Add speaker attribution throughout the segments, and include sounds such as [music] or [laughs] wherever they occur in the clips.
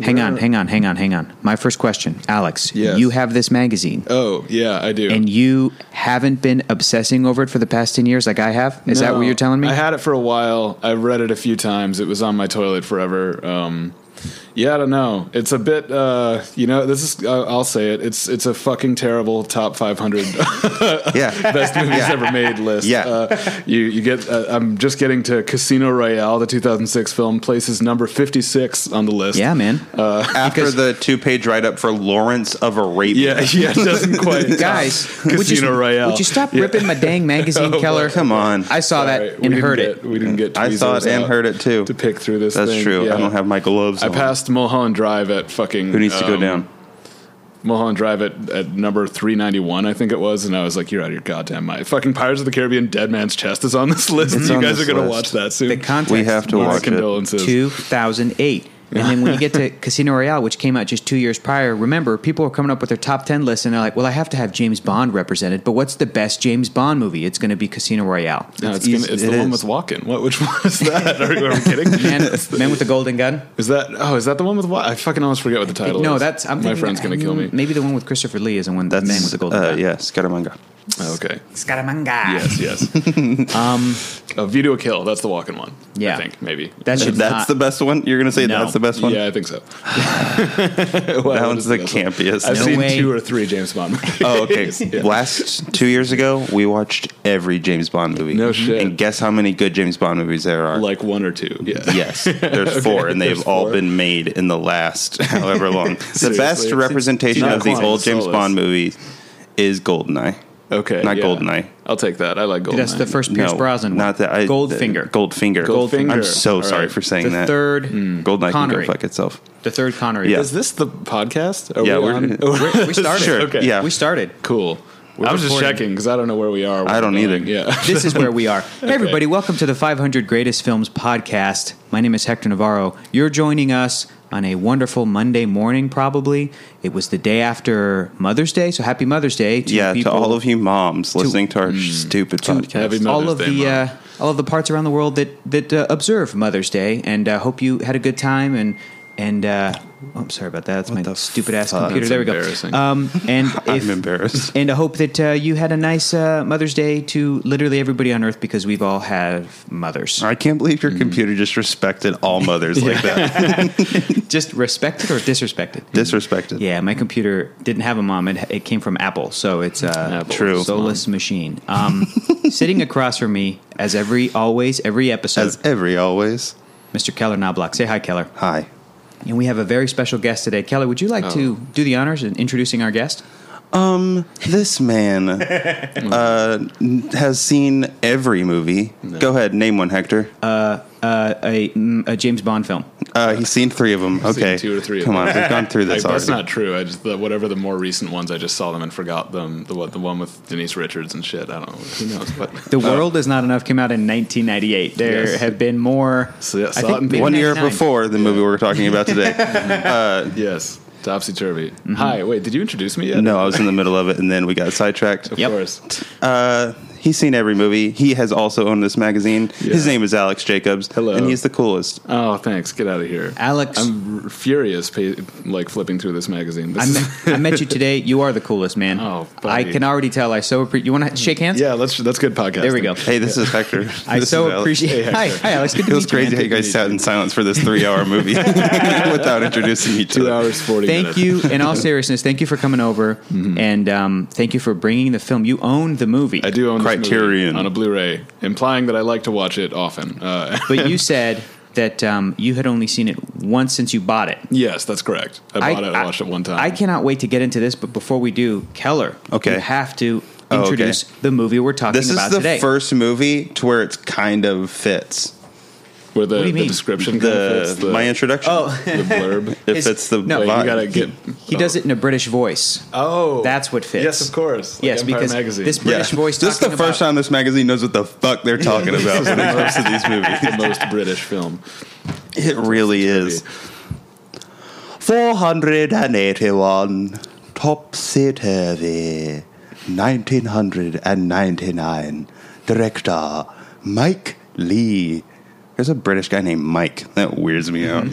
Speaker 1: Hang on, hang on, hang on, hang on. My first question, Alex.
Speaker 2: Yes.
Speaker 1: You have this magazine,
Speaker 2: Oh, yeah, I do.
Speaker 1: and you haven't been obsessing over it for the past ten years, like I have. Is that
Speaker 2: No,
Speaker 1: what you're telling me?
Speaker 2: I had it for a while. I read it a few times. It was on my toilet forever. Um, yeah, I don't know. It's a bit, uh, you know. This is. I- I'll say it. It's it's a fucking terrible
Speaker 1: [laughs]
Speaker 2: top 500 [laughs]
Speaker 3: Yeah.
Speaker 2: best movies ever made list.
Speaker 3: Yeah.
Speaker 2: Uh, you you get. Uh, I'm just getting to Casino Royale, the 2006 film, places number 56 on the list.
Speaker 1: yeah, man.
Speaker 2: Uh,
Speaker 3: After the two page write up for Lawrence of Arabia.
Speaker 2: Yeah, [laughs] yeah,
Speaker 1: [laughs]
Speaker 2: it doesn't quite. top [laughs]
Speaker 1: Guys, would you,
Speaker 2: Casino Royale.
Speaker 1: would you stop
Speaker 2: Yeah.
Speaker 1: ripping my dang
Speaker 2: [laughs]
Speaker 1: magazine, Keller?
Speaker 3: Come on.
Speaker 1: I saw
Speaker 2: Sorry,
Speaker 1: that
Speaker 2: we
Speaker 1: and
Speaker 2: didn't
Speaker 1: heard
Speaker 2: get-
Speaker 1: it.
Speaker 2: We didn't get.
Speaker 3: I saw it
Speaker 2: tweezers
Speaker 3: and
Speaker 2: out
Speaker 3: heard it too.
Speaker 2: To pick through this.
Speaker 3: That's
Speaker 2: thing.
Speaker 3: true.
Speaker 2: Yeah.
Speaker 3: I don't have my gloves.
Speaker 2: I
Speaker 3: on.
Speaker 2: passed Mulholland Drive at fucking.
Speaker 3: Who needs to go
Speaker 2: um,
Speaker 3: down?
Speaker 2: Mulholland Drive at, at number 391, I think it was. And I was like, you're out of your goddamn mind. Fucking Pirates of the Caribbean Dead Man's Chest is on this list. and you
Speaker 3: on
Speaker 2: guys are
Speaker 3: this
Speaker 2: going to
Speaker 3: list.
Speaker 2: watch that soon.
Speaker 1: The context.
Speaker 3: We have to
Speaker 2: My
Speaker 3: watch it.
Speaker 2: condolences.
Speaker 1: 2008. And then when you
Speaker 2: [laughs]
Speaker 1: get to Casino Royale, which came out just two years prior, remember people are coming up with their top ten lists, and they're like, "Well, I have to have James Bond represented, but what's the best James Bond movie? It's going to be Casino
Speaker 2: [laughs]
Speaker 1: Royale."
Speaker 2: No, it's,
Speaker 3: It's
Speaker 2: gonna,
Speaker 3: easy-
Speaker 2: it's
Speaker 3: it
Speaker 2: the one
Speaker 3: is.
Speaker 2: with Walken. What? Which [laughs] one is that? Are you, are we kidding?
Speaker 1: Man, Man with the Golden Gun.
Speaker 2: Is that? Oh, is that the one with Walken? I fucking almost forget what the title.
Speaker 1: No,
Speaker 2: is.
Speaker 1: that's I'm
Speaker 2: my
Speaker 1: thinking-
Speaker 2: friend's gonna kill me.
Speaker 1: Maybe the one with Christopher Lee is the one. That's
Speaker 3: That's
Speaker 1: Man with the Golden
Speaker 3: uh,
Speaker 1: Gun.
Speaker 3: Yeah, Scaramanga.
Speaker 2: Oh, okay.
Speaker 1: Scaramanga.
Speaker 2: Yes, yes.
Speaker 1: [laughs]
Speaker 2: um, a View to a Kill. That's the Walken one.
Speaker 1: Yeah.
Speaker 2: I think maybe.
Speaker 1: That should
Speaker 3: That's
Speaker 1: not-
Speaker 3: the best one. You're gonna say
Speaker 1: No.
Speaker 3: that's the best one.
Speaker 2: Yeah, I think so.
Speaker 3: [laughs] that one's the campiest.
Speaker 2: I've
Speaker 1: No
Speaker 2: seen
Speaker 1: way.
Speaker 2: two or three James Bond. movies. [laughs]
Speaker 3: Oh, okay. Last two years ago, we watched every James Bond movie. Mm-hmm.
Speaker 2: No shit.
Speaker 3: And guess how many good James Bond movies there are?
Speaker 2: like one or two. Yeah.
Speaker 3: [laughs]
Speaker 2: [laughs]
Speaker 3: yes, there's four, and they've
Speaker 2: there's
Speaker 3: all
Speaker 2: four.
Speaker 3: been made in
Speaker 2: [laughs]
Speaker 3: the last however long. the best
Speaker 2: Seriously.
Speaker 3: representation
Speaker 2: Not
Speaker 3: of the
Speaker 2: Quantum
Speaker 3: old James
Speaker 2: Solace.
Speaker 3: Bond movies is Goldeneye.
Speaker 2: Okay.
Speaker 3: Not
Speaker 2: yeah.
Speaker 3: Goldeneye.
Speaker 2: I'll take that. I like Goldeneye.
Speaker 1: That's the first Pierce
Speaker 3: No,
Speaker 1: Brosnan.
Speaker 3: Not that. I, uh,
Speaker 1: Goldfinger.
Speaker 3: Goldfinger.
Speaker 2: Goldfinger.
Speaker 3: I'm so
Speaker 2: All
Speaker 3: sorry
Speaker 2: right.
Speaker 3: for saying
Speaker 1: the
Speaker 3: that.
Speaker 1: third.
Speaker 2: Hmm.
Speaker 3: Goldeneye
Speaker 1: Connery.
Speaker 3: can go fuck itself.
Speaker 1: The third Connery.
Speaker 3: Yeah.
Speaker 2: Is this the podcast? Are
Speaker 3: Yeah,
Speaker 2: we
Speaker 3: we're-
Speaker 2: on? [laughs]
Speaker 1: We're- we started.
Speaker 3: [laughs] Sure,
Speaker 2: Okay.
Speaker 3: yeah.
Speaker 1: We started.
Speaker 2: Cool. I was just
Speaker 1: recording.
Speaker 2: checking because I don't know where we are. where
Speaker 3: I don't
Speaker 2: we're
Speaker 3: either.
Speaker 2: going. Yeah.
Speaker 1: This is where we are. [laughs] Hey, everybody, welcome to the 500 Greatest Films podcast. My name is Hector Navarro. You're joining us on a wonderful Monday morning, probably. It was the day after Mother's Day, so happy Mother's Day to
Speaker 3: Yeah,
Speaker 1: people,
Speaker 3: to all of you moms listening to our
Speaker 2: Hmm.
Speaker 3: stupid podcast.
Speaker 2: Happy
Speaker 1: all
Speaker 2: Mother's
Speaker 1: of
Speaker 2: Day,
Speaker 1: the
Speaker 2: Mom.
Speaker 1: uh, all of the parts around the world that that uh, observe Mother's Day, and uh, hope you had a good time and. And uh, oh, I'm sorry about that. That's my
Speaker 3: the
Speaker 1: stupid ass
Speaker 3: fuck?
Speaker 1: computer.
Speaker 2: That's
Speaker 1: there we go.
Speaker 2: embarrassing.
Speaker 3: [laughs]
Speaker 1: Um, and if,
Speaker 3: I'm embarrassed.
Speaker 1: and I hope that uh, you had a nice uh, Mother's Day to literally everybody on Earth because we've all have mothers.
Speaker 3: I can't believe your computer just respected all mothers like that.
Speaker 1: [laughs] Just respected or disrespected?
Speaker 3: Disrespected.
Speaker 1: yeah, my computer didn't have a mom. It, it came from Apple, so it's a
Speaker 2: Apple's
Speaker 3: True.
Speaker 1: soulless machine.
Speaker 3: [laughs]
Speaker 1: Um, sitting across from me, as every always, every episode,
Speaker 3: As every always.
Speaker 1: Mr. Keller Knobloch. Say hi, Keller.
Speaker 3: Hi.
Speaker 1: And we have a very special guest today. Keller, would you like to
Speaker 3: Oh.
Speaker 1: do the honors in introducing our guest?
Speaker 3: This [laughs] man uh, has seen every movie. Go ahead, name one, Hector. Uh,
Speaker 1: Uh, a, mm, a James Bond film.
Speaker 3: he's seen three of them.
Speaker 2: seen
Speaker 3: Okay,
Speaker 2: two or three of
Speaker 3: Come
Speaker 2: them.
Speaker 3: on, we've gone through
Speaker 2: Like,
Speaker 3: this
Speaker 2: [laughs] that's
Speaker 3: already.
Speaker 2: not true. I just the, whatever the more recent ones, I just saw them and forgot them. The what the one with Denise Richards and shit. I don't know. Who knows? But
Speaker 3: Oh.
Speaker 1: The World Is Not Enough came out in 1998. There
Speaker 2: Yes.
Speaker 1: have been more.
Speaker 2: So, yeah,
Speaker 1: I
Speaker 2: saw
Speaker 1: think
Speaker 2: it in
Speaker 1: maybe
Speaker 3: one year
Speaker 1: 99.
Speaker 3: before the movie we're talking
Speaker 2: [laughs]
Speaker 3: about today.
Speaker 2: yes, topsy turvy. Hi. Wait, did you introduce me yet?
Speaker 3: no, I was in the middle of it, and then we got sidetracked.
Speaker 2: Of
Speaker 1: Yep.
Speaker 2: course.
Speaker 3: Uh, he's seen every movie. He has also owned this magazine. His
Speaker 2: Yeah.
Speaker 3: name is Alex Jacobs.
Speaker 2: Hello.
Speaker 3: and he's the coolest.
Speaker 2: Oh, thanks. Get out of here,
Speaker 1: Alex-
Speaker 2: I'm r- furious, pa like flipping through this magazine. This
Speaker 1: I
Speaker 2: [laughs] is-
Speaker 1: met, I met you today. You are the coolest man.
Speaker 2: Oh,
Speaker 1: I
Speaker 2: buddy.
Speaker 1: can already tell. I so appreciate. You want to shake hands?
Speaker 2: yeah, let's that's good podcast.
Speaker 1: There we go.
Speaker 3: Mm. Hey, this is Hector.
Speaker 1: [laughs] I
Speaker 3: This
Speaker 1: so
Speaker 3: is Alex.
Speaker 1: appreciate. Hi, hi, Alex. Good to
Speaker 3: It was
Speaker 1: meet you, man.
Speaker 3: crazy how you guys sat in silence for this
Speaker 1: [laughs]
Speaker 3: three-hour movie [laughs] without introducing each
Speaker 2: Two
Speaker 3: other.
Speaker 2: hours forty.
Speaker 1: Thank
Speaker 2: minutes.
Speaker 1: you. In all seriousness, thank you for coming
Speaker 3: [laughs]
Speaker 1: over,
Speaker 3: Mm-hmm.
Speaker 1: and um, thank you for bringing the film. You own the movie,
Speaker 2: I do own this movie
Speaker 3: Criterion.
Speaker 2: on a Blu-ray, implying that I like to watch it often. Uh, [laughs]
Speaker 1: but you said that um, you had only seen it once since you bought it.
Speaker 2: yes, that's correct. I bought it. I watched it one time.
Speaker 1: I cannot wait to get into this, but before we do, Keller,
Speaker 3: Okay.
Speaker 1: you have to
Speaker 3: Oh, okay.
Speaker 1: introduce the movie we're talking
Speaker 3: This
Speaker 1: about
Speaker 3: is the
Speaker 1: today.
Speaker 3: first movie to where it's kind of fits
Speaker 2: Where the,
Speaker 1: do you
Speaker 2: the
Speaker 1: mean?
Speaker 2: description
Speaker 3: the,
Speaker 2: benefits the,
Speaker 3: my introduction.
Speaker 1: oh,
Speaker 2: [laughs] the
Speaker 3: [laughs]
Speaker 2: blurb.
Speaker 3: it
Speaker 1: his-
Speaker 3: fits the
Speaker 1: no,
Speaker 2: Wait, you
Speaker 3: vibe.
Speaker 2: gotta get.
Speaker 1: he does it in a British voice.
Speaker 2: Oh,
Speaker 1: That's what fits.
Speaker 2: Yes, of course. Like
Speaker 1: yes,
Speaker 2: Empire
Speaker 1: because
Speaker 2: magazine.
Speaker 1: this
Speaker 3: Yeah.
Speaker 1: British voice.
Speaker 3: This is the
Speaker 1: talking
Speaker 3: first
Speaker 1: about-
Speaker 3: time this magazine knows what the fuck they're
Speaker 1: [laughs]
Speaker 3: talking about when it comes to these movies.
Speaker 2: [laughs] the most British film.
Speaker 3: It really is. 481 Topsy Turvy 1999 Director Mike Lee There's a British guy named Mike. That weirds me [laughs] out.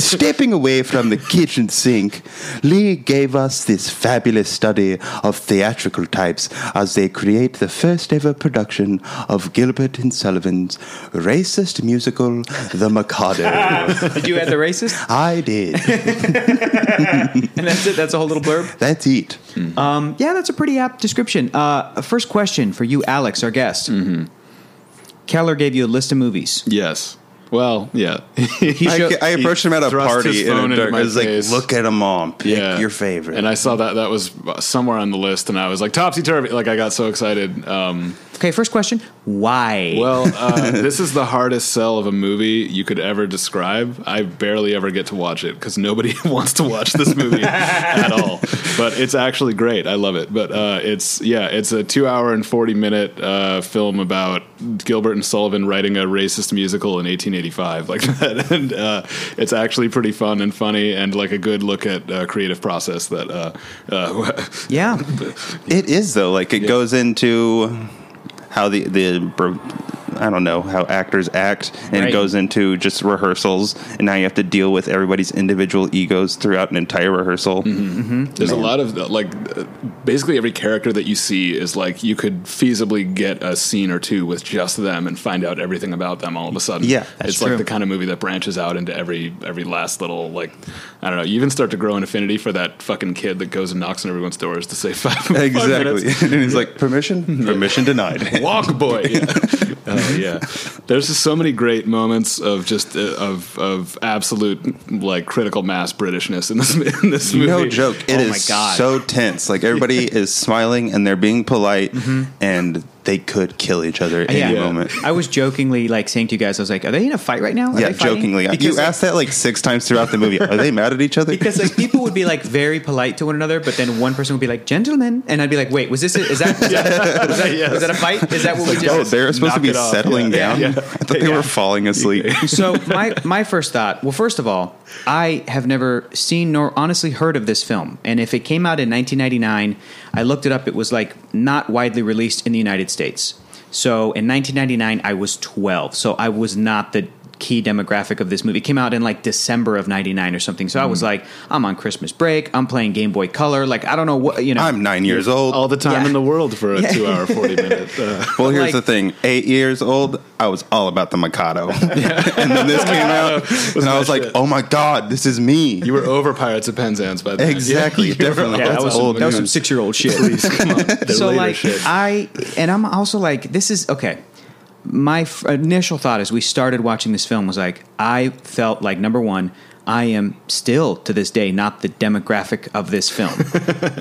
Speaker 3: Stepping away from the kitchen sink, Lee gave us this fabulous study of theatrical types as they create the first ever production of Gilbert and Sullivan's racist musical, The Mikado.
Speaker 1: Did you add the
Speaker 3: [laughs]
Speaker 1: racist?
Speaker 3: I did.
Speaker 1: And that's it. That's a whole little blurb.
Speaker 3: That's it.
Speaker 1: Um, yeah, that's a pretty apt description. Uh, first question for you, Alex, our guest. Keller gave you a list of movies.
Speaker 2: Yes. Well, yeah. [laughs]
Speaker 1: He
Speaker 3: I,
Speaker 1: showed-
Speaker 3: I approached him at a
Speaker 2: thrust his
Speaker 3: party in
Speaker 2: phone
Speaker 3: a
Speaker 2: into
Speaker 3: dark.
Speaker 2: my
Speaker 3: I was
Speaker 2: face.
Speaker 3: like, "Look at them all. Pick your favorite."
Speaker 2: And I saw that that was somewhere on the list, and I was like topsy turvy. Like I got so excited. Um,
Speaker 1: okay, first question. Why?
Speaker 2: well, uh, this is the hardest sell of a movie you could ever describe. I barely ever get to watch it because nobody [laughs] wants to watch this movie at all. But it's actually great. I love it. But uh, it's yeah, it's a two hour and forty minute uh, film about Gilbert and Sullivan writing a racist musical in 1885 [laughs] like that, and uh, it's actually pretty fun and funny and like a good look at uh, creative process that uh, uh,
Speaker 1: yeah.
Speaker 3: It is though. Like it goes into how the the br- I don't know how actors act, and
Speaker 1: Right.
Speaker 3: it goes into just rehearsals, and now you have to deal with everybody's individual egos throughout an entire rehearsal.
Speaker 2: There's a lot of like, uh, basically every character that you see is like you could feasibly get a scene or two with just them and find out everything about them all of a sudden.
Speaker 3: Yeah, that's
Speaker 2: it's
Speaker 1: true.
Speaker 2: like the kind of movie that branches out into every every last little like I don't know. You even start to grow an affinity for that fucking kid that goes and knocks on everyone's doors to say five five
Speaker 3: Exactly.
Speaker 2: minutes.
Speaker 3: and [laughs] he's like, "Permission? Permission denied."
Speaker 2: [laughs]
Speaker 3: [laughs]
Speaker 2: Walk boy. Yeah. [laughs] Oh, yeah. There's just so many great moments of just uh, of of absolute like critical mass Britishness in this [laughs] in this movie.
Speaker 3: No joke.
Speaker 1: Oh
Speaker 3: It is
Speaker 1: my God.
Speaker 3: so tense. Like everybody is smiling and they're being polite, and they could kill each other at any
Speaker 1: Yeah.
Speaker 3: moment.
Speaker 1: I was jokingly like saying to you guys, I was like, "Are they in a fight right now?" Are
Speaker 3: Yeah,
Speaker 1: they fighting?"
Speaker 3: jokingly.
Speaker 1: Because,
Speaker 3: you asked that like six times throughout the movie. Are they mad at each other?
Speaker 1: because like people would be like very polite to one another, but then one person would be like, "Gentlemen," and I'd be like, "Wait, was this? A, is that
Speaker 3: [laughs]
Speaker 1: was that, was that, was that a fight? Is that what we just?"
Speaker 3: oh, they're supposed to
Speaker 2: knock
Speaker 3: be
Speaker 2: it off.
Speaker 3: settling
Speaker 2: Yeah.
Speaker 3: down.
Speaker 2: Yeah.
Speaker 3: I thought they
Speaker 2: Yeah.
Speaker 3: were falling asleep.
Speaker 1: so my my first thought. Well, first of all, I have never seen nor honestly heard of this film. And if it came out in 1999, I looked it up. It was like not widely released in the United States. So in 1999, I was 12. So I was not the key demographic of this movie. It came out in like December of 99 or something. So I
Speaker 3: Hmm.
Speaker 1: was like, I'm on Christmas break. I'm playing Game Boy Color. Like I don't know what you know.
Speaker 3: I'm nine years
Speaker 2: all
Speaker 3: old.
Speaker 2: the time
Speaker 1: Yeah.
Speaker 2: in the world for a two hour
Speaker 1: [laughs]
Speaker 2: forty minute. Uh,
Speaker 3: Well, here's
Speaker 1: like-
Speaker 3: the thing. Eight years old, I was all about the Mikado.
Speaker 2: [laughs]
Speaker 3: and then this came out, and I was like, oh my God, this is me.
Speaker 2: [laughs] you were over Pirates of Penzance by the [laughs]
Speaker 3: Exactly, definitely.
Speaker 1: yeah, that was,
Speaker 3: old
Speaker 1: that was some
Speaker 3: news.
Speaker 1: six year old shit. so
Speaker 2: so
Speaker 1: like
Speaker 2: shit.
Speaker 1: I and I'm also like this is okay. My f- initial thought as we started watching this film was like I felt like number one. I am still to this day not the demographic of this film.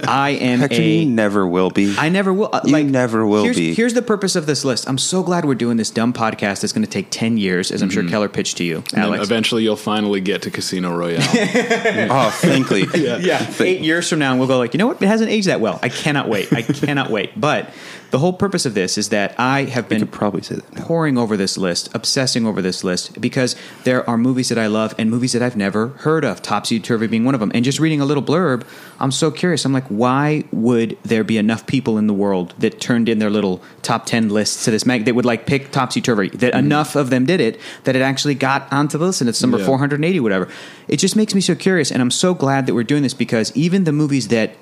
Speaker 1: I am
Speaker 3: Hector,
Speaker 1: a
Speaker 3: you never will be.
Speaker 1: I never will. Uh,
Speaker 3: You
Speaker 1: like,
Speaker 3: never will
Speaker 1: here's,
Speaker 3: be.
Speaker 1: Here's the purpose of this list. I'm so glad we're doing this dumb podcast. that's going to take ten years, as I'm sure Keller pitched to you,
Speaker 2: And
Speaker 1: Alex.
Speaker 2: eventually, you'll finally get to
Speaker 1: [laughs]
Speaker 2: Casino Royale.
Speaker 3: oh,
Speaker 2: [laughs]
Speaker 3: thankfully.
Speaker 1: yeah, eight years from now, and we'll go like, you know what? It hasn't aged that well. I cannot wait. I cannot [laughs] wait. But the whole purpose of this is that I have
Speaker 3: You
Speaker 1: been
Speaker 3: could probably say that now.
Speaker 1: poring over this list, obsessing over this list, because there are movies that I love and movies that I've never heard of, Topsy Turvy being one of them. And just reading a little blurb, I'm so curious. I'm like, why would there be enough people in the world that turned in their little top 10 lists to this mag? They would like pick Topsy Turvy, that
Speaker 3: Mm-hmm.
Speaker 1: enough of them did it that it actually got onto the list and it's number
Speaker 2: Yeah.
Speaker 1: 480, whatever. It just makes me so curious. And I'm so glad that we're doing this because even the movies that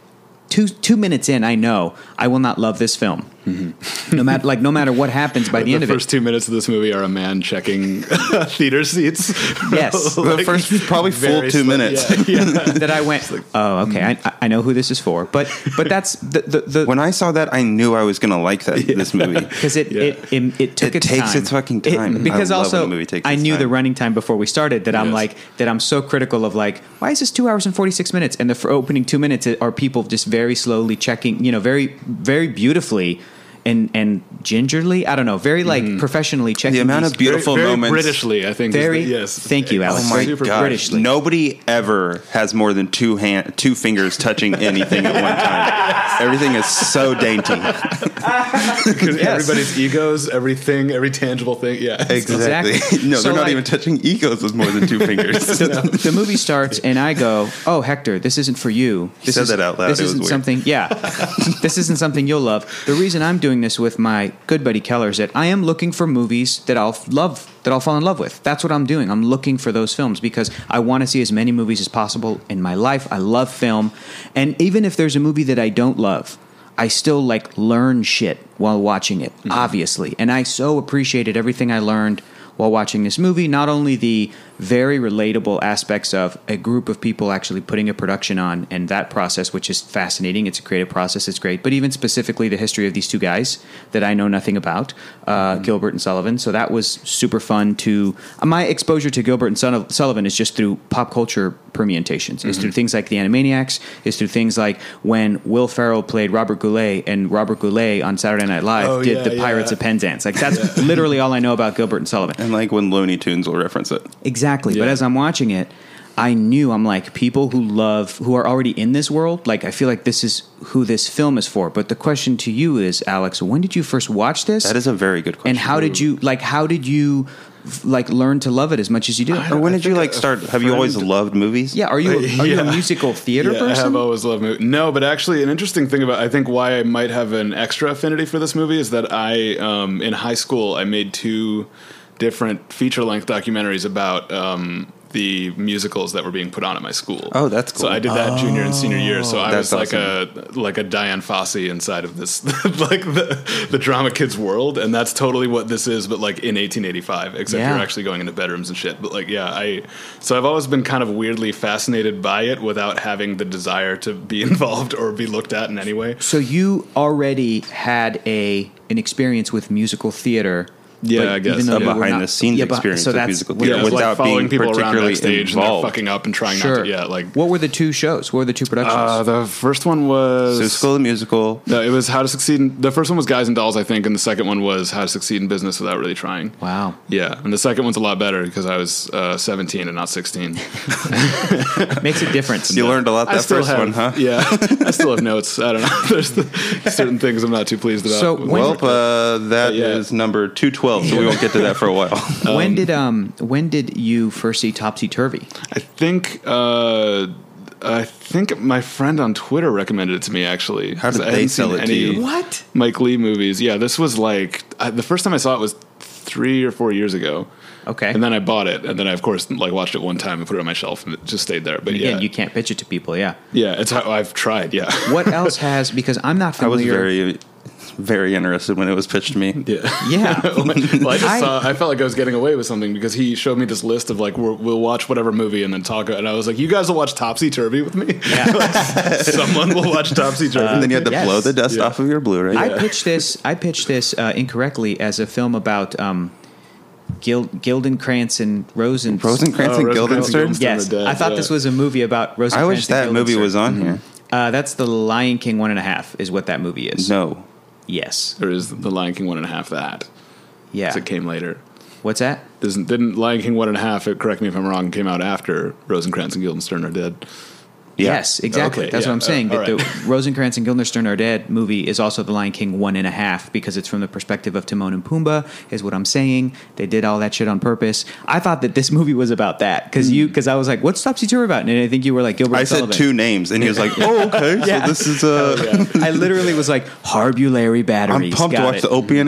Speaker 1: Two, two minutes in, I know I will not love this film. [laughs] No matter like no matter what happens by the, end
Speaker 2: the
Speaker 1: of it,
Speaker 2: first two minutes of this movie are a man checking [laughs] theater seats.
Speaker 1: Yes.
Speaker 2: [laughs]
Speaker 3: The first probably full
Speaker 2: very
Speaker 3: two
Speaker 2: slim-
Speaker 3: minutes.
Speaker 1: [laughs]
Speaker 2: Yeah, yeah.
Speaker 1: that I went, oh, okay, I, I know who this is for. But but that's the the,
Speaker 3: When
Speaker 1: the
Speaker 3: I saw that, I knew I was going to like
Speaker 2: [laughs]
Speaker 3: that this movie.
Speaker 1: because it,
Speaker 2: Yeah.
Speaker 1: it, it it took
Speaker 3: It
Speaker 1: its
Speaker 3: takes
Speaker 1: time.
Speaker 3: its fucking
Speaker 1: It-
Speaker 3: time. I
Speaker 1: because
Speaker 3: love
Speaker 1: also
Speaker 3: when a movie takes
Speaker 1: I
Speaker 3: its
Speaker 1: knew the
Speaker 3: time.
Speaker 1: running time before we started that I'm
Speaker 2: Yes.
Speaker 1: like that I'm so critical of like why is this two hours and forty six minutes and the f- opening two minutes are people just very slowly checking you know very very beautifully. And, and gingerly, I don't know, very like professionally checking
Speaker 3: Mm-hmm. The amount
Speaker 1: these-
Speaker 3: of beautiful
Speaker 2: very, very
Speaker 3: moments.
Speaker 2: Britishly, I think. is
Speaker 1: Very-
Speaker 2: the- yes.
Speaker 1: thank you, Alex.
Speaker 3: Oh my
Speaker 1: Super
Speaker 3: gosh.
Speaker 1: Britishly.
Speaker 3: Nobody ever has more than two hand, two fingers touching anything at one
Speaker 1: [laughs]
Speaker 3: time. Everything is so dainty.
Speaker 2: [laughs] Because
Speaker 1: Yes.
Speaker 2: everybody's egos, everything, every tangible thing. Yeah.
Speaker 1: Exactly.
Speaker 3: [laughs] no,
Speaker 1: So,
Speaker 3: they're not
Speaker 1: like-
Speaker 3: even touching egos with more than
Speaker 1: [laughs]
Speaker 3: two fingers. [laughs]
Speaker 1: the, the movie starts and I go, "Oh, Hector, this isn't for you." This
Speaker 3: said
Speaker 1: is-
Speaker 3: that out loud.
Speaker 1: This
Speaker 3: It was
Speaker 1: isn't
Speaker 3: weird.
Speaker 1: something.
Speaker 3: [laughs]
Speaker 1: Yeah, this isn't something you'll love. The reason I'm doing this with my good buddy Keller is that I am looking for movies that I'll f- love. that that I'll fall in love with. That's what I'm doing. I'm looking for those films because I want to see as many movies as possible in my life. I love film. And even if there's a movie that I don't love, I still like learn shit while watching it, obviously. And I so appreciated everything I learned while watching this movie, not only the very relatable aspects of a group of people actually putting a production on and that process, which is fascinating. It's a creative process, it's great, but even specifically the history of these two guys that I know nothing about, uh,
Speaker 2: Mm-hmm.
Speaker 1: Gilbert and Sullivan. So that was super fun to. uh, My exposure to Gilbert and Sul- Sullivan is just through pop culture permutations, is
Speaker 2: Mm-hmm.
Speaker 1: through things like the Animaniacs, is through things like when Will Ferrell played Robert Goulet and Robert Goulet on Saturday Night Live
Speaker 2: Oh,
Speaker 1: did
Speaker 2: yeah,
Speaker 1: the Pirates
Speaker 2: yeah.
Speaker 1: of Penzance. Like that's literally all I know about Gilbert and Sullivan.
Speaker 3: And like when Looney Tunes will reference it.
Speaker 1: Exactly. But
Speaker 2: Yeah.
Speaker 1: as I'm watching it, I knew I'm like people who love who are already in this world. Like I feel like this is who this film is for. But the question to you is, Alex, when did you first watch this?
Speaker 3: That is a very good question.
Speaker 1: and how did you like? How did you f- like learn to love it as much as you do?
Speaker 3: Or when
Speaker 2: I
Speaker 3: did you
Speaker 2: think
Speaker 3: like
Speaker 2: a
Speaker 3: start? Have you always
Speaker 2: friend-
Speaker 3: loved movies?
Speaker 1: yeah. Are you are you a
Speaker 2: Yeah.
Speaker 1: musical theater
Speaker 2: Yeah, I
Speaker 1: person?
Speaker 2: have always loved movies. No, but actually, an interesting thing about I think why I might have an extra affinity for this movie is that I, um, in high school, I made two different feature length documentaries about um, the musicals that were being put on at my school.
Speaker 3: Oh, that's cool.
Speaker 2: So I did that junior and senior year. So I
Speaker 3: That's
Speaker 2: was like a like a Diane Fosse inside of this [laughs] like the the drama kids world, and that's totally what this is, but like in 1885, except
Speaker 1: Yeah.
Speaker 2: you're actually going into bedrooms and shit. But like, yeah, I so I've always been kind of weirdly fascinated by it without having the desire to be [laughs] involved or be looked at in any way.
Speaker 1: so you already had a an experience with musical theater.
Speaker 2: Yeah,
Speaker 1: but
Speaker 2: I guess,
Speaker 1: even though
Speaker 2: yeah.
Speaker 1: you
Speaker 3: A
Speaker 1: were
Speaker 3: behind
Speaker 1: not-
Speaker 3: the scenes
Speaker 1: yeah, but-
Speaker 3: experience
Speaker 1: so
Speaker 3: of
Speaker 1: that's-
Speaker 3: musical
Speaker 2: Yeah,
Speaker 3: theater
Speaker 2: it's
Speaker 3: without
Speaker 2: like following
Speaker 3: being
Speaker 2: people around
Speaker 3: particularly
Speaker 2: backstage and
Speaker 3: involved.
Speaker 2: they're fucking up and trying
Speaker 1: Sure.
Speaker 2: not to. Yeah, like
Speaker 1: what were the two shows? What were the two productions?
Speaker 2: uh, the first one was
Speaker 3: So School of Musical.
Speaker 2: No, it was How to Succeed. In, the first one was Guys and Dolls, I think, and the second one was How to Succeed in Business Without Really Trying.
Speaker 1: wow.
Speaker 2: Yeah, and the second one's a lot better because I was uh, 17 and not 16.
Speaker 1: Makes a difference.
Speaker 3: You learned a lot that first
Speaker 2: have,
Speaker 3: one, huh? [laughs]
Speaker 2: Yeah, I still have notes. I don't know. [laughs] There's the, certain things I'm not too pleased about.
Speaker 1: So when-
Speaker 3: Well, uh, that is
Speaker 2: Yeah.
Speaker 3: number two twelve. So we won't get to that for a while.
Speaker 1: [laughs] when did um when did you first see Topsy Turvy?
Speaker 2: I think uh, I think my friend on Twitter recommended it to me. Actually,
Speaker 3: How did
Speaker 2: I
Speaker 3: they
Speaker 2: hadn't
Speaker 3: sell
Speaker 2: seen
Speaker 3: it to you?
Speaker 1: What?
Speaker 2: Mike Lee movies? Yeah, this was like I, the first time I saw it was three or four years ago.
Speaker 1: Okay.
Speaker 2: And then I bought it, and then I of course like watched it one time and put it on my shelf, and it just stayed there. But
Speaker 1: Again,
Speaker 2: yeah,
Speaker 1: you can't pitch it to people. Yeah.
Speaker 2: yeah, it's how I've tried. Yeah,
Speaker 1: What else has because I'm not
Speaker 3: [laughs] I was
Speaker 1: familiar.
Speaker 3: very, very interested when it was pitched to me.
Speaker 2: yeah.
Speaker 3: [laughs] Oh
Speaker 1: yeah.
Speaker 2: [laughs] well, I just
Speaker 1: I-
Speaker 2: saw. I felt like I was getting away with something because he showed me this list of like we're, we'll watch whatever movie and then talk. And I was like, you guys will watch Topsy Turvy with me. [laughs]
Speaker 1: [laughs]
Speaker 2: Someone will watch Topsy Turvy.
Speaker 3: And then you had to
Speaker 1: Uh, Yes.
Speaker 3: blow the dust
Speaker 2: Yeah.
Speaker 3: off of your Blu-ray.
Speaker 1: I pitched this. I pitched this uh, incorrectly as a film about um, Gil- Gildenkrantz and Rosen.
Speaker 3: Rosencrantz
Speaker 2: Oh,
Speaker 3: and
Speaker 2: Rosencrantz and
Speaker 3: Guildenstern.
Speaker 2: Guildenstern.
Speaker 1: Yes,
Speaker 2: Stone of Death,
Speaker 1: I thought
Speaker 2: yeah.
Speaker 1: this was a movie about Rosen.
Speaker 3: I wish that movie was on here.
Speaker 1: Uh, that's the Lion King one and a half is what that movie is.
Speaker 3: No,
Speaker 1: Yes.
Speaker 2: There is the Lion King one and a half that
Speaker 1: Yeah.
Speaker 2: 'cause it came later.
Speaker 1: What's that?
Speaker 2: Doesn't didn't Lion King one and a half? It, correct me if I'm wrong. Came out after Rosencrantz and Guildenstern are dead.
Speaker 3: Yeah. Oh,
Speaker 1: Yes, exactly.
Speaker 2: Okay,
Speaker 1: That's
Speaker 2: yeah,
Speaker 1: what I'm
Speaker 2: uh,
Speaker 1: saying.
Speaker 2: all
Speaker 1: that
Speaker 2: right.
Speaker 1: the [laughs] Rosencrantz and Guildenstern are dead movie is also the Lion King one and a half because it's from the perspective of Timon and Pumbaa. Is what I'm saying. They did all that shit on purpose. I thought that this movie was about that because you because I was like, what's Topsy Turvy about? And I think you were like Gilbert.
Speaker 3: Hmm. I said
Speaker 1: Sullivan.
Speaker 3: two names, and he was like, "Oh, okay.
Speaker 1: Yeah.
Speaker 3: So this is uh,
Speaker 1: I literally was like Harbulary
Speaker 3: [laughs] I'm
Speaker 1: Batteries.
Speaker 3: pumped to
Speaker 1: Got
Speaker 3: watch
Speaker 1: it. Mm-hmm.
Speaker 3: the Opie and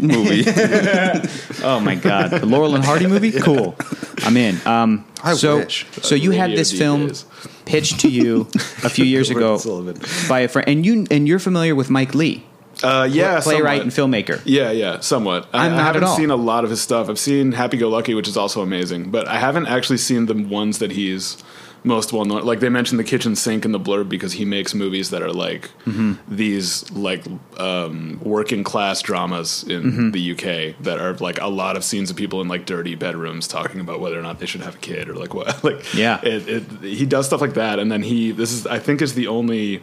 Speaker 1: [laughs]
Speaker 3: movie.
Speaker 1: Oh my god, the Laurel and Hardy
Speaker 3: [laughs]
Speaker 1: movie? Cool. I'm in. Um,
Speaker 3: I
Speaker 1: so,
Speaker 3: wish.
Speaker 1: So you had
Speaker 2: Radio
Speaker 1: this film
Speaker 2: DJs.
Speaker 1: pitched to you a few
Speaker 3: [laughs]
Speaker 1: years
Speaker 2: Gilbert
Speaker 1: ago
Speaker 2: Sullivan.
Speaker 1: by a friend, and you and you're familiar with Mike Lee,
Speaker 2: Uh, yeah,
Speaker 1: playwright
Speaker 2: somewhat.
Speaker 1: and filmmaker.
Speaker 2: Yeah, yeah, somewhat. I,
Speaker 1: I'm
Speaker 2: I
Speaker 1: not at
Speaker 2: haven't
Speaker 1: all.
Speaker 2: seen a lot of his stuff. I've seen Happy Go Lucky, which is also amazing, but I haven't actually seen the ones that he's most well known. Like they mentioned the kitchen sink in the blurb because he makes movies that are like
Speaker 1: Mm-hmm.
Speaker 2: these like um, working class dramas in
Speaker 1: Mm-hmm.
Speaker 2: the UK that are like a lot of scenes of people in like dirty bedrooms talking about whether or not they should have a kid or like what. [laughs] like
Speaker 1: Yeah.
Speaker 2: it, it, he does stuff like that, and then he this is I think is the only.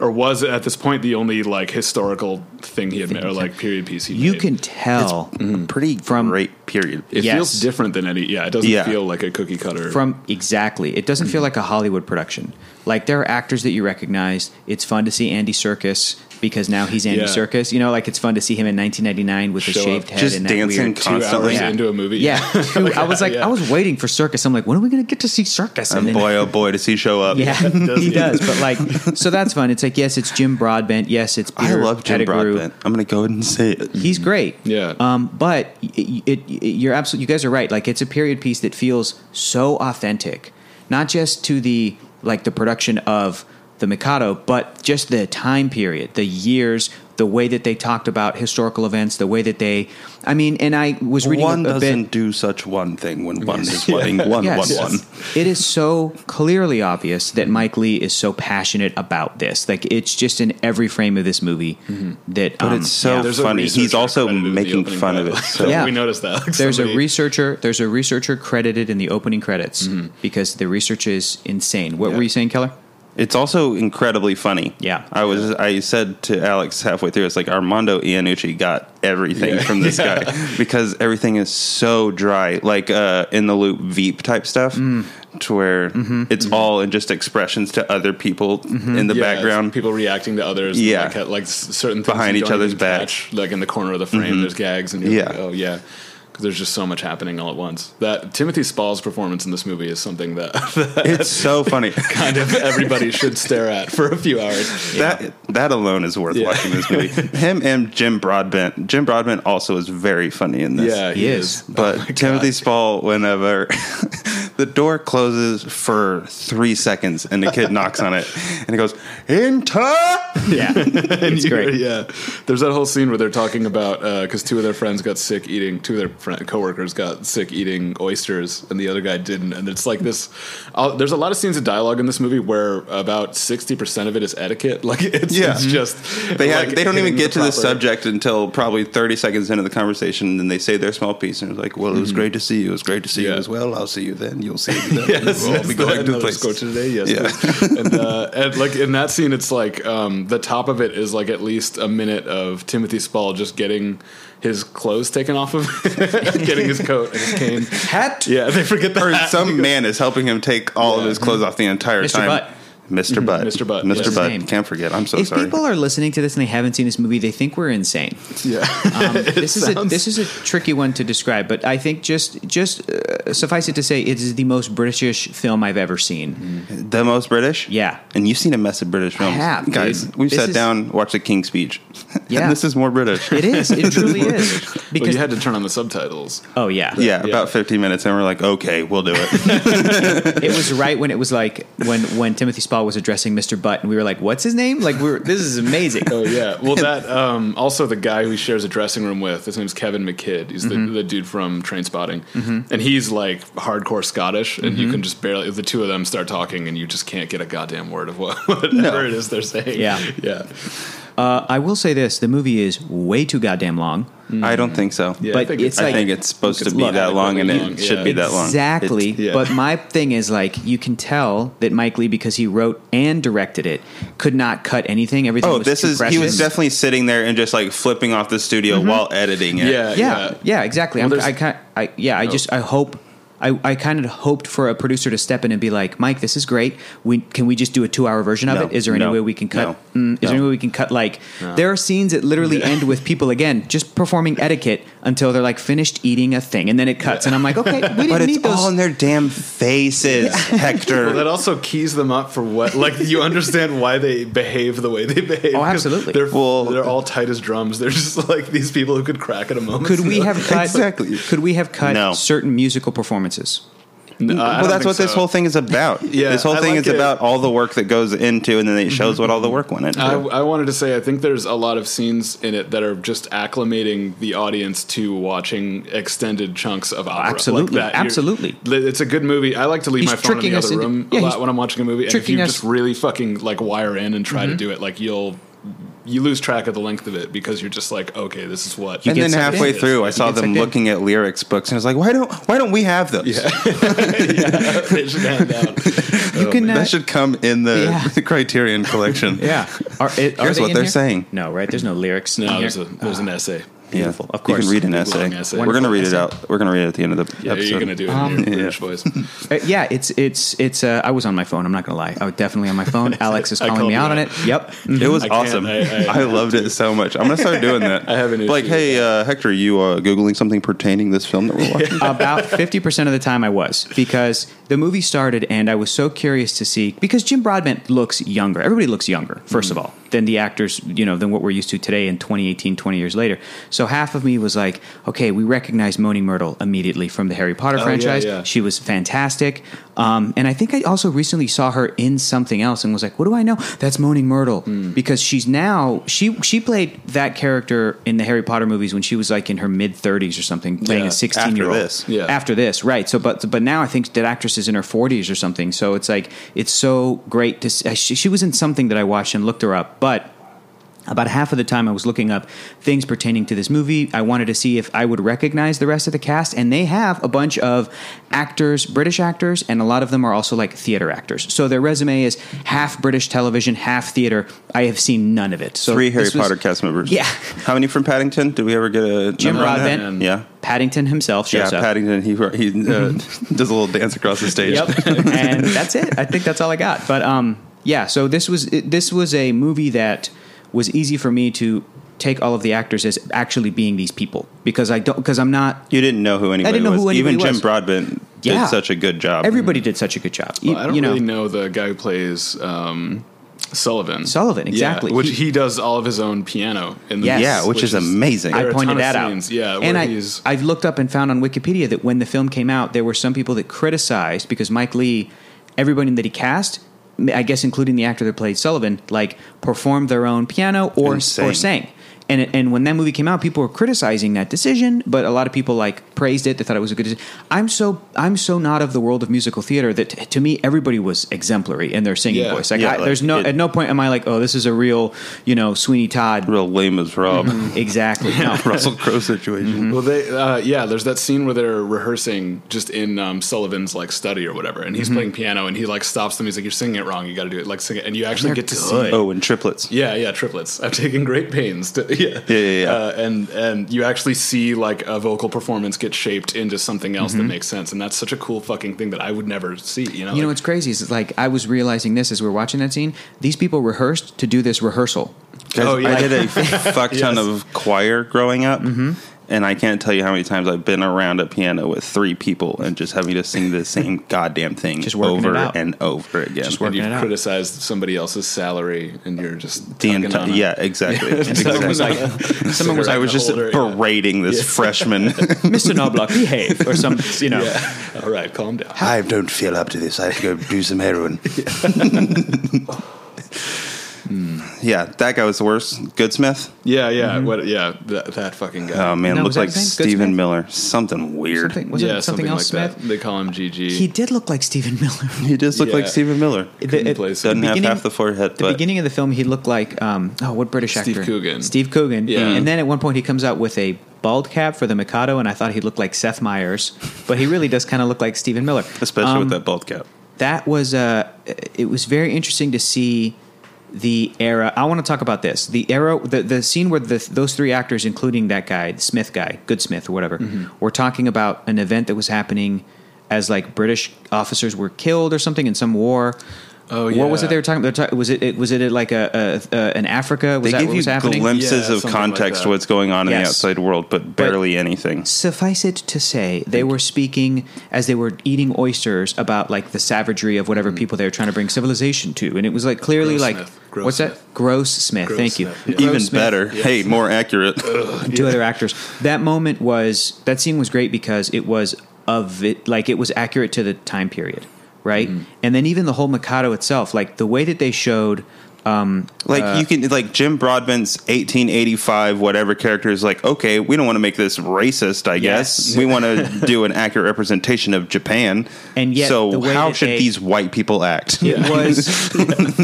Speaker 2: Or was at this point the only like historical thing he had made, or like period piece he
Speaker 1: You
Speaker 2: made?
Speaker 1: can tell
Speaker 3: Pretty
Speaker 1: From-
Speaker 3: mm, great period.
Speaker 2: It
Speaker 1: Yes.
Speaker 2: feels different than any. Yeah, it doesn't
Speaker 3: Yeah.
Speaker 2: feel like a cookie cutter.
Speaker 1: from exactly. It
Speaker 3: Mm.
Speaker 1: doesn't feel like a Hollywood production. Like there are actors that you recognize. It's fun to see Andy Circus. because now he's Andy
Speaker 2: Yeah.
Speaker 1: Circus. You know, like it's fun to see him in 1999 with a
Speaker 2: Show up.
Speaker 1: shaved head
Speaker 3: Just
Speaker 1: and that
Speaker 3: dancing
Speaker 1: weird
Speaker 2: Two
Speaker 3: Constantly.
Speaker 2: hours
Speaker 3: Yeah.
Speaker 2: into a movie. [laughs]
Speaker 3: [laughs]
Speaker 1: Yeah, Two- I was like, I was waiting for Circus. I'm like, when are we going to get to see Circus?
Speaker 3: And
Speaker 1: then-
Speaker 3: boy, oh boy, does he show up.
Speaker 1: [laughs]
Speaker 3: [laughs]
Speaker 1: yeah,
Speaker 2: does
Speaker 1: he
Speaker 2: he?
Speaker 1: does. But like, so that's fun. It's like, yes, it's Jim Broadbent. Yes, it's
Speaker 3: I
Speaker 1: Peter
Speaker 3: love Jim
Speaker 1: Pettigrew.
Speaker 3: Broadbent. I'm going to go ahead and say it.
Speaker 1: He's great.
Speaker 2: Yeah.
Speaker 1: Um, but it, it, it- you're absolutely, you guys are right. Like it's a period piece that feels so authentic, not just to the like the production of the Mikado, but just the time period, the years, the way that they talked about historical events, the way that they, I mean, and I was reading
Speaker 3: One
Speaker 1: a, a
Speaker 3: doesn't
Speaker 1: bit.
Speaker 3: do such one thing when one is wanting
Speaker 1: [laughs]
Speaker 3: one,
Speaker 1: Yes.
Speaker 3: one, one.
Speaker 1: It is so clearly obvious that Mike Lee is so passionate about this. Like it's just in every frame of this movie that
Speaker 3: But
Speaker 1: um,
Speaker 3: it's so
Speaker 2: There's a
Speaker 3: funny.
Speaker 2: researcher
Speaker 3: He's also
Speaker 2: credited in the
Speaker 3: making
Speaker 2: opening
Speaker 3: fun of it.
Speaker 2: [laughs] credits.
Speaker 3: So
Speaker 1: Yeah.
Speaker 2: we noticed that. Like
Speaker 1: there's a
Speaker 2: somebody-
Speaker 1: researcher there's a researcher credited in the opening credits
Speaker 2: Mm-hmm.
Speaker 1: because the research is insane what were you saying keller
Speaker 3: It's also incredibly funny.
Speaker 1: Yeah.
Speaker 3: I was I said to Alex halfway through, it's like Armando Iannucci got everything from this
Speaker 2: [laughs]
Speaker 3: guy because everything is so dry, like uh, in the loop Veep type stuff,
Speaker 2: Mm.
Speaker 3: to where
Speaker 2: Mm-hmm.
Speaker 3: it's all in just expressions to other people in the
Speaker 2: Yeah, it's
Speaker 3: background.
Speaker 2: Mm-hmm. people reacting to others.
Speaker 3: Yeah.
Speaker 2: like, had- like s- certain things
Speaker 3: Behind
Speaker 2: you
Speaker 3: each
Speaker 2: don't
Speaker 3: other's
Speaker 2: even
Speaker 3: back. Mm-hmm.
Speaker 2: catch, like in the corner of the frame. There's gags, and you're
Speaker 3: Yeah.
Speaker 2: like, oh yeah, because there's just so much happening all at once. That Timothy Spall's performance in this movie is something that, [laughs] that
Speaker 3: [laughs] It's so
Speaker 2: [laughs]
Speaker 3: funny.
Speaker 2: kind of everybody should stare at for a few hours.
Speaker 3: That that alone is worth
Speaker 2: Yeah.
Speaker 3: watching
Speaker 2: [laughs]
Speaker 3: this movie. Him and Jim Broadbent. Jim Broadbent also is very funny in this.
Speaker 2: Yeah,
Speaker 1: He is.
Speaker 3: But
Speaker 2: Oh my
Speaker 3: Timothy
Speaker 2: God.
Speaker 3: Spall, whenever [laughs] the door closes for three seconds and the kid knocks on it and he goes, Enter!
Speaker 1: yeah it's
Speaker 2: You-
Speaker 1: great
Speaker 2: Yeah, there's that whole scene where they're talking about because two of their friends got sick eating, two of their friend, coworkers got sick eating oysters, and the other guy didn't. And it's like this. i there's a lot of scenes of dialogue in this movie where about sixty percent of it is etiquette. [laughs] Like it's,
Speaker 3: Yeah.
Speaker 2: it's just
Speaker 3: They, have,
Speaker 2: like,
Speaker 3: they don't even
Speaker 2: hitting
Speaker 3: get to the
Speaker 2: proper-
Speaker 3: subject until probably 30 seconds into the conversation and then they say their small piece and it's like, Well, it was great to see you. It was great to see you
Speaker 2: Hmm. Yeah.
Speaker 3: as well. I'll see you then. You'll see
Speaker 2: [laughs]
Speaker 3: me then.
Speaker 2: Yes,
Speaker 3: we'll all
Speaker 2: yes,
Speaker 3: be going to the
Speaker 2: another
Speaker 3: place.
Speaker 2: scorcher today. Yes,
Speaker 3: Yeah.
Speaker 2: please. and, uh, and like in that scene, it's like um, the top of it is like at least a minute of Timothy Spall just getting his clothes taken off of, [laughs] him, getting his coat and his cane.
Speaker 1: hat
Speaker 2: Yeah, they forget the
Speaker 3: Or
Speaker 2: [laughs] hat.
Speaker 3: some man is helping him take all of
Speaker 2: Yeah.
Speaker 3: his clothes off the entire
Speaker 1: Mr.
Speaker 3: time.
Speaker 1: Butt.
Speaker 3: Mr. Butt.
Speaker 2: Mr. Butt, yes.
Speaker 3: Mr.
Speaker 2: His
Speaker 3: Butt.
Speaker 1: name.
Speaker 3: Can't forget. I'm so
Speaker 1: if
Speaker 3: sorry.
Speaker 1: people are listening to this and they haven't seen this movie they think we're
Speaker 2: [laughs]
Speaker 1: insane
Speaker 2: Yeah.
Speaker 1: um, this is a
Speaker 2: sounds-
Speaker 1: this is a tricky one to describe but i think just just uh, suffice it to say it is the most british film i've ever seen
Speaker 3: The most British?
Speaker 1: Yeah.
Speaker 3: And you've seen a mess of British films.
Speaker 1: have,
Speaker 3: Guys,
Speaker 1: dude.
Speaker 3: we've
Speaker 1: This
Speaker 3: sat
Speaker 1: is-
Speaker 3: down, watched the King's Speech. [laughs]
Speaker 1: Yeah.
Speaker 3: and this is more British.
Speaker 1: [laughs] it is
Speaker 2: [laughs]
Speaker 1: it truly is
Speaker 2: Because
Speaker 1: because
Speaker 2: Mm-hmm. you had to turn on the subtitles.
Speaker 1: oh yeah
Speaker 3: Yeah,
Speaker 2: Yeah.
Speaker 3: about 15 minutes, and we're like, okay, we'll do
Speaker 1: [laughs]
Speaker 3: it.
Speaker 1: It was right when it was like when when Timothy Spall was addressing Mr. Butt, and we were like, "What's his name?" Like, we were this is
Speaker 2: [laughs]
Speaker 1: amazing.
Speaker 2: Oh yeah. Well, that um, also the guy who he shares a dressing room with. His name's Kevin McKidd. He's the, the dude from Train Spotting, and he's like hardcore Scottish. And you can just barely the two of them start talking, and you just can't get a goddamn word of what [laughs] whatever it is they're saying.
Speaker 1: Yeah.
Speaker 2: yeah.
Speaker 1: Uh, I will say this: the movie is way too goddamn long.
Speaker 3: I don't think so.
Speaker 2: Yeah,
Speaker 1: Mm. But
Speaker 2: think
Speaker 1: it's
Speaker 3: I
Speaker 1: like-
Speaker 3: think it's supposed to
Speaker 2: It's
Speaker 3: be
Speaker 2: not
Speaker 3: that long, and it
Speaker 2: adequately long,
Speaker 3: should
Speaker 2: yeah.
Speaker 3: be that long.
Speaker 1: Exactly.
Speaker 2: It's- yeah.
Speaker 1: But my thing is like you can tell that Mike Lee, because he wrote and directed it, could not cut anything. Everything.
Speaker 3: Oh,
Speaker 1: was
Speaker 3: this
Speaker 1: too
Speaker 3: is
Speaker 1: precious.
Speaker 3: he was definitely sitting there and just like flipping off the studio
Speaker 1: Mm-hmm.
Speaker 3: while editing it.
Speaker 2: Yeah.
Speaker 1: yeah, yeah, exactly.
Speaker 2: Well,
Speaker 1: I'm,
Speaker 2: there's-
Speaker 1: I kind, I yeah,
Speaker 3: Oh.
Speaker 1: I just I hope. I, I kind of hoped for a producer to step in and be like, Mike, this is great. We can we just do a two hour version of
Speaker 3: No.
Speaker 1: it? Is there any
Speaker 3: No.
Speaker 1: way we can cut?
Speaker 3: No.
Speaker 1: Mm, is there
Speaker 3: No.
Speaker 1: any way we can cut? Like there are scenes that literally end with people again just performing etiquette until they're like finished eating a thing, and then it cuts, and I'm like, okay, we didn't
Speaker 3: [laughs] But
Speaker 1: need
Speaker 3: it's
Speaker 1: those.
Speaker 3: all in their
Speaker 1: [laughs]
Speaker 3: damn faces,
Speaker 2: Well, that
Speaker 3: Hector.
Speaker 2: also keys them up for what, like, you understand why they behave the way they behave.
Speaker 1: Oh,
Speaker 2: 'cause
Speaker 1: absolutely.
Speaker 2: They're,
Speaker 3: Well-
Speaker 2: they're all tight as drums. They're just like these people who could crack at a moment.
Speaker 1: could
Speaker 2: [laughs]
Speaker 1: we have cut?
Speaker 3: Exactly.
Speaker 1: Could we have cut
Speaker 3: No.
Speaker 1: certain musical performances?
Speaker 2: No, I
Speaker 3: Well,
Speaker 2: don't
Speaker 3: that's
Speaker 2: think
Speaker 3: what this
Speaker 2: so.
Speaker 3: whole thing is about.
Speaker 2: Yeah,
Speaker 3: this whole
Speaker 2: I
Speaker 3: thing
Speaker 2: like
Speaker 3: is
Speaker 2: it.
Speaker 3: about all the work that goes into, and then it shows
Speaker 1: Mm-hmm.
Speaker 3: what all the work went into.
Speaker 2: I, I wanted to say I think there's a lot of scenes in it that are just acclimating the audience to watching extended chunks of opera.
Speaker 1: Absolutely,
Speaker 2: like that. You're-
Speaker 1: absolutely.
Speaker 2: li- it's a good movie. I like to leave
Speaker 1: He's
Speaker 2: my phone in
Speaker 1: tricking
Speaker 2: the
Speaker 1: us
Speaker 2: other
Speaker 1: into-
Speaker 2: room
Speaker 1: yeah,
Speaker 2: a
Speaker 1: he's
Speaker 2: lot when I'm watching a movie, and if
Speaker 1: tricking
Speaker 2: you
Speaker 1: us- Mm-hmm.
Speaker 2: just really fucking like wire in and try to do it, like you'll you lose track of the length of it because you're just like, okay, this is what. [laughs]
Speaker 3: and
Speaker 1: get
Speaker 3: then
Speaker 1: sucked
Speaker 3: halfway
Speaker 1: in.
Speaker 3: through, I saw
Speaker 1: get
Speaker 3: them
Speaker 1: sucked in.
Speaker 3: looking at lyrics books, and I was like, "Why don't Why don't we have those?
Speaker 2: They should hand out.
Speaker 1: [laughs] You can.
Speaker 2: Oh,
Speaker 1: uh,
Speaker 3: That should come in the,
Speaker 1: Yeah.
Speaker 3: [laughs] the Criterion collection." [laughs]
Speaker 1: yeah. Are, it, are
Speaker 3: Here's
Speaker 1: they
Speaker 3: what
Speaker 1: in
Speaker 3: they're
Speaker 1: here?
Speaker 3: saying.
Speaker 1: No, right? There's no lyrics. in
Speaker 2: No,
Speaker 1: here.
Speaker 2: there's, a, there's an essay.
Speaker 1: Beautiful. Of
Speaker 3: You
Speaker 1: course.
Speaker 3: can read an
Speaker 2: Long
Speaker 3: essay.
Speaker 2: essay.
Speaker 3: We're going to
Speaker 1: Wonderful
Speaker 3: read it
Speaker 1: essay.
Speaker 3: out. We're going to read it at the end of the
Speaker 2: Yeah,
Speaker 3: episode.
Speaker 2: you're gonna do it in your British voice.
Speaker 1: Uh, yeah, it's it's it's. Uh, I was on my phone. I'm not gonna lie. I was definitely on my
Speaker 2: [laughs]
Speaker 1: phone. Alex is
Speaker 2: I
Speaker 1: calling
Speaker 2: called
Speaker 1: me
Speaker 2: you
Speaker 1: out on
Speaker 2: out.
Speaker 1: it. Yep.
Speaker 2: [laughs]
Speaker 3: It was
Speaker 2: I can't-
Speaker 3: awesome.
Speaker 2: I-
Speaker 3: I,
Speaker 2: I-
Speaker 3: loved it so much. I'm gonna start
Speaker 2: [laughs]
Speaker 3: doing that. I
Speaker 2: have an
Speaker 3: Like,
Speaker 2: issue.
Speaker 3: hey, uh, Hector, you uh, googling something pertaining to this film that we're
Speaker 1: [laughs]
Speaker 3: watching?
Speaker 1: About 50% of the time I was because the movie started and I was so curious to see because Jim Broadbent looks younger. Everybody looks younger, first
Speaker 2: Mm-hmm.
Speaker 1: of all, than the actors, you know, than what we're used to today in 2018, 20 years later. So half of me was like, okay, we recognize Moaning Myrtle immediately from the Harry Potter
Speaker 2: Oh, yeah,
Speaker 1: franchise.
Speaker 2: yeah.
Speaker 1: She was fantastic. Um, and I think I also recently saw her in something else and was like, what do I know? That's Moaning Myrtle.
Speaker 2: Hmm.
Speaker 1: Because she's now, she, she played that character in the Harry Potter movies when she was like in her mid 30s or something, playing
Speaker 2: Yeah.
Speaker 1: a 16 year old.
Speaker 3: After this.
Speaker 2: Yeah.
Speaker 1: After this, right. So, but, but now I think that actress is in her 40s or something. So it's like, it's so great to see. She, she was in something that I watched and looked her up. But about half of the time I was looking up things pertaining to this movie. I wanted to see if I would recognize the rest of the cast, and they have a bunch of actors, British actors, and a lot of them are also like theater actors. So their resume is half British television, half theater. I have seen none of it. So
Speaker 3: Three Harry
Speaker 1: this was-
Speaker 3: Potter cast members.
Speaker 1: Yeah.
Speaker 3: How many from Paddington? Did we ever get a
Speaker 1: Jim
Speaker 3: number on that?
Speaker 1: Broadbent.
Speaker 3: Yeah.
Speaker 1: Paddington himself
Speaker 3: Yeah,
Speaker 1: shows up.
Speaker 3: Paddington. He he [laughs] uh, does a little dance across the stage.
Speaker 1: Yep.
Speaker 2: [laughs]
Speaker 1: and that's it. I think that's all I got. But um, yeah. So this was it- this was a movie that was easy for me to take all of the actors as actually being these people because I don't because I'm not
Speaker 3: You didn't know who anybody
Speaker 1: didn't know
Speaker 3: was.
Speaker 1: who anybody
Speaker 3: Even Jim
Speaker 1: was.
Speaker 3: Broadbent
Speaker 1: Yeah.
Speaker 3: did such a good job.
Speaker 1: everybody did such a good job.
Speaker 2: Well, I don't really know the guy who plays um, Sullivan.
Speaker 1: Sullivan,
Speaker 2: Yeah,
Speaker 1: exactly.
Speaker 2: which
Speaker 1: He-
Speaker 2: he, does all of his own piano. In the
Speaker 1: Yes.
Speaker 3: yeah, which,
Speaker 2: Which
Speaker 3: is,
Speaker 2: is-
Speaker 3: amazing.
Speaker 1: I
Speaker 2: there are a
Speaker 1: pointed
Speaker 2: ton of
Speaker 1: that out.
Speaker 2: scenes, yeah, where
Speaker 1: and I,
Speaker 2: he's-
Speaker 1: I've looked up and found on Wikipedia that when the film came out, there were some people that criticized because Mike Lee, everybody that he cast, I guess including the actor that played Sullivan, like performed their own piano or
Speaker 3: And sang.
Speaker 1: or sang. And it, and when that movie came out, people were criticizing that decision, but a lot of people like praised it. They thought it was a good decision. I'm so I'm so not of the world of musical theater that t- to me everybody was exemplary in their singing
Speaker 2: Yeah.
Speaker 1: voice. Like,
Speaker 3: Yeah,
Speaker 1: I,
Speaker 3: like,
Speaker 1: there's no
Speaker 3: it-
Speaker 1: at no point am I like, oh, this is a real you know Sweeney Todd
Speaker 3: Real lame as Rob.
Speaker 2: [laughs]
Speaker 1: Exactly. No.
Speaker 3: [laughs] Russell Crowe situation.
Speaker 2: Well, they uh, yeah. There's that scene where they're rehearsing just in um, Sullivan's like study or whatever, and he's
Speaker 1: Mm-hmm.
Speaker 2: playing piano, and he like stops them. He's like, "You're singing it wrong. You got to do it like sing it." And you actually
Speaker 1: they're
Speaker 2: get to
Speaker 1: good.
Speaker 2: see.
Speaker 3: Oh, and triplets.
Speaker 2: Yeah, yeah, triplets. I've taken great pains to [laughs] yeah,
Speaker 3: Yeah, yeah, yeah.
Speaker 2: Uh, and and you actually see like a vocal performance get shaped into something else that makes sense, and that's such a cool fucking thing that I would never see. You know,
Speaker 1: Mm-hmm. You know
Speaker 2: like,
Speaker 1: what's crazy is it's like I was realizing this as we were watching that scene. These people rehearsed to do this [laughs] rehearsal.
Speaker 3: Guys,
Speaker 2: Oh, yeah.
Speaker 3: I [laughs] did a fuck ton
Speaker 2: Yes.
Speaker 3: of choir growing up, and I can't tell you how many times I've been around a piano with three people and just having to sing the same [laughs] goddamn thing
Speaker 1: Just working it
Speaker 3: over
Speaker 1: out.
Speaker 3: and over again.
Speaker 1: Just working
Speaker 2: you've
Speaker 1: it out.
Speaker 2: criticized somebody else's salary, and you're just
Speaker 3: the
Speaker 2: tugging
Speaker 3: entire
Speaker 2: on it.
Speaker 3: yeah, exactly.
Speaker 2: [laughs] Someone
Speaker 3: [laughs] exactly.
Speaker 2: was [laughs] like, someone
Speaker 3: I was just berating this [laughs] freshman.
Speaker 1: Mr. [laughs] Knobloch, behave or some, you know.
Speaker 2: [laughs] All right, calm down.
Speaker 3: I don't feel up to this. I have to go do some heroin.
Speaker 2: [laughs]
Speaker 3: Hmm. yeah, that guy was the worst. Goodsmith.
Speaker 2: Yeah, yeah,
Speaker 1: Mm-hmm.
Speaker 2: what? Yeah, that, that fucking guy.
Speaker 3: Oh man,
Speaker 1: No, was that
Speaker 3: looked like
Speaker 1: his name?
Speaker 3: Stephen
Speaker 1: Goodsmith?
Speaker 3: Miller. Something weird.
Speaker 1: Something, was
Speaker 2: yeah,
Speaker 1: it something, else,
Speaker 2: like
Speaker 1: Smith?
Speaker 2: that. They call him GG.
Speaker 1: He did look like Stephen Miller.
Speaker 3: He just looked like
Speaker 2: Yeah.
Speaker 3: Stephen Miller.
Speaker 2: Couldn't
Speaker 1: The-
Speaker 2: play
Speaker 1: at-
Speaker 2: Stephen
Speaker 3: Doesn't have
Speaker 1: beginning-
Speaker 3: half the forehead.
Speaker 1: The
Speaker 3: but
Speaker 1: beginning of the film, he looked like um, oh, what British
Speaker 2: Steve
Speaker 1: actor?
Speaker 2: Coogan.
Speaker 1: Steve Coogan.
Speaker 2: Yeah.
Speaker 1: And then at one point, he comes out with a bald cap for the Mikado, and I thought he looked like Seth Meyers, but he really does kind of look like Stephen Miller,
Speaker 3: especially
Speaker 1: Um,
Speaker 3: with that bald cap.
Speaker 1: that was uh, it was very interesting to see the era. I want to talk about this. The era, the, the scene where the, those three actors, including that guy, the Smith guy, Goodsmith or whatever,
Speaker 3: Mm-hmm.
Speaker 1: were talking about an event that was happening as like British officers were killed or something in some war.
Speaker 2: Oh,
Speaker 1: What was it
Speaker 2: yeah.
Speaker 1: they were talking? They're talking was it, it was it at like a, a, a an Africa? Was
Speaker 3: They
Speaker 1: that
Speaker 3: give
Speaker 1: what
Speaker 3: you
Speaker 1: was happening?
Speaker 3: glimpses
Speaker 2: Yeah,
Speaker 3: of
Speaker 2: something like
Speaker 3: context
Speaker 2: that.
Speaker 3: to what's going on in the
Speaker 1: Yes.
Speaker 3: outside world, but barely anything.
Speaker 1: Suffice it to say, they were speaking as they were eating oysters about like the savagery of whatever people they were trying to bring civilization to, and it was like clearly
Speaker 2: Mm. Gross
Speaker 1: like
Speaker 2: Smith. Gross
Speaker 1: what's
Speaker 2: Smith.
Speaker 1: that? Gross Smith.
Speaker 2: Gross
Speaker 1: thank you.
Speaker 2: Smith, yeah.
Speaker 1: [laughs] Gross
Speaker 3: Even
Speaker 1: Smith
Speaker 3: better. Hey,
Speaker 2: [laughs]
Speaker 3: more accurate.
Speaker 1: and two other actors. That moment was that scene was great because it was of it like it was accurate to the time period, right?
Speaker 2: Mm-hmm.
Speaker 1: And then even the whole Mikado itself, like the way that they showed. Um,
Speaker 3: Like you can like Jim Broadbent's 1885 whatever character is like okay we don't want to make this racist I guess
Speaker 1: Yes.
Speaker 3: we want to do an accurate representation of Japan
Speaker 1: And yet the
Speaker 3: so
Speaker 1: way
Speaker 3: how
Speaker 1: that
Speaker 3: should
Speaker 1: they-
Speaker 3: these white
Speaker 2: [laughs]
Speaker 3: people act [laughs]
Speaker 1: It was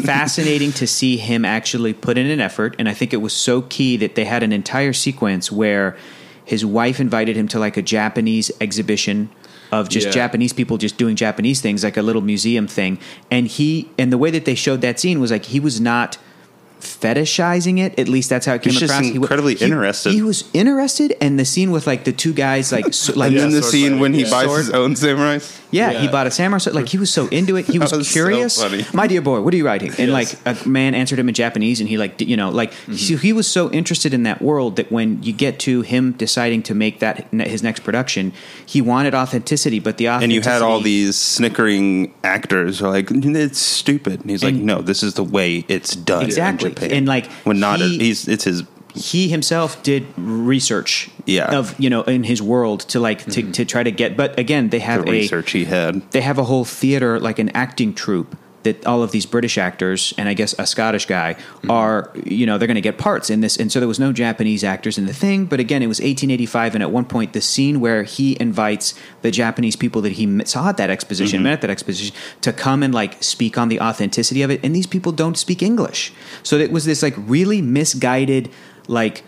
Speaker 1: fascinating to see him actually put in an effort, and I think it was so key that they had an entire sequence where his wife invited him to like a Japanese exhibition of just
Speaker 2: Yeah.
Speaker 1: Japanese people just doing Japanese things, like a little museum thing, and he and the way that they showed that scene was like he was not fetishizing it. At least that's how it came
Speaker 3: He's just
Speaker 1: across. wa-
Speaker 3: incredibly interested.
Speaker 1: He was interested, and the scene with like the two guys like so, like
Speaker 3: and
Speaker 2: [laughs]
Speaker 3: then
Speaker 2: yeah,
Speaker 3: the
Speaker 2: sword
Speaker 3: scene
Speaker 2: fight,
Speaker 3: when he
Speaker 2: yeah.
Speaker 3: buys
Speaker 1: Sword.
Speaker 3: his own samurai.
Speaker 1: Yeah, he
Speaker 2: Yeah.
Speaker 1: bought a samurai sword. Like he was so into it, he was,
Speaker 3: [laughs] That was so
Speaker 1: curious.
Speaker 3: funny.
Speaker 1: My dear boy, what are you writing? And like a man answered him in Japanese, and he like d- you know like
Speaker 3: Mm-hmm.
Speaker 1: so he was so interested in that world that when you get to him deciding to make that ne- his next production, he wanted authenticity, but the
Speaker 3: And
Speaker 1: authenticity
Speaker 3: you had all these snickering actors who are like, it's stupid. And he's like,
Speaker 1: And-
Speaker 3: no, this is the way it's done
Speaker 1: Exactly.
Speaker 3: in Japan.
Speaker 1: And, like,
Speaker 3: when not,
Speaker 1: he-
Speaker 3: he's it's his
Speaker 1: he himself did research
Speaker 3: Yeah.
Speaker 1: of you know in his world to like to, to try to get but again they
Speaker 3: the
Speaker 1: have a
Speaker 3: research he had.
Speaker 1: they have a whole theater like an acting troupe that all of these British actors and I guess a Scottish guy are you know they're going to get parts in this and so there was no Japanese actors in the thing but again it was 1885 and at one point the scene where he invites the Japanese people that he met, saw at that exposition met at that exposition to come and like speak on the authenticity of it and these people don't speak English so it was this like really misguided like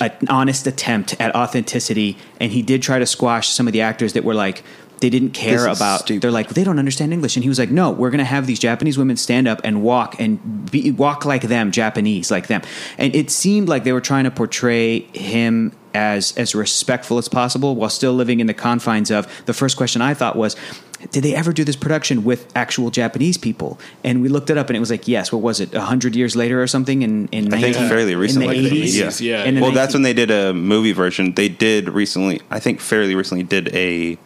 Speaker 1: like an honest attempt at authenticity and he did try to squash some of the actors that were like they didn't care care
Speaker 3: This is
Speaker 1: about.
Speaker 3: stupid.
Speaker 1: They're like they don't understand English, and he was like, "No, we're going to have these Japanese women stand up and walk and be, walk like them, Japanese like them." And it seemed like they were trying to portray him as as respectful as possible while still living in the confines of. The first question I thought was. Did they ever do this production with actual Japanese people? And we looked it up, and it was like, yes. What was it? hundred years later or something? In in
Speaker 3: I think
Speaker 1: 19
Speaker 3: fairly
Speaker 1: in the
Speaker 3: recently.
Speaker 2: Like the
Speaker 1: 80s.
Speaker 2: 80s, yeah.
Speaker 1: In the
Speaker 3: well,
Speaker 1: 19
Speaker 3: that's when they did a movie version. They did recently, I think, fairly recently, did a,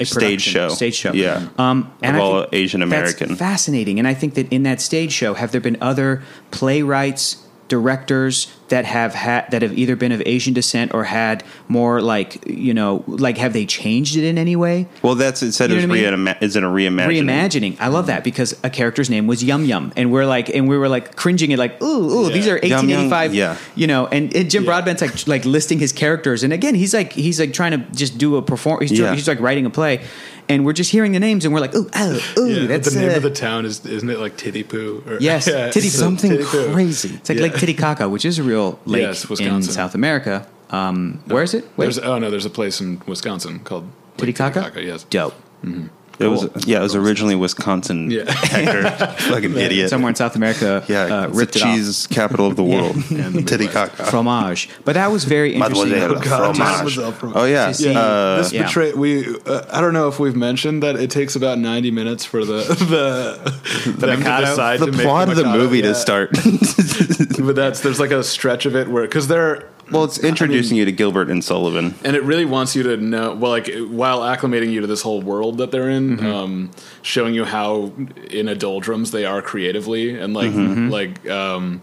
Speaker 1: a
Speaker 3: stage
Speaker 1: production,
Speaker 3: show.
Speaker 1: Stage show.
Speaker 3: yeah.
Speaker 1: Um, and
Speaker 3: Of
Speaker 1: I
Speaker 3: all
Speaker 1: think
Speaker 3: Asian
Speaker 1: that's
Speaker 3: American.
Speaker 1: fascinating. And I think that in that stage show, have there been other playwrights, directors that have had that have either been of Asian descent or had more like you know, like have they changed it in any way?
Speaker 3: well, that's it said
Speaker 1: You
Speaker 3: it was
Speaker 1: know what I
Speaker 3: reanima- is it a reimagining?
Speaker 1: Reimagining. I love that because a character's name was Yum Yum, and we're like, and we were like cringing and like, ooh, ooh,
Speaker 2: Yeah.
Speaker 1: these are
Speaker 3: Yum Yum,
Speaker 1: 1885,
Speaker 3: yeah.
Speaker 1: you know. And, and Jim
Speaker 2: Yeah.
Speaker 1: Broadbent's like, like listing his characters, and again, he's like, he's like trying to just do a perform. He's,
Speaker 3: Yeah.
Speaker 1: he's like writing a play, and we're just hearing the names, and we're like, ooh, oh, ooh,
Speaker 2: Yeah, but
Speaker 1: that's
Speaker 2: the name
Speaker 1: uh,
Speaker 2: of the town is isn't it like Titty Poo? Or,
Speaker 1: Yes,
Speaker 2: [laughs] yeah,
Speaker 1: Titty
Speaker 2: it's
Speaker 1: Poo.
Speaker 3: Something
Speaker 2: Titty Poo.
Speaker 3: crazy.
Speaker 1: It's like
Speaker 2: Yeah.
Speaker 1: Lake Titicaca, which is a [laughs] real lake
Speaker 2: Yes,
Speaker 1: in
Speaker 2: Wisconsin.
Speaker 1: South America. Um, where is it? Wait,
Speaker 2: There's oh no, there's a place in Wisconsin called Lake
Speaker 1: Titicaca?
Speaker 2: Yes.
Speaker 1: Dope.
Speaker 3: It was yeah, it was originally Wisconsin.
Speaker 2: Yeah.
Speaker 1: [laughs]
Speaker 3: Hector, fucking idiot.
Speaker 1: Somewhere in South
Speaker 2: [laughs]
Speaker 1: America,
Speaker 3: yeah,
Speaker 1: uh,
Speaker 3: it's the
Speaker 1: ripped it off.
Speaker 3: cheese
Speaker 1: [laughs]
Speaker 3: capital of the world.
Speaker 2: Midwest.
Speaker 3: Titicaca.
Speaker 1: Fromage, but that was very interesting.
Speaker 3: Mademoiselle
Speaker 2: Oh, God,
Speaker 3: fromage.
Speaker 2: Mademoiselle fromage.
Speaker 3: Oh yeah,
Speaker 1: To see-
Speaker 3: uh,
Speaker 2: this
Speaker 1: yeah.
Speaker 2: betray we. Uh, I don't know if we've mentioned that it takes about ninety minutes for the [laughs] the them to
Speaker 1: Mikado?
Speaker 2: decide
Speaker 3: the
Speaker 2: to make
Speaker 3: plot of the
Speaker 2: Mikado,
Speaker 3: movie
Speaker 2: yeah.
Speaker 3: to start.
Speaker 1: [laughs]
Speaker 2: But that's there's like a stretch of it where because they're
Speaker 3: well, [laughs] it's introducing you to Gilbert and Sullivan.
Speaker 2: and it really wants you to know well like while acclimating you to this whole world that they're in um, showing you how in a doldrums they are creatively and like like um,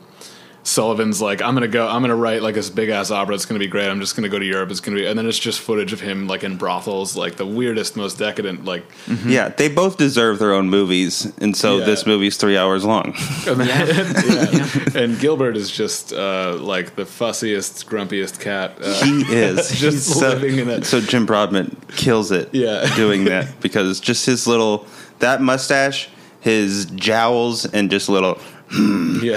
Speaker 2: sullivan's like i'm gonna go i'm gonna write like this big ass opera it's gonna be great i'm just gonna go to europe it's gonna be and then it's just footage of him like in brothels like the weirdest most decadent like
Speaker 3: Yeah, they both deserve their own movies, and so
Speaker 2: Mm-hmm. Yeah.
Speaker 3: this movie's three hours
Speaker 2: [laughs]
Speaker 3: long.
Speaker 2: and, and gilbert is just uh, like the fussiest grumpiest cat
Speaker 3: [laughs]
Speaker 2: uh,
Speaker 3: He
Speaker 2: [laughs]
Speaker 3: is.
Speaker 2: Just
Speaker 3: He's so,
Speaker 2: living in it.
Speaker 3: So Jim Broadbent kills it.
Speaker 2: Yeah. [laughs]
Speaker 3: doing that because just his little that mustache, his jowls, and just little
Speaker 2: [laughs] yeah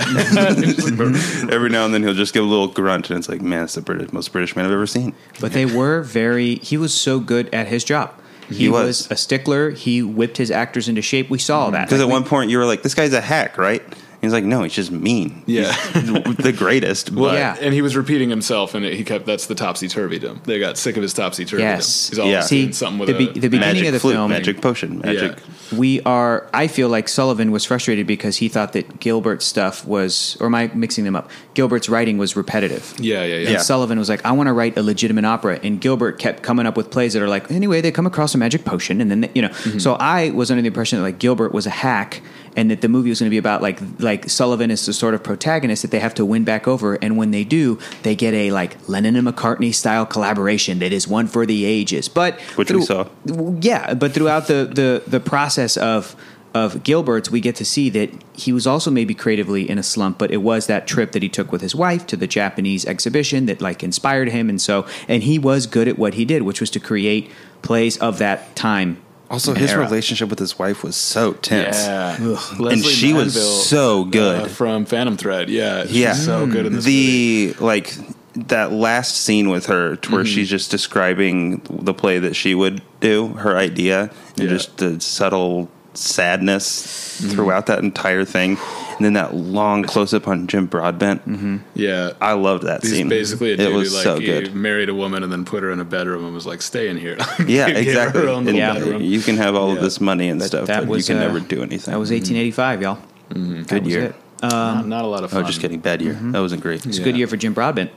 Speaker 3: every now and then he'll just give a little grunt, and it's like, man, it's the British, most British man I've ever seen.
Speaker 1: But they were very. He was so good at his job. He,
Speaker 3: was.
Speaker 1: was. a stickler. He whipped his actors into shape. We saw all that.
Speaker 3: Because
Speaker 1: Like,
Speaker 3: at one point you were like, this guy's a hack, right? And he's like, no, he's just mean.
Speaker 2: Yeah.
Speaker 3: He's [laughs] the greatest. But
Speaker 2: Well,
Speaker 1: Yeah.
Speaker 2: and he was repeating himself, and it, he kept that's the topsy turvydom. They got sick of his topsy turvydom.
Speaker 1: Yes.
Speaker 2: he's always
Speaker 3: Yeah.
Speaker 1: See,
Speaker 2: doing something with
Speaker 1: the, be-
Speaker 2: a,
Speaker 1: the beginning
Speaker 3: magic
Speaker 1: of the
Speaker 3: flute,
Speaker 1: film,
Speaker 3: magic potion, magic.
Speaker 1: we are i feel like sullivan was frustrated because he thought that gilbert's stuff was or am i mixing them up gilbert's writing was repetitive
Speaker 2: yeah, yeah, yeah,
Speaker 1: and sullivan was like i want to write a legitimate opera and gilbert kept coming up with plays that are like anyway they come across a magic potion and then they, you know
Speaker 3: Mm-hmm.
Speaker 1: so i was under the impression that like gilbert was a hack and that the movie was going to be about like like sullivan is the sort of protagonist that they have to win back over and when they do they get a like lennon and mccartney style collaboration that is one for the ages but
Speaker 3: Which we saw.
Speaker 1: well, yeah, but throughout the, the, the process of of Gilbert's, we get to see that he was also maybe creatively in a slump, but it was that trip that he took with his wife to the Japanese exhibition that like inspired him, and so and he was good at what he did, which was to create plays of that time.
Speaker 3: Also,
Speaker 1: and
Speaker 3: his
Speaker 1: era.
Speaker 3: relationship with his wife was so tense.
Speaker 2: Yeah.
Speaker 3: And she was so good.
Speaker 2: from Phantom Thread. Yeah, uh, she's
Speaker 3: Yeah,
Speaker 2: so good in this. movie.
Speaker 3: the like that last scene with her, to where
Speaker 2: Mm-hmm.
Speaker 3: she's just describing the play that she would do, her idea, and
Speaker 2: Yeah. Mm-hmm.
Speaker 3: just the subtle sadness throughout that entire thing, and then that long close up on Jim Broadbent. Mm-hmm.
Speaker 2: Yeah.
Speaker 3: I loved that
Speaker 2: He's
Speaker 3: scene.
Speaker 2: basically a
Speaker 3: it
Speaker 2: dude
Speaker 3: was
Speaker 2: who, like
Speaker 3: so
Speaker 2: he
Speaker 3: good.
Speaker 2: married a woman and then put her in a bedroom and was like, "Stay in here." [laughs]
Speaker 3: Yeah,
Speaker 2: Gave her
Speaker 3: exactly.
Speaker 2: her own little
Speaker 1: Yeah.
Speaker 2: bedroom.
Speaker 3: You can have all of
Speaker 2: Yeah.
Speaker 3: this money and stuff,
Speaker 1: that
Speaker 3: but
Speaker 1: was,
Speaker 3: you can
Speaker 1: uh,
Speaker 3: never do anything.
Speaker 1: That was 1885, y'all. That
Speaker 3: Mm-hmm. Good
Speaker 1: was
Speaker 3: year.
Speaker 1: it. Um,
Speaker 2: Not- not a lot of
Speaker 3: oh,
Speaker 2: fun.
Speaker 3: just kidding. Bad year. That wasn't great.
Speaker 1: it's a good
Speaker 2: Mm-hmm. Yeah.
Speaker 1: year for Jim Broadbent.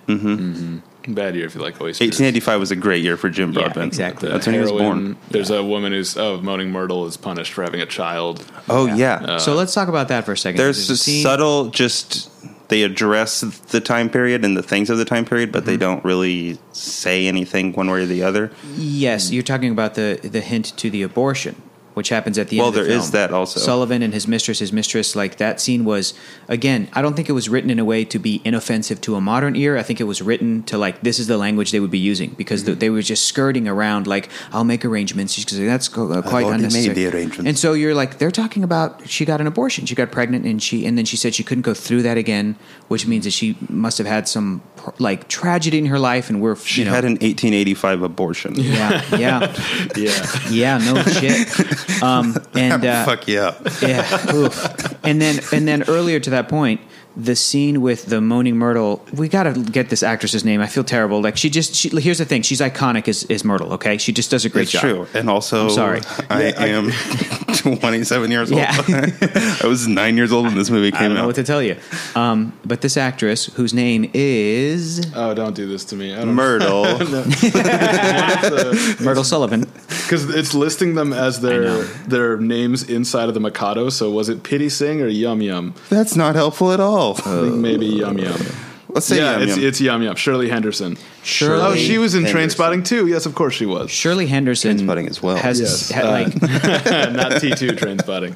Speaker 2: Bad year if you like oysters.
Speaker 3: 1885 was a great year for Jim Broadbent.
Speaker 1: exactly.
Speaker 3: That's when he was
Speaker 2: Heroin.
Speaker 3: born.
Speaker 2: There's a woman who's oh, Moaning Myrtle is punished for having a
Speaker 3: [laughs]
Speaker 2: child.
Speaker 3: Oh yeah.
Speaker 1: so let's talk about that for a second.
Speaker 3: There's
Speaker 1: a
Speaker 3: just
Speaker 1: scene-
Speaker 3: subtle. Just they address the time period and the things of the time period, but they don't really say anything one way or the other. Hmm.
Speaker 1: Yes, you're talking about the the hint to the abortion, which happens at the
Speaker 3: Well,
Speaker 1: end. of the
Speaker 3: there
Speaker 1: film.
Speaker 3: is that also.
Speaker 1: Sullivan and his mistress, his mistress, like that scene was again. I don't think it was written in a way to be inoffensive to a modern ear. I think it was written to like this is the language they would be using because
Speaker 3: Hmm.
Speaker 1: the, they were just skirting around like I'll make arrangements because that's co- uh, quite
Speaker 3: already made
Speaker 1: unnecessary.
Speaker 3: the arrangements.
Speaker 1: And so you're like they're talking about she got an abortion, she got pregnant, and she and then she said she couldn't go through that again, which
Speaker 3: Hmm.
Speaker 1: means that she must have had some pr- like tragedy in her life, and we're
Speaker 3: She
Speaker 1: you know,
Speaker 3: had an 1885 abortion.
Speaker 1: yeah yeah.
Speaker 2: Yeah.
Speaker 1: Yeah, no shit. Um, and uh,
Speaker 3: Fuck yeah.
Speaker 1: yeah, oof. and then and then earlier to that point, the scene with the moaning Myrtle. We got to get this actress's name. I feel terrible. Like she just. She, here's the thing. She's iconic as, as Myrtle. Okay, she just does a great
Speaker 3: It's
Speaker 1: job.
Speaker 3: true. And also,
Speaker 1: I'm sorry.
Speaker 3: I am 27 years old.
Speaker 1: Yeah.
Speaker 3: [laughs] I was nine years old when this movie
Speaker 1: I
Speaker 3: came
Speaker 1: don't know
Speaker 3: out.
Speaker 1: what to tell you. Um, but this actress, whose name is
Speaker 3: Uh,
Speaker 2: Oh, don't do this to me. I don't
Speaker 3: Myrtle.
Speaker 1: Myrtle Sullivan,
Speaker 2: Because it's listing them as
Speaker 1: know.
Speaker 2: their their names inside of the Mikado. So was it Pity Sing or Yum Yum?
Speaker 3: That's not helpful at all.
Speaker 2: I think maybe Yum Yum.
Speaker 3: Let's say
Speaker 2: Uh, yeah,
Speaker 3: yum,
Speaker 2: it's
Speaker 3: yum.
Speaker 2: it's Yum Yum. Shirley Henderson.
Speaker 1: Shirley.
Speaker 2: Oh, she was in
Speaker 3: Henderson.
Speaker 2: Train Spotting too. Yes, of course
Speaker 1: [laughs]
Speaker 2: she was. [laughs]
Speaker 1: Shirley Henderson.
Speaker 3: Trainspotting as well.
Speaker 1: Has
Speaker 2: Yes.
Speaker 1: had,
Speaker 2: Uh,
Speaker 1: like
Speaker 2: Not T two Train Spotting.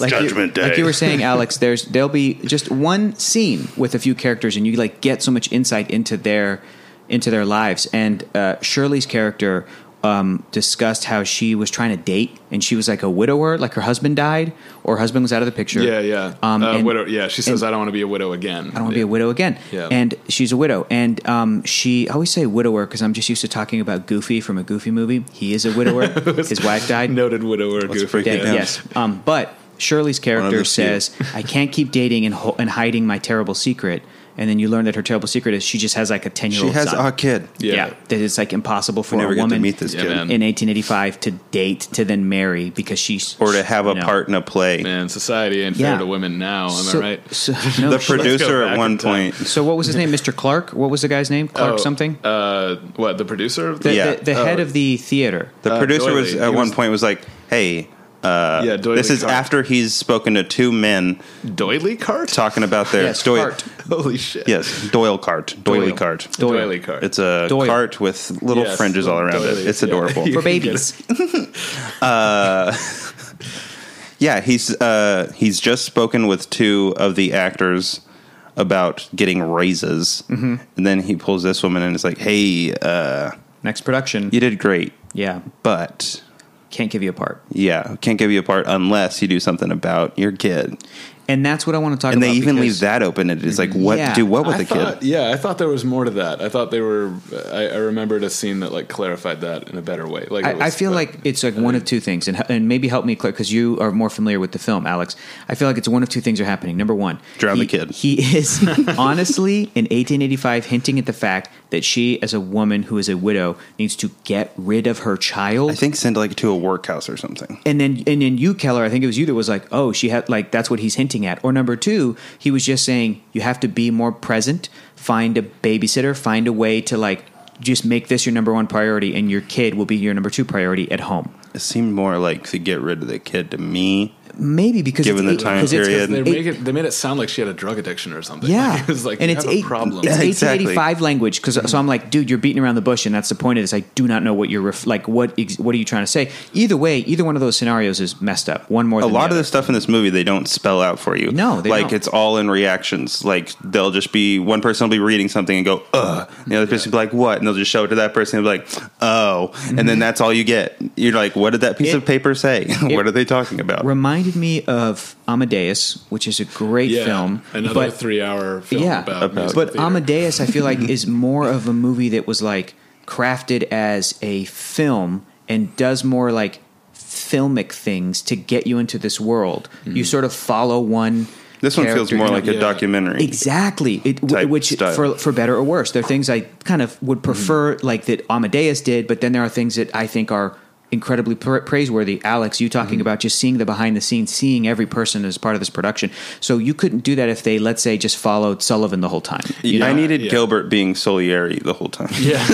Speaker 1: [laughs] like
Speaker 3: Judgment
Speaker 1: you,
Speaker 3: Day.
Speaker 1: Like you were
Speaker 2: [laughs]
Speaker 1: saying, Alex, there's there'll be just one scene with a few characters, and you like get so much insight into their into their lives. And uh, Shirley's character um, discussed how she was trying to date, and she was like a widower, like her husband died, or her husband was out of the picture.
Speaker 2: yeah, yeah.
Speaker 1: Um,
Speaker 2: uh,
Speaker 1: and-
Speaker 2: widow. Yeah, she says
Speaker 1: and-
Speaker 2: I don't want to be a widow again.
Speaker 1: I don't want to be a widow again.
Speaker 2: Yeah.
Speaker 1: And she's a widow. And um, she, I always say widower because I'm just used to talking about Goofy from a Goofy movie. He is a
Speaker 2: [laughs]
Speaker 1: widower. His wife died.
Speaker 2: Noted widower. Goofy.
Speaker 3: break it
Speaker 1: Yeah,
Speaker 3: down.
Speaker 1: Yes. Um, but Shirley's
Speaker 3: One
Speaker 1: character
Speaker 3: of the few.
Speaker 1: says, "I can't keep dating and ho- and hiding my terrible secret." And then you learn that her terrible secret is she just has like a ten year
Speaker 3: She
Speaker 1: old.
Speaker 3: has
Speaker 1: son.
Speaker 3: our kid.
Speaker 2: Yeah.
Speaker 1: that it's like impossible for
Speaker 3: We never
Speaker 1: a
Speaker 3: get
Speaker 1: woman
Speaker 3: to meet this
Speaker 2: Yeah,
Speaker 3: kid.
Speaker 2: man.
Speaker 1: in 1885 to date to then marry because she's
Speaker 3: Or to have a
Speaker 1: no.
Speaker 3: part in a play.
Speaker 2: Man, society ain't
Speaker 1: Yeah.
Speaker 2: fair to women now. Oh, Am
Speaker 1: So,
Speaker 2: I right?
Speaker 3: [laughs]
Speaker 1: so- no,
Speaker 3: The
Speaker 1: she-
Speaker 3: producer
Speaker 2: back
Speaker 3: at one
Speaker 2: in time.
Speaker 3: point.
Speaker 1: So what was his name? Mr. Clark. What was the guy's name? Clark
Speaker 2: Oh,
Speaker 1: something.
Speaker 2: Uh, what the producer? of
Speaker 1: The,
Speaker 3: yeah. Oh.
Speaker 1: the, the head of the theater.
Speaker 3: The
Speaker 2: Uh,
Speaker 3: producer was
Speaker 2: Doily.
Speaker 3: at
Speaker 2: He
Speaker 3: one
Speaker 2: was-
Speaker 3: point was like, "Hey,
Speaker 2: yeah, Doily
Speaker 3: this is
Speaker 2: Cart.
Speaker 3: after he's spoken to two men
Speaker 2: Doily Cart.
Speaker 3: talking about their
Speaker 1: Yes,
Speaker 3: Doi-
Speaker 1: Cart.
Speaker 2: [laughs] Holy shit.
Speaker 3: Yes, Doyle cart, doily
Speaker 1: Doyle.
Speaker 3: cart.
Speaker 1: Doyle.
Speaker 2: Doily Cart.
Speaker 3: It's a
Speaker 1: Doyle.
Speaker 3: cart with little
Speaker 2: Yes,
Speaker 3: fringes all around it.
Speaker 2: doily,
Speaker 3: It's
Speaker 2: yeah. [laughs]
Speaker 3: adorable.
Speaker 1: for
Speaker 2: You can get
Speaker 3: [laughs]
Speaker 1: babies.
Speaker 3: yeah, he's uh, he's just spoken with two of the actors about getting raises,
Speaker 2: Mm-hmm.
Speaker 3: and then he pulls this woman and is like, "Hey, uh,
Speaker 1: Next production.
Speaker 3: you did great,
Speaker 1: Yeah,
Speaker 3: but."
Speaker 1: can't give you a part.
Speaker 3: Yeah, can't give you a part unless you do something about your kid.
Speaker 1: And that's what I want to talk
Speaker 3: And
Speaker 1: about.
Speaker 3: they even
Speaker 1: because-
Speaker 3: leave that open. It is like, what
Speaker 1: Yeah,
Speaker 3: do what with
Speaker 2: I
Speaker 3: the
Speaker 2: thought,
Speaker 3: kid?
Speaker 2: Yeah, I thought there was more to that. I thought they were. I, I remembered a scene that like clarified that in a better way. Like it
Speaker 1: I, I
Speaker 2: was-
Speaker 1: feel
Speaker 2: but-
Speaker 1: like it's like one of two things, and and maybe help me clear because you are more familiar with the film, Alex. I feel like it's one of two things are happening. Number one,
Speaker 3: Drown the
Speaker 1: he-
Speaker 3: kid.
Speaker 1: He is
Speaker 3: [laughs]
Speaker 1: honestly in 1885 hinting at the fact that she, as a woman who is a widow, needs to get rid of her child.
Speaker 3: I think send like to a workhouse or something.
Speaker 1: and then and then you Keller, I think it was you that was like, oh, she had like that's what he's hinting at. Or number two, he was just saying you have to be more present, find a babysitter, find a way to like just make this your number one priority, and your kid will be your number two priority at home.
Speaker 3: It seemed more like to get rid of the kid to me.
Speaker 1: Maybe because
Speaker 3: Given
Speaker 1: it's
Speaker 3: the
Speaker 1: eight-
Speaker 3: time
Speaker 1: because it's-
Speaker 3: period.
Speaker 2: they
Speaker 1: eight-
Speaker 2: make it. They made it sound like she had a drug addiction or something.
Speaker 1: yeah,
Speaker 2: [laughs] it was like
Speaker 1: and
Speaker 2: you
Speaker 1: it's
Speaker 2: have a
Speaker 1: eight,
Speaker 2: problem.
Speaker 1: It's
Speaker 3: Yeah, exactly.
Speaker 1: 1885 language because so I'm like, dude, you're beating around the bush, and that's the point of this. I do not know what you're ref- like. What ex- what are you trying to say? Either way, either one of those scenarios is messed up. One more.
Speaker 3: A
Speaker 1: than
Speaker 3: lot
Speaker 1: the
Speaker 3: of
Speaker 1: other.
Speaker 3: the stuff in this movie they don't spell out for you.
Speaker 1: No, they
Speaker 3: like
Speaker 1: don't.
Speaker 3: it's all in reactions. Like they'll just be one person will be reading something and go, "Ugh," and the other person will be like, "What?" and they'll just show it to that person and be like, "Oh," and then that's all you get. You're like, "What did that piece
Speaker 1: Mm-hmm. It-
Speaker 3: of paper say? [laughs] what are they talking about?"
Speaker 1: reminded me of Amadeus, which is a great
Speaker 2: Yeah,
Speaker 1: film.
Speaker 2: another
Speaker 1: but,
Speaker 2: three-hour film
Speaker 1: yeah,
Speaker 2: about, musical
Speaker 1: but
Speaker 2: theater.
Speaker 1: Amadeus, I feel like,
Speaker 3: [laughs]
Speaker 1: is more of a movie that was like crafted as a film and does more like filmic things to get you into this world. You sort of follow one.
Speaker 3: Mm-hmm. This one feels
Speaker 1: character
Speaker 3: more
Speaker 1: in a
Speaker 3: like a
Speaker 2: yeah.
Speaker 3: documentary.
Speaker 1: Exactly. It, w-
Speaker 3: Type
Speaker 1: which
Speaker 3: style. Mm-hmm.
Speaker 1: for for better or worse, there are things I kind of would prefer, like that Amadeus did, but then there are things that I think are incredibly pra- praiseworthy. Alex, you
Speaker 3: Mm-hmm.
Speaker 1: talking about just seeing the behind the scenes, seeing every person as part of this production. So you couldn't do that if they, let's say, just followed Sullivan the whole time. You
Speaker 3: I
Speaker 1: know?
Speaker 3: needed
Speaker 2: yeah.
Speaker 3: Gilbert being Solieri the
Speaker 1: [laughs]
Speaker 3: whole time.
Speaker 2: [laughs] Yeah.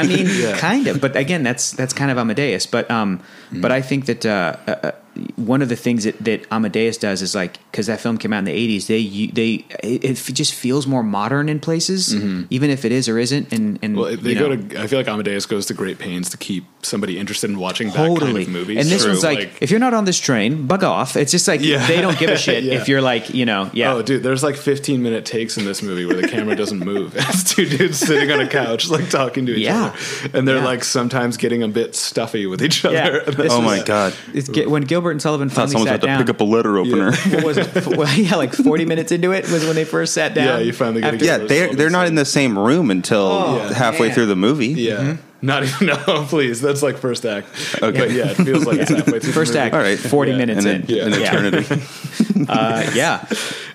Speaker 1: I
Speaker 2: [laughs]
Speaker 1: mean, kind of. But again, that's that's kind of Amadeus. But um,
Speaker 2: Mm.
Speaker 1: but I think that uh, uh, uh, one of the things that, that Amadeus does is like because that film came out in the eighties, they u- they it, it just feels more modern in places, even if it is or isn't. And and
Speaker 2: Mm-hmm. well, they
Speaker 1: you
Speaker 2: go
Speaker 1: know,
Speaker 2: to. I feel like Amadeus goes to great pains to keep somebody interested in watching that
Speaker 1: totally
Speaker 2: kind of movie.
Speaker 1: And this
Speaker 2: True.
Speaker 1: one's like, if you're not on this train, bug off. It's just like
Speaker 2: Yeah.
Speaker 1: they don't give
Speaker 2: [laughs]
Speaker 1: a shit
Speaker 2: Yeah.
Speaker 1: if you're like you know yeah.
Speaker 2: Oh, dude, there's like 15 minute takes in this movie where the
Speaker 1: [laughs]
Speaker 2: camera doesn't move. [laughs] It's two dudes sitting on a couch, like talking to each
Speaker 1: Yeah.
Speaker 2: other. And they're
Speaker 1: Yeah.
Speaker 2: like sometimes getting a bit stuffy with each other. [laughs]
Speaker 1: Yeah.
Speaker 2: And
Speaker 1: This
Speaker 3: Oh
Speaker 2: that's-
Speaker 3: my god!
Speaker 1: It's get, when Gilbert and Sullivan
Speaker 3: Thought
Speaker 1: finally
Speaker 3: someone's
Speaker 1: sat
Speaker 3: about
Speaker 1: down.
Speaker 3: to pick up a letter
Speaker 1: [laughs]
Speaker 3: opener.
Speaker 1: what was it? [laughs] F- well, yeah, like forty minutes into it was when they first sat down.
Speaker 2: Yeah, you finally get a
Speaker 1: after-
Speaker 2: good
Speaker 3: Yeah, they're they're not in the same room until
Speaker 1: Oh,
Speaker 3: halfway
Speaker 1: man.
Speaker 3: through the movie.
Speaker 2: Yeah.
Speaker 1: Mm-hmm.
Speaker 2: Not even, [laughs] no, please. That's like first act.
Speaker 3: Okay.
Speaker 2: But yeah, it feels like
Speaker 1: [laughs]
Speaker 2: it's halfway through.
Speaker 1: First
Speaker 2: the
Speaker 1: act,
Speaker 2: movie.
Speaker 3: All right.
Speaker 1: forty
Speaker 2: Yeah.
Speaker 1: minutes
Speaker 3: and
Speaker 1: in.
Speaker 3: then an eternity.
Speaker 2: [laughs]
Speaker 1: Uh, yeah.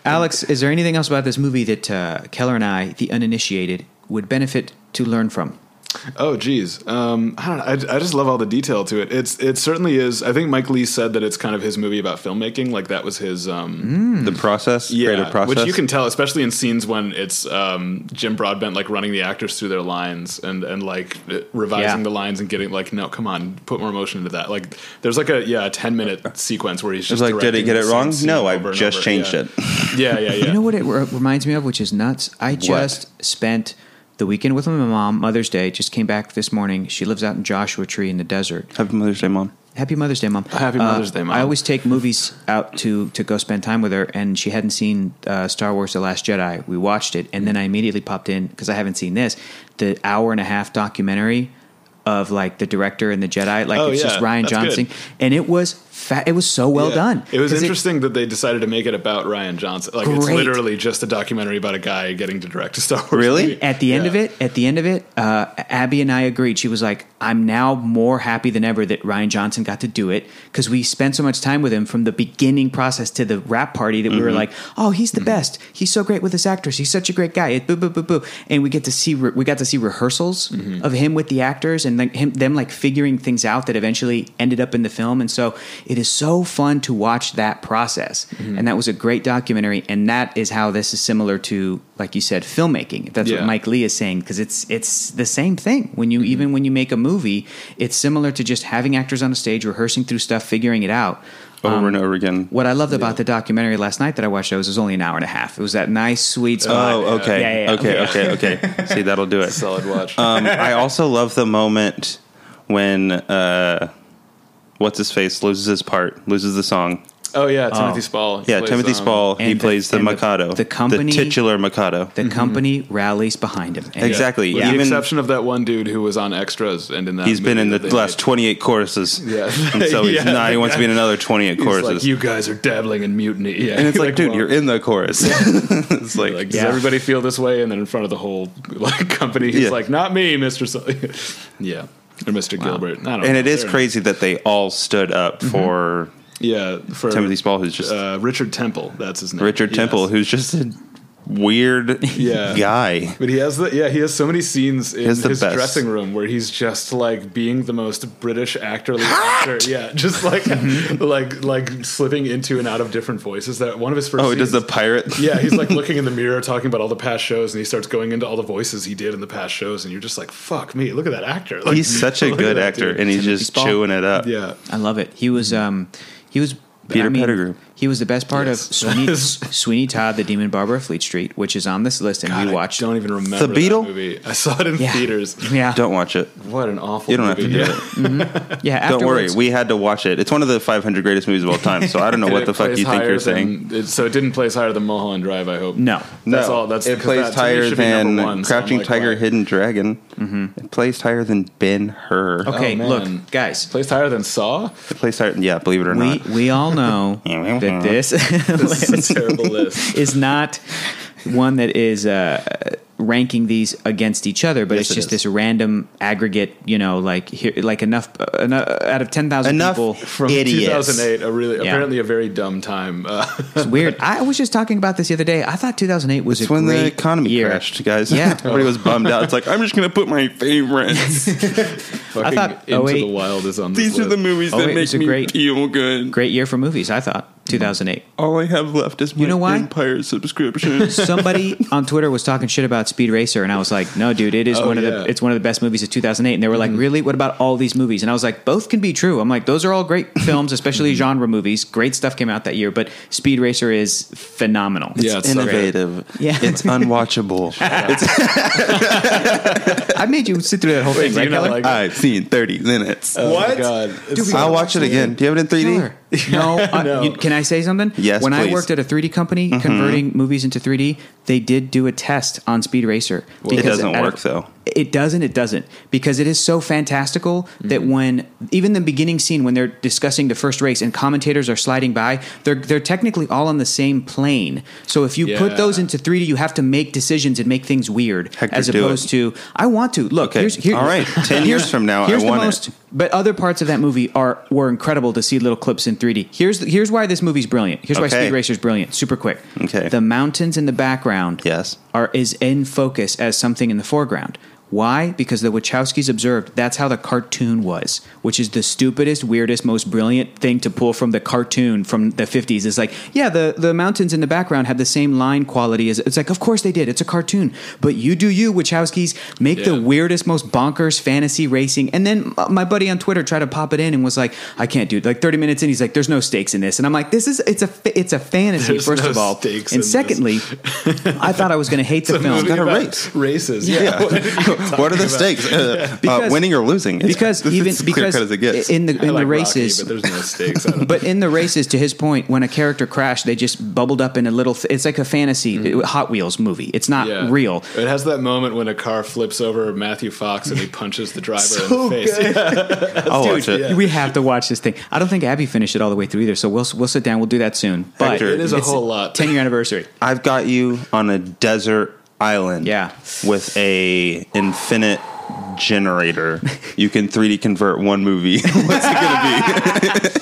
Speaker 1: Alex, is there anything else about this movie that uh, Keller and I, the uninitiated, would benefit to learn from?
Speaker 2: Oh, geez. Um, I don't know. I, I just love all the detail to it. It's It certainly is. I think Mike Lee said that it's kind of his movie about filmmaking. Like that was his. Um,
Speaker 3: the process, creative process.
Speaker 2: Which you can tell, especially in scenes when it's um, Jim Broadbent like running the actors through their lines and and like uh, revising
Speaker 1: Yeah.
Speaker 2: the lines and getting like, no, come on, put more emotion into that. Like there's like a yeah, a ten
Speaker 3: [laughs]
Speaker 2: minute sequence where he's
Speaker 3: It's
Speaker 2: just
Speaker 3: like, did
Speaker 2: directing
Speaker 3: it get
Speaker 2: the
Speaker 3: it
Speaker 2: same
Speaker 3: wrong?
Speaker 2: scene
Speaker 3: No, I
Speaker 2: over and
Speaker 3: just
Speaker 2: over.
Speaker 3: changed
Speaker 2: Yeah.
Speaker 3: it.
Speaker 2: Yeah, yeah,
Speaker 1: [laughs]
Speaker 2: yeah.
Speaker 1: You know what it re- reminds me of, which is nuts? I just spent the weekend with my mom, Mother's Day, just came back this morning. She lives out in Joshua Tree in the desert.
Speaker 3: Happy Mother's Day, mom.
Speaker 1: Happy Mother's Day, Mom. Uh,
Speaker 2: Happy Mother's Day, Mom.
Speaker 1: I always take movies out to, to go spend time with her, and she hadn't seen uh, Star Wars The Last Jedi. We watched it, and then I immediately popped in, because I haven't seen this, the hour and a half documentary of like the director and the Jedi. Like
Speaker 2: Oh,
Speaker 1: it's just
Speaker 2: yeah.
Speaker 1: Ryan
Speaker 2: That's good.
Speaker 1: Johnson. And it was fat. It was so well
Speaker 2: Yeah.
Speaker 1: done.
Speaker 2: It was
Speaker 1: 'Cause
Speaker 2: interesting that they decided to make it about Ryan Johnson. Like it's
Speaker 1: Great.
Speaker 2: literally just a documentary about a guy getting to direct a Star Wars.
Speaker 3: Really?
Speaker 2: movie.
Speaker 1: at the end
Speaker 2: Yeah.
Speaker 1: of it, at the end of it, uh, Abby and I agreed. She was like, "I'm now more happy than ever that Ryan Johnson got to do it because we spent so much time with him from the beginning process to the wrap party that we were like, oh, he's the best. He's so great with this actress. He's such a great guy. It, boo boo boo boo. And we get to see re- we got to see rehearsals of him with the actors and like him them like figuring things out that eventually ended up in the film. And so it is so fun to watch that process. And that was a great documentary. And that is how this is similar to like you said, filmmaking. That's what
Speaker 2: Yeah.
Speaker 1: Mike. Mike Lee is saying because it's it's the same thing when you
Speaker 3: Mm-hmm.
Speaker 1: even when you make a movie it's similar to just having actors on a stage rehearsing through stuff figuring it out
Speaker 2: Um,
Speaker 3: Over and over again.
Speaker 1: what I loved about the documentary last night that I watched was it was only an hour and a half it was that nice sweet spot
Speaker 3: Oh, okay.
Speaker 1: Yeah, yeah, yeah.
Speaker 3: okay, okay, okay,
Speaker 2: [laughs]
Speaker 3: See, that'll do it.
Speaker 2: Solid watch.
Speaker 3: Um, I also love the moment when uh, what's his face loses his part, loses the song.
Speaker 2: oh yeah, Timothy Spall.
Speaker 3: uh, Yeah,
Speaker 2: plays,
Speaker 3: Timothy
Speaker 2: um,
Speaker 3: Spall. He
Speaker 1: and the-
Speaker 3: plays the,
Speaker 1: and the-
Speaker 3: Mikado,
Speaker 1: the company-
Speaker 3: titular Mikado.
Speaker 1: the company rallies behind him And-
Speaker 3: Exactly.
Speaker 2: With the
Speaker 3: Even-
Speaker 2: exception of that one dude who was on extras and in that
Speaker 3: He's been
Speaker 2: movie
Speaker 3: in the
Speaker 2: that they
Speaker 3: last
Speaker 2: made.
Speaker 3: twenty eight choruses.
Speaker 2: Yeah.
Speaker 3: [laughs]
Speaker 2: [laughs]
Speaker 3: And so he's
Speaker 2: Yeah.
Speaker 3: not. He wants to be
Speaker 2: [laughs]
Speaker 3: in another twenty eight
Speaker 2: He's
Speaker 3: choruses.
Speaker 2: like, you guys are dabbling in mutiny. Yeah. [laughs]
Speaker 3: and it's like, dude,
Speaker 2: well,
Speaker 3: you're in the chorus. [laughs] it's like,
Speaker 2: like,
Speaker 1: Yeah.
Speaker 2: does everybody feel this way? And then in front of the whole [laughs] like company, he's
Speaker 3: Yeah.
Speaker 2: like, not me, Mister. So- [laughs] yeah, or Mister Gilbert. I don't
Speaker 3: and
Speaker 2: know.
Speaker 3: it is
Speaker 2: They're-
Speaker 3: crazy that they all stood up for
Speaker 2: Yeah, Mm-hmm. for
Speaker 3: Timothy Spall, who's just
Speaker 2: uh, Richard Temple. That's his name.
Speaker 3: Richard
Speaker 2: Yes.
Speaker 3: Temple, who's just a weird [laughs]
Speaker 2: Yeah.
Speaker 3: guy.
Speaker 2: But he has the yeah he has so many scenes in
Speaker 3: has
Speaker 2: his
Speaker 3: the best.
Speaker 2: dressing room where he's just like being the most British actorly actor yeah just like [laughs]
Speaker 3: Mm-hmm.
Speaker 2: like like slipping into and out of different voices that one of his first
Speaker 3: Oh, he does the
Speaker 2: scenes- [laughs]
Speaker 3: pirate.
Speaker 2: yeah, he's like looking in the mirror, talking about all the past shows, and he starts going into all the voices he did in the past shows, and you're just like, "Fuck me, look at that actor!" Like,
Speaker 3: He's such a
Speaker 2: look at
Speaker 3: good
Speaker 2: that
Speaker 3: actor,
Speaker 2: dude.
Speaker 3: and he's just
Speaker 1: Spall.
Speaker 3: chewing it up.
Speaker 2: yeah,
Speaker 1: I love it he was um he was
Speaker 3: Mm-hmm. Peter
Speaker 1: I mean,
Speaker 3: Pettigrew.
Speaker 1: he was the best part of
Speaker 2: Yes.
Speaker 3: [laughs]
Speaker 1: Sweeney, Sweeney Todd the Demon Barber of Fleet Street which is on this list and
Speaker 2: God,
Speaker 1: we watched
Speaker 2: I don't even remember
Speaker 3: The
Speaker 2: that
Speaker 3: Beatle?
Speaker 2: movie. I saw it in
Speaker 1: yeah.
Speaker 2: theaters.
Speaker 1: yeah
Speaker 3: Don't watch it.
Speaker 2: What an awful.
Speaker 3: You don't have to
Speaker 2: movie. [laughs]
Speaker 3: do
Speaker 2: Yeah.
Speaker 3: it.
Speaker 1: yeah
Speaker 3: Don't worry.
Speaker 1: afterwards-
Speaker 3: We had to watch it. It's one of the 500 greatest movies of all time. So I don't know
Speaker 2: Did
Speaker 3: what
Speaker 2: it
Speaker 3: the fuck
Speaker 2: place
Speaker 3: you think
Speaker 2: higher than-
Speaker 3: you're saying.
Speaker 2: it- so it didn't place higher than Mulholland Drive. I hope
Speaker 1: No.
Speaker 2: That's all. That's
Speaker 3: it
Speaker 2: 'cause
Speaker 3: plays
Speaker 2: that to me
Speaker 3: higher
Speaker 2: should be
Speaker 3: than
Speaker 2: number one, so I'm
Speaker 3: Crouching
Speaker 2: like, Mm-hmm.
Speaker 3: Tiger,
Speaker 2: wow.
Speaker 3: Hidden Dragon. It plays higher than Ben Hur.
Speaker 1: okay
Speaker 2: Oh, man.
Speaker 1: look guys
Speaker 2: Placed higher than Saw.
Speaker 3: [laughs] It plays higher. Yeah, believe it or
Speaker 1: we
Speaker 3: not.
Speaker 1: we all
Speaker 3: [laughs]
Speaker 1: know that this [laughs]
Speaker 2: This is a terrible list.
Speaker 1: is not one that is uh, ranking these against each other, but
Speaker 3: Yes,
Speaker 1: it's
Speaker 3: it
Speaker 1: just
Speaker 3: is.
Speaker 1: this random aggregate. You know, like here, like enough, uh, enough out of ten thousand
Speaker 4: Enough
Speaker 1: people.
Speaker 2: From
Speaker 4: Idiots.
Speaker 2: 2008, a really
Speaker 1: Yeah.
Speaker 2: apparently a very dumb time. Uh, [laughs]
Speaker 1: It's weird. I was just talking about this the other day. I thought 2008 was
Speaker 3: It's
Speaker 1: a
Speaker 3: when
Speaker 1: great
Speaker 3: the economy
Speaker 1: year.
Speaker 3: crashed, guys.
Speaker 1: Yeah.
Speaker 3: [laughs] Everybody was bummed out. It's like, I'm just going to put my favorites.
Speaker 2: fucking
Speaker 1: thought 08
Speaker 2: Into the Wild is on this
Speaker 3: [laughs] These are the
Speaker 2: list.
Speaker 3: movies
Speaker 1: Oh,
Speaker 3: that
Speaker 1: it
Speaker 3: make
Speaker 1: was a
Speaker 3: me
Speaker 1: great-
Speaker 3: feel good.
Speaker 1: Great year for movies. I thought 2008.
Speaker 3: All I have left is my
Speaker 1: You know why?
Speaker 2: [laughs]
Speaker 3: Empire subscription.
Speaker 1: somebody on Twitter was talking shit about Speed Racer, and I was like, "No, dude, it is
Speaker 2: Oh,
Speaker 1: one of
Speaker 2: yeah. Mm-hmm.
Speaker 1: the it's one of the best movies of 2008." And they were like, "Really? What about all these movies?" And I was like, "Both can be true." I'm like, "Those are all great films,
Speaker 2: Mm-hmm.
Speaker 1: especially genre movies. Great stuff came out that year, but Speed Racer is phenomenal."
Speaker 2: Yeah, it's so good.
Speaker 3: Innovative.
Speaker 1: Yeah.
Speaker 3: It's
Speaker 2: [laughs]
Speaker 3: unwatchable.
Speaker 1: I made you sit through that whole thing,
Speaker 2: do you
Speaker 1: right,
Speaker 2: not
Speaker 3: [laughs]
Speaker 1: Keller?
Speaker 2: like-
Speaker 3: I've seen 30 minutes.
Speaker 2: Oh my
Speaker 4: What?
Speaker 2: God. It's so-
Speaker 4: I'll watch it again. Do you have it in 3D?
Speaker 1: Keller.
Speaker 3: [laughs]
Speaker 1: No, uh,
Speaker 2: No.
Speaker 1: you- can I say something?
Speaker 3: Yes,
Speaker 1: When I
Speaker 3: please. Mm-hmm.
Speaker 1: worked at a 3D company converting movies into 3D, they did do a test on Speed Racer.
Speaker 3: it
Speaker 1: because
Speaker 3: doesn't
Speaker 1: at a-
Speaker 3: work, though.
Speaker 1: It doesn't. It doesn't because it is so fantastical
Speaker 3: Mm-hmm.
Speaker 1: that when even the beginning scene when they're discussing the first race and commentators are sliding by, they're they're technically all on the same plane. So if you
Speaker 2: Yeah.
Speaker 1: put those into 3D, you have to make decisions and make things weird
Speaker 3: Hector,
Speaker 1: as
Speaker 3: do it.
Speaker 1: opposed to I want to look.
Speaker 3: Okay.
Speaker 1: Here's, here, [laughs]
Speaker 3: All right. 10 years from now, I
Speaker 1: here's the
Speaker 3: want it.
Speaker 1: most but other parts of that movie are were incredible to see little clips in 3D. Here's the, here's why this movie's brilliant. Here's why
Speaker 3: Okay.
Speaker 1: Speed Racer's brilliant. Super quick.
Speaker 3: Okay.
Speaker 1: The mountains in the background
Speaker 3: Yes.
Speaker 1: are is in focus as something in the foreground. Why? Because the Wachowskis observed that's how the cartoon was, which is the stupidest, weirdest, most brilliant thing to pull from the cartoon from the 50s. It's like, yeah, the, the mountains in the background have the same line quality as it's like, of course they did. It's a cartoon. But you do you, Wachowskis. Make the
Speaker 2: Yeah.
Speaker 1: weirdest, most bonkers fantasy racing. And then m- my buddy on Twitter tried to pop it in and was like, I can't do it. Like 30 minutes in, he's like, there's no stakes in this. And I'm like, this is, it's a, fa- it's a fantasy,
Speaker 2: There's
Speaker 1: first
Speaker 2: no
Speaker 1: of all.
Speaker 2: stakes in
Speaker 1: And
Speaker 2: this. [laughs]
Speaker 1: secondly, I thought I was going to hate the
Speaker 2: It's a
Speaker 1: film.
Speaker 2: movie
Speaker 3: gotta
Speaker 2: about
Speaker 3: race.
Speaker 2: Races.
Speaker 1: [laughs]
Speaker 3: Yeah. what are the stakes? Uh, uh,
Speaker 1: Because-
Speaker 3: winning or losing? It's-
Speaker 1: because
Speaker 3: this
Speaker 1: even
Speaker 3: is
Speaker 1: because
Speaker 3: clear cut as it gets.
Speaker 1: in the
Speaker 2: I
Speaker 1: in
Speaker 2: like
Speaker 1: the races,
Speaker 2: Rocky, but there's no stakes. I
Speaker 1: [laughs]
Speaker 2: don't
Speaker 1: but in the races, to his point, when a character crashed, they just bubbled up in a little. Th- it's like a fantasy uh, Hot Wheels movie. It's not
Speaker 2: Mm-hmm. Yeah.
Speaker 1: real.
Speaker 2: It has that moment when a car flips over Matthew Fox and he punches the driver in the
Speaker 1: So
Speaker 2: face.
Speaker 3: I'll watch it.
Speaker 1: We have to watch this thing. I don't think Abby finished it all the way through either, so we'll we'll sit down. We'll do that soon. But
Speaker 3: Hector, it
Speaker 2: is a
Speaker 1: it's
Speaker 2: whole lot.
Speaker 1: Ten year anniversary.
Speaker 3: I've got you on a desert island.
Speaker 1: Yeah.
Speaker 3: With a infinite generator. You can 3D convert one movie. [laughs] What's it gonna
Speaker 1: [laughs]
Speaker 3: be?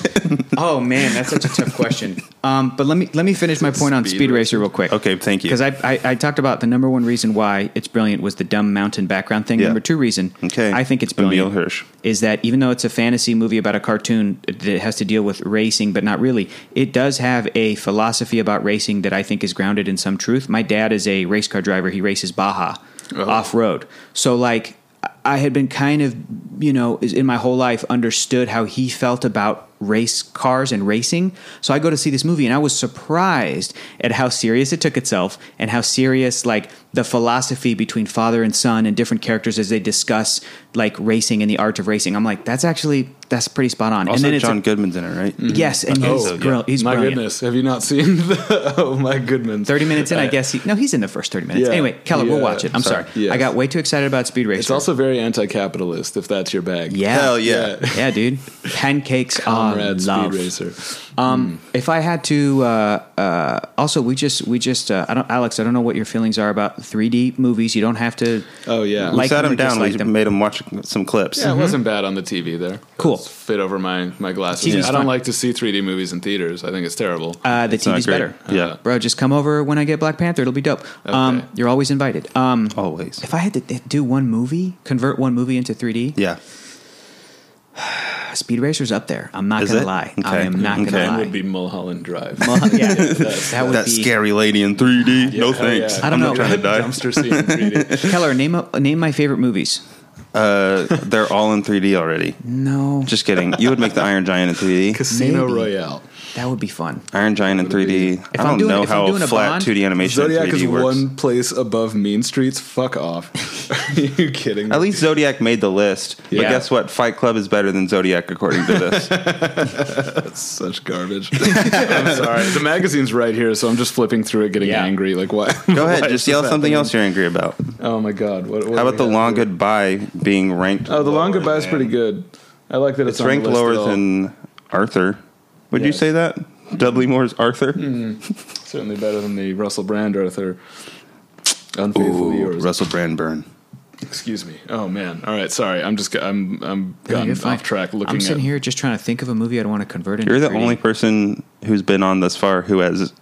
Speaker 1: Oh man, that's such a tough question. Um, but let me let me finish my point on
Speaker 2: Speed
Speaker 1: Speed Racer real quick.
Speaker 3: [laughs] Okay, thank you.
Speaker 1: Because I, I I talked about the number one reason why it's brilliant was the dumb mountain background thing.
Speaker 3: Yeah.
Speaker 1: Number two reason,
Speaker 3: Okay.
Speaker 1: I think it's
Speaker 3: Emile
Speaker 1: brilliant.
Speaker 3: Hirsch.
Speaker 1: is that even though it's a fantasy movie about a cartoon that has to deal with racing, but not really, it does have a philosophy about racing that I think is grounded in some truth. My dad is a race car driver, he races Baja
Speaker 3: Oh.
Speaker 1: off road. So, like, I had been kind of, you know, is- in my whole life understood how he felt about race cars and racing. So I go to see this movie and I was surprised at how serious it took itself and how serious like the philosophy between father and son and different characters as they discuss like racing and the art of racing. I'm like, that's actually that's pretty spot on.
Speaker 3: Also,
Speaker 1: and then it's
Speaker 3: John
Speaker 1: a-
Speaker 3: Goodman's in it, right? Mm-hmm.
Speaker 1: yes, and he's,
Speaker 2: Oh,
Speaker 1: grill- he's
Speaker 2: my
Speaker 1: brilliant.
Speaker 2: goodness, have you not seen? The, [laughs] oh my goodness, Uh,
Speaker 1: Thirty minutes in, I
Speaker 2: [laughs]
Speaker 1: guess. He, no, he's in the first thirty minutes.
Speaker 2: Yeah.
Speaker 1: anyway, Keller, we'll
Speaker 2: Yeah.
Speaker 1: watch it. I'm sorry,
Speaker 2: Yes.
Speaker 1: I got way too excited about Speed Racer.
Speaker 2: It's also very anti-capitalist, if that's your bag.
Speaker 1: yeah,
Speaker 3: Hell yeah.
Speaker 1: yeah,
Speaker 2: [laughs]
Speaker 1: dude. Pancakes are
Speaker 2: Comrade
Speaker 1: love.
Speaker 2: Speed Racer.
Speaker 1: Um,
Speaker 3: Mm.
Speaker 1: If I had to, uh, uh, also we just we just uh, I don't Alex, I don't know what your feelings are about 3D movies. You don't have to.
Speaker 2: Oh, yeah. We
Speaker 3: we
Speaker 1: like
Speaker 3: sat
Speaker 1: them
Speaker 3: him
Speaker 1: or
Speaker 3: down.
Speaker 1: dislike
Speaker 3: We
Speaker 1: them.
Speaker 3: made him watch some clips.
Speaker 2: Yeah, it wasn't bad on the TV there.
Speaker 1: Cool.
Speaker 2: It's fit over my my glasses.
Speaker 1: TV's
Speaker 2: I don't
Speaker 1: fine.
Speaker 2: like to see 3D movies in theaters. I think it's terrible.
Speaker 1: Uh, the
Speaker 3: It's not
Speaker 1: TV's
Speaker 3: great.
Speaker 1: better.
Speaker 3: Yeah.
Speaker 2: Uh,
Speaker 1: Bro, just come over when I get Black Panther. It'll be dope. Um,
Speaker 2: Okay.
Speaker 1: you're always invited. Um,
Speaker 3: Always.
Speaker 1: If I had to do one movie, convert one movie into 3D,
Speaker 3: Yeah.
Speaker 1: Speed Racer's up there. I'm not
Speaker 3: Is
Speaker 1: gonna
Speaker 3: it?
Speaker 1: lie.
Speaker 3: Okay.
Speaker 1: I am not
Speaker 2: Mine
Speaker 3: Okay.
Speaker 1: gonna
Speaker 2: would
Speaker 1: lie.
Speaker 2: be Mulholland Drive.
Speaker 1: Well, yeah,
Speaker 2: That's-
Speaker 1: that would
Speaker 3: [laughs] That
Speaker 1: be
Speaker 3: scary lady in 3D. no
Speaker 2: Yeah, hell
Speaker 3: thanks.
Speaker 2: yeah.
Speaker 1: I don't
Speaker 3: I'm
Speaker 1: know.
Speaker 3: not trying to die.
Speaker 2: [laughs] Dumpster scene. in
Speaker 1: [laughs]
Speaker 2: 3D.
Speaker 1: Keller. Name up, name my favorite movies.
Speaker 3: Uh,
Speaker 1: [laughs]
Speaker 3: they're all in 3D already.
Speaker 1: No,
Speaker 3: Just kidding. You would make the Iron Giant in
Speaker 1: [laughs]
Speaker 3: 3D.
Speaker 2: Casino
Speaker 1: Maybe.
Speaker 2: Royale.
Speaker 1: that would be fun.
Speaker 3: Iron Giant in 3D.
Speaker 1: If
Speaker 3: I
Speaker 1: I'm
Speaker 3: don't
Speaker 1: doing-
Speaker 3: know
Speaker 1: if I'm
Speaker 3: how
Speaker 1: doing a
Speaker 3: flat
Speaker 1: Bond,
Speaker 3: 2D animation in
Speaker 2: Zodiac
Speaker 3: 3D
Speaker 2: is
Speaker 3: works.
Speaker 2: one place above Mean Streets. Fuck off. [laughs] Are you kidding? me?
Speaker 3: At least Zodiac made the list. But
Speaker 1: Yeah.
Speaker 3: guess what? Fight Club is better than Zodiac according to
Speaker 1: [laughs]
Speaker 3: this.
Speaker 2: such garbage. I'm sorry. The magazine's right here, so I'm just flipping through it, getting
Speaker 1: Yeah.
Speaker 2: angry. Like what?
Speaker 3: Go ahead,
Speaker 2: Why is
Speaker 3: just
Speaker 2: this
Speaker 3: yell something
Speaker 2: happening?
Speaker 3: else you're angry about.
Speaker 2: Oh my god! What, what
Speaker 3: How
Speaker 2: do
Speaker 3: about
Speaker 2: we
Speaker 3: the
Speaker 2: have
Speaker 3: long
Speaker 2: here?
Speaker 3: goodbye being ranked?
Speaker 2: Oh, the long
Speaker 3: lower
Speaker 2: goodbye is pretty
Speaker 3: than-
Speaker 2: good. I like that it's,
Speaker 3: It's
Speaker 2: on the
Speaker 3: ranked
Speaker 2: list at
Speaker 3: lower
Speaker 2: all.
Speaker 3: than Arthur. Would you
Speaker 2: Yes. Hmm.
Speaker 3: say that? Dudley Moore's Arthur?
Speaker 2: certainly better than the Russell Brand Arthur. Unfaithfully
Speaker 5: Ooh,
Speaker 2: yours.
Speaker 5: Russell Brandburn.
Speaker 2: Excuse me. Oh man. All right. Sorry. I'm just. I'm. I'm gotten
Speaker 1: you're fine.
Speaker 2: off track. Looking
Speaker 1: I'm sitting
Speaker 2: at
Speaker 1: here just trying to think of a movie I'd want to convert into.
Speaker 3: You're the
Speaker 1: 3D.
Speaker 3: only person who's been on this far who has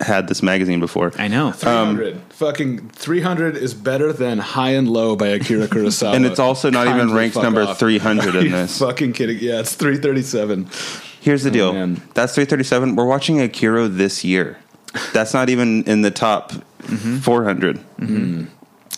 Speaker 3: had this magazine before.
Speaker 1: I know.
Speaker 2: 300. Fucking 300 is better than High and Low
Speaker 1: [laughs]
Speaker 2: by Akira Kurosawa.
Speaker 3: And it's also not even
Speaker 2: Kindly
Speaker 3: ranked
Speaker 2: fuck
Speaker 3: number
Speaker 2: off. [laughs]
Speaker 3: 300
Speaker 2: Are
Speaker 3: in
Speaker 2: you
Speaker 3: this. [laughs]
Speaker 2: Fucking kidding. Yeah, it's 337.
Speaker 3: Here's the deal.
Speaker 2: Oh, man.
Speaker 3: That's 337. We're watching Akira this year. That's not even in the top
Speaker 2: Mm-hmm.
Speaker 3: 400.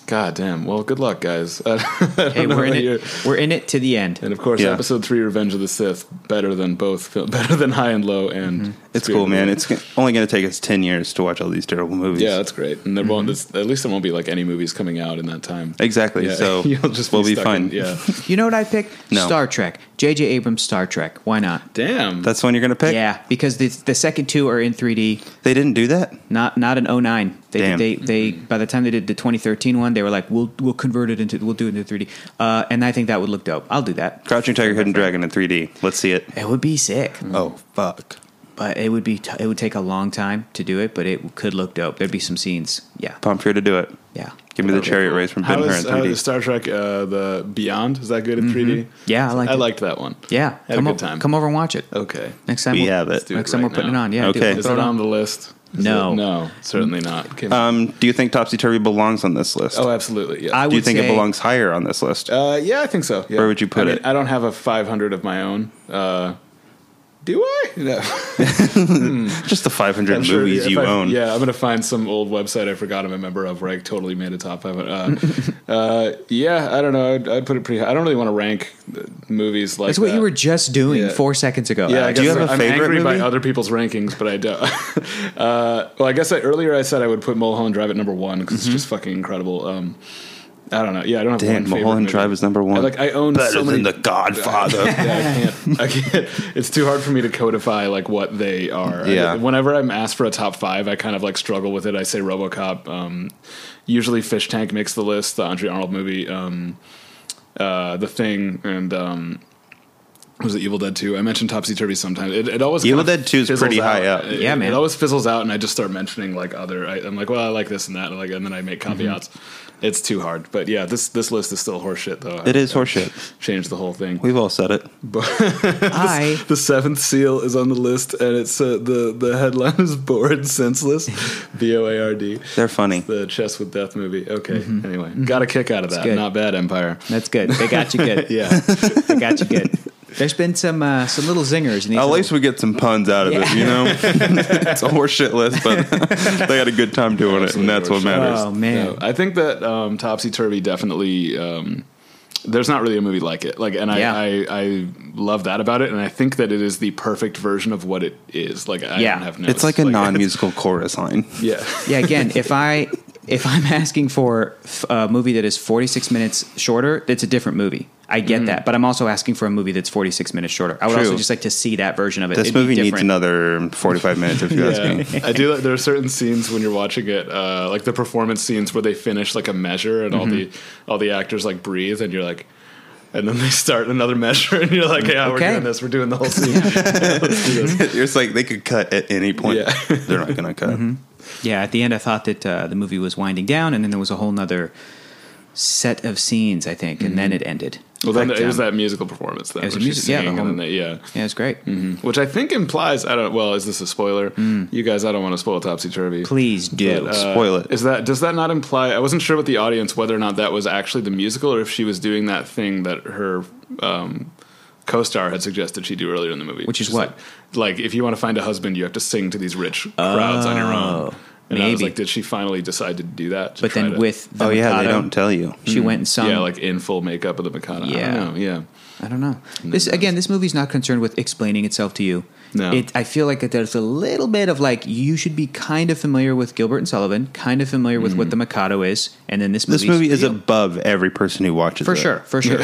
Speaker 2: God damn. Well, good luck, guys. [laughs] I don't
Speaker 1: hey,
Speaker 2: know
Speaker 1: we're in
Speaker 2: about
Speaker 1: it.
Speaker 2: you.
Speaker 1: We're in it to the end.
Speaker 2: And of course,
Speaker 3: Yeah.
Speaker 2: episode three, Revenge of the Sith, better than both, fil- [laughs] better than High and Low, and
Speaker 1: Mm-hmm.
Speaker 3: It's
Speaker 2: Spirit
Speaker 3: cool,
Speaker 2: of the
Speaker 3: man.
Speaker 2: Wind.
Speaker 3: It's g- only going to take us 10 years to watch all these terrible movies.
Speaker 2: yeah, that's great. And there won't.
Speaker 1: Mm-hmm.
Speaker 2: It's, at least there won't be like any movies coming out in that time.
Speaker 3: Exactly.
Speaker 2: Yeah. [laughs]
Speaker 3: So
Speaker 2: you'll just
Speaker 3: we'll be,
Speaker 2: stuck
Speaker 3: fine.
Speaker 2: in-
Speaker 3: [laughs]
Speaker 2: yeah.
Speaker 1: You know what I pick?
Speaker 3: No.
Speaker 1: Star Trek. J.J. Abrams Star Trek. Why not?
Speaker 2: Damn.
Speaker 3: That's when you're going to pick.
Speaker 1: Yeah, because the the second two are in 3D.
Speaker 3: They didn't do that.
Speaker 1: Not not an 09. They
Speaker 3: Damn.
Speaker 1: they they by the time they did the 2013 one, they were like, we'll we'll convert it into we'll do it into 3D. Uh, and I think that would look dope. I'll do that.
Speaker 3: Crouching Tiger, Hidden Dragon in 3D. Let's see it.
Speaker 1: It would be sick,
Speaker 3: Mm-hmm.
Speaker 5: Oh fuck!
Speaker 1: but it would be t- it would take a long time to do it, but it could look dope. There'd be some scenes. Yeah,
Speaker 3: Pumped here to do it.
Speaker 1: yeah,
Speaker 3: Give me the chariot race from Ben
Speaker 2: How
Speaker 3: Hur in
Speaker 2: is, how
Speaker 3: 3D. Mm-hmm.
Speaker 2: is Star Trek uh, the Beyond? Is that good in 3D?
Speaker 1: Yeah, I liked
Speaker 2: I
Speaker 1: it.
Speaker 2: liked that one.
Speaker 1: yeah.
Speaker 2: Had a
Speaker 1: come
Speaker 2: good
Speaker 1: over,
Speaker 2: time.
Speaker 1: come over and watch it
Speaker 2: Okay.
Speaker 1: next time.
Speaker 3: Oh, We
Speaker 1: we'll-
Speaker 3: have it.
Speaker 2: Let's do it
Speaker 1: next time
Speaker 2: right
Speaker 1: we're putting
Speaker 2: now.
Speaker 1: it on. Yeah, dude,
Speaker 3: Okay.
Speaker 1: we'll
Speaker 2: Is
Speaker 1: throw
Speaker 2: it
Speaker 1: it
Speaker 2: on the list? Is
Speaker 1: No. Mm-hmm.
Speaker 2: it- no, certainly not. Can-
Speaker 3: Um, do you think Topsy Turvy belongs on this list?
Speaker 2: oh, absolutely. Yeah.
Speaker 1: I
Speaker 3: do you
Speaker 1: would
Speaker 3: think
Speaker 1: say-
Speaker 3: it belongs higher on this list?
Speaker 2: Uh, yeah, I think so. yeah.
Speaker 3: Where would you put
Speaker 2: I mean,
Speaker 3: it?
Speaker 2: I don't have a 500 of my own. Uh, do I? [laughs] No.
Speaker 3: Just the 500
Speaker 2: I'm
Speaker 3: movies
Speaker 2: sure if
Speaker 3: you
Speaker 2: I-
Speaker 3: own.
Speaker 2: Yeah, I'm gonna find some old website I forgot I'm a member of where I totally made a top 500.
Speaker 1: [laughs]
Speaker 2: Uh, uh, yeah, I don't know. I'd, I'd put it pretty. high. I don't really want to rank uh, movies like
Speaker 1: That's what
Speaker 2: that.
Speaker 1: you were just doing
Speaker 2: Yeah.
Speaker 1: four seconds ago. Uh,
Speaker 2: Yeah, I
Speaker 1: Alex.
Speaker 3: do you
Speaker 2: guess
Speaker 3: have a
Speaker 2: I'm
Speaker 3: favorite
Speaker 2: angry
Speaker 3: movie?
Speaker 2: by other people's rankings, but I don't. [laughs] uh, well, I guess I, earlier I said I would put Mulholland Drive at number one because it's just fucking incredible. Um, I don't know. Yeah, I don't have
Speaker 3: Mm-hmm. Damn,
Speaker 2: one favorite
Speaker 3: Mulholland
Speaker 2: movie.
Speaker 3: Drive is number one.
Speaker 2: I, like I own
Speaker 3: Better
Speaker 2: so
Speaker 3: than
Speaker 2: many.
Speaker 3: The
Speaker 2: [laughs]
Speaker 3: Godfather.
Speaker 2: yeah, I can't. I can't. It's too hard for me to codify like what they are.
Speaker 3: Yeah.
Speaker 2: I- whenever I'm asked for a top five, I kind of like struggle with it. I say RoboCop. Um, usually, Fish Tank makes the list. The Andre Arnold movie. Um, uh, the Thing and. Um, was it Evil Dead 2? I mentioned Topsy Turvy sometimes. It, it always
Speaker 3: Evil
Speaker 2: kind of
Speaker 3: Dead 2 is
Speaker 2: fizzles
Speaker 3: pretty
Speaker 2: out.
Speaker 3: high up.
Speaker 2: It-
Speaker 1: Yeah, man.
Speaker 2: It always fizzles out, and I just start mentioning like other. I, I'm like, well, I like this and that, and like, and then I
Speaker 1: Mm-hmm.
Speaker 2: make caveats. It's too hard, but yeah, this this list is still horseshit though.
Speaker 3: it is horseshit.
Speaker 2: changed the whole thing.
Speaker 3: [laughs] We've all said it.
Speaker 2: [laughs]
Speaker 1: I
Speaker 2: The seventh seal is on the list, and it's uh, the the headline is
Speaker 1: [laughs]
Speaker 2: "Bored Senseless," B O A R D.
Speaker 3: They're funny.
Speaker 2: The Chess with Death movie. Okay, anyway, got a kick out of that.
Speaker 1: Mm-hmm. good.
Speaker 2: Not bad, Empire.
Speaker 1: That's good. They got you good.
Speaker 2: [laughs] Yeah,
Speaker 1: They got you
Speaker 3: [laughs]
Speaker 1: good. There's been some uh, some little zingers in these.
Speaker 3: At
Speaker 1: little-
Speaker 3: least we get some puns out of
Speaker 1: Yeah.
Speaker 3: it, you know? [laughs] it's a horseshit list, but [laughs] they had a good time doing it, and that's what matters.
Speaker 1: oh man,
Speaker 2: No, I think that um, Topsy Turvy definitely. Um, there's not really a movie like it, like, and I,
Speaker 1: Yeah.
Speaker 2: I I love that about it, and I think that it is the perfect version of what it is. Like, I
Speaker 1: Yeah.
Speaker 2: don't have notes.
Speaker 3: It's like a non musical chorus line.
Speaker 2: Yeah,
Speaker 1: yeah. Again, if I if I'm asking for f- a movie that is 46 minutes shorter, it's a different movie. I get that, but I'm also asking for a movie that's 46 minutes shorter. I would
Speaker 3: Mm-hmm. True.
Speaker 1: also just like to see that version of it.
Speaker 3: This
Speaker 1: It'd be
Speaker 3: movie needs
Speaker 1: different.
Speaker 3: another 45 minutes, if you ask me.
Speaker 2: Yeah. I do. There are certain scenes when you're watching it, uh, like the performance scenes where they finish like a measure and all the
Speaker 1: Mm-hmm.
Speaker 2: all the actors like breathe, and you're like, and then they start another measure, and you're like, yeah,
Speaker 1: Okay.
Speaker 2: we're doing this, we're doing the
Speaker 1: [laughs]
Speaker 2: whole scene. Let's do this.
Speaker 3: [laughs] It's like they could cut at any point.
Speaker 2: Yeah.
Speaker 3: [laughs] They're not going to cut.
Speaker 1: Yeah, at the end, I thought that uh, the movie was winding down, and then there was a whole nother set of scenes, I think, and then
Speaker 3: Mm-hmm.
Speaker 1: it ended.
Speaker 2: Well, then
Speaker 1: But,
Speaker 2: it was
Speaker 1: um,
Speaker 2: that musical performance then,
Speaker 1: it was
Speaker 2: which
Speaker 1: a
Speaker 2: she's
Speaker 1: music- yeah, uh-huh. the
Speaker 2: singing,
Speaker 1: whole-
Speaker 2: and then they, yeah.
Speaker 1: Yeah, it's great.
Speaker 3: Mm-hmm.
Speaker 2: Which I think implies I don't. Well, is this a spoiler? You guys, I don't want to spoil topsy turvy.
Speaker 1: Mm. Please do.
Speaker 3: uh,
Speaker 2: But,
Speaker 3: Spoil it.
Speaker 2: Uh, Is that does that not imply? I wasn't sure with the audience whether or not that was actually the musical or if she was doing that thing that her um, co-star had suggested she do earlier in the movie,
Speaker 1: Which is
Speaker 2: like-
Speaker 1: what?
Speaker 2: Like, if you want to find a husband, you have to sing to these rich crowds on your own. And I
Speaker 1: Oh,
Speaker 2: was
Speaker 1: maybe.
Speaker 2: like, did she finally decide to do that? to
Speaker 1: but
Speaker 2: try
Speaker 1: then
Speaker 2: to-
Speaker 1: with the
Speaker 3: Oh, yeah, they
Speaker 1: Mikado,
Speaker 3: don't tell you.
Speaker 1: She went and sung.
Speaker 2: yeah, like in full makeup of the Mikado.
Speaker 1: Yeah.
Speaker 2: Yeah, I don't know, yeah. [laughs]
Speaker 1: I don't know. This again, this movie's not concerned with explaining itself to you.
Speaker 2: No.
Speaker 1: It, I feel like that there's a little bit of like you should be kind of familiar with Gilbert and Sullivan, kind of familiar with what the Mikado is, and then this
Speaker 3: This
Speaker 1: movie's
Speaker 3: movie is above every person who watches
Speaker 1: for
Speaker 3: it.
Speaker 1: sure, for sure.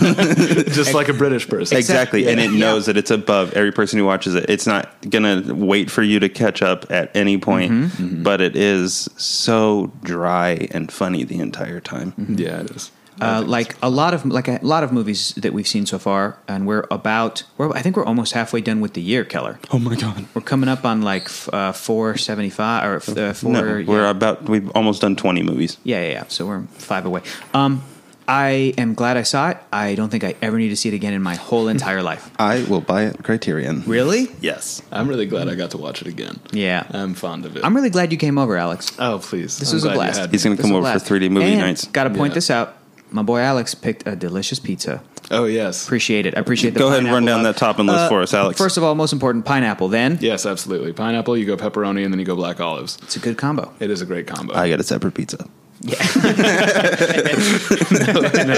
Speaker 2: Just like a British person.
Speaker 3: Exactly.
Speaker 1: Exactly.
Speaker 3: And it
Speaker 1: Yeah.
Speaker 3: knows that it's above every person who watches it. It's not going to wait for you to catch up at any point, but it is so dry and funny the entire time.
Speaker 2: Mm-hmm. Yeah, it is.
Speaker 1: Uh, like a lot of like a lot of movies that we've seen so far, and we're about we're, I think we're almost halfway done with the year, Keller.
Speaker 3: Oh my god.
Speaker 1: We're coming up on like f- uh, four seventy five or f- uh, four.
Speaker 6: No,
Speaker 1: yeah.
Speaker 6: we're about we've almost done twenty movies.
Speaker 1: Yeah, yeah, yeah. So we're five away. Um, I am glad I saw it. I don't think I ever need to see it again in my whole entire life.
Speaker 3: I will buy it Criterion.
Speaker 1: Really?
Speaker 6: Yes,
Speaker 2: I'm really glad I got to watch it again.
Speaker 1: Yeah.
Speaker 6: Uh,
Speaker 2: I'm fond of it.
Speaker 1: I'm really glad you came over, Alex.
Speaker 2: oh, please.
Speaker 1: This
Speaker 2: I'm
Speaker 1: was a
Speaker 2: glad you
Speaker 1: blast.
Speaker 2: had me.
Speaker 6: he's going to come over for 3D movie nights.
Speaker 1: Got to point
Speaker 2: Yeah.
Speaker 1: this out. My boy Alex picked a delicious pizza.
Speaker 2: Oh yes.
Speaker 1: Appreciate it. I appreciate the
Speaker 6: Go ahead and run
Speaker 1: pineapple
Speaker 6: down
Speaker 1: love.
Speaker 6: that top and list
Speaker 1: Uh,
Speaker 6: for us, Alex.
Speaker 1: First of all, most important, pineapple. Then
Speaker 2: yes, absolutely. Pineapple. You go pepperoni, and then you go black olives.
Speaker 1: it's a good combo.
Speaker 2: It is a great combo.
Speaker 3: I got a separate pizza.
Speaker 2: [laughs] no,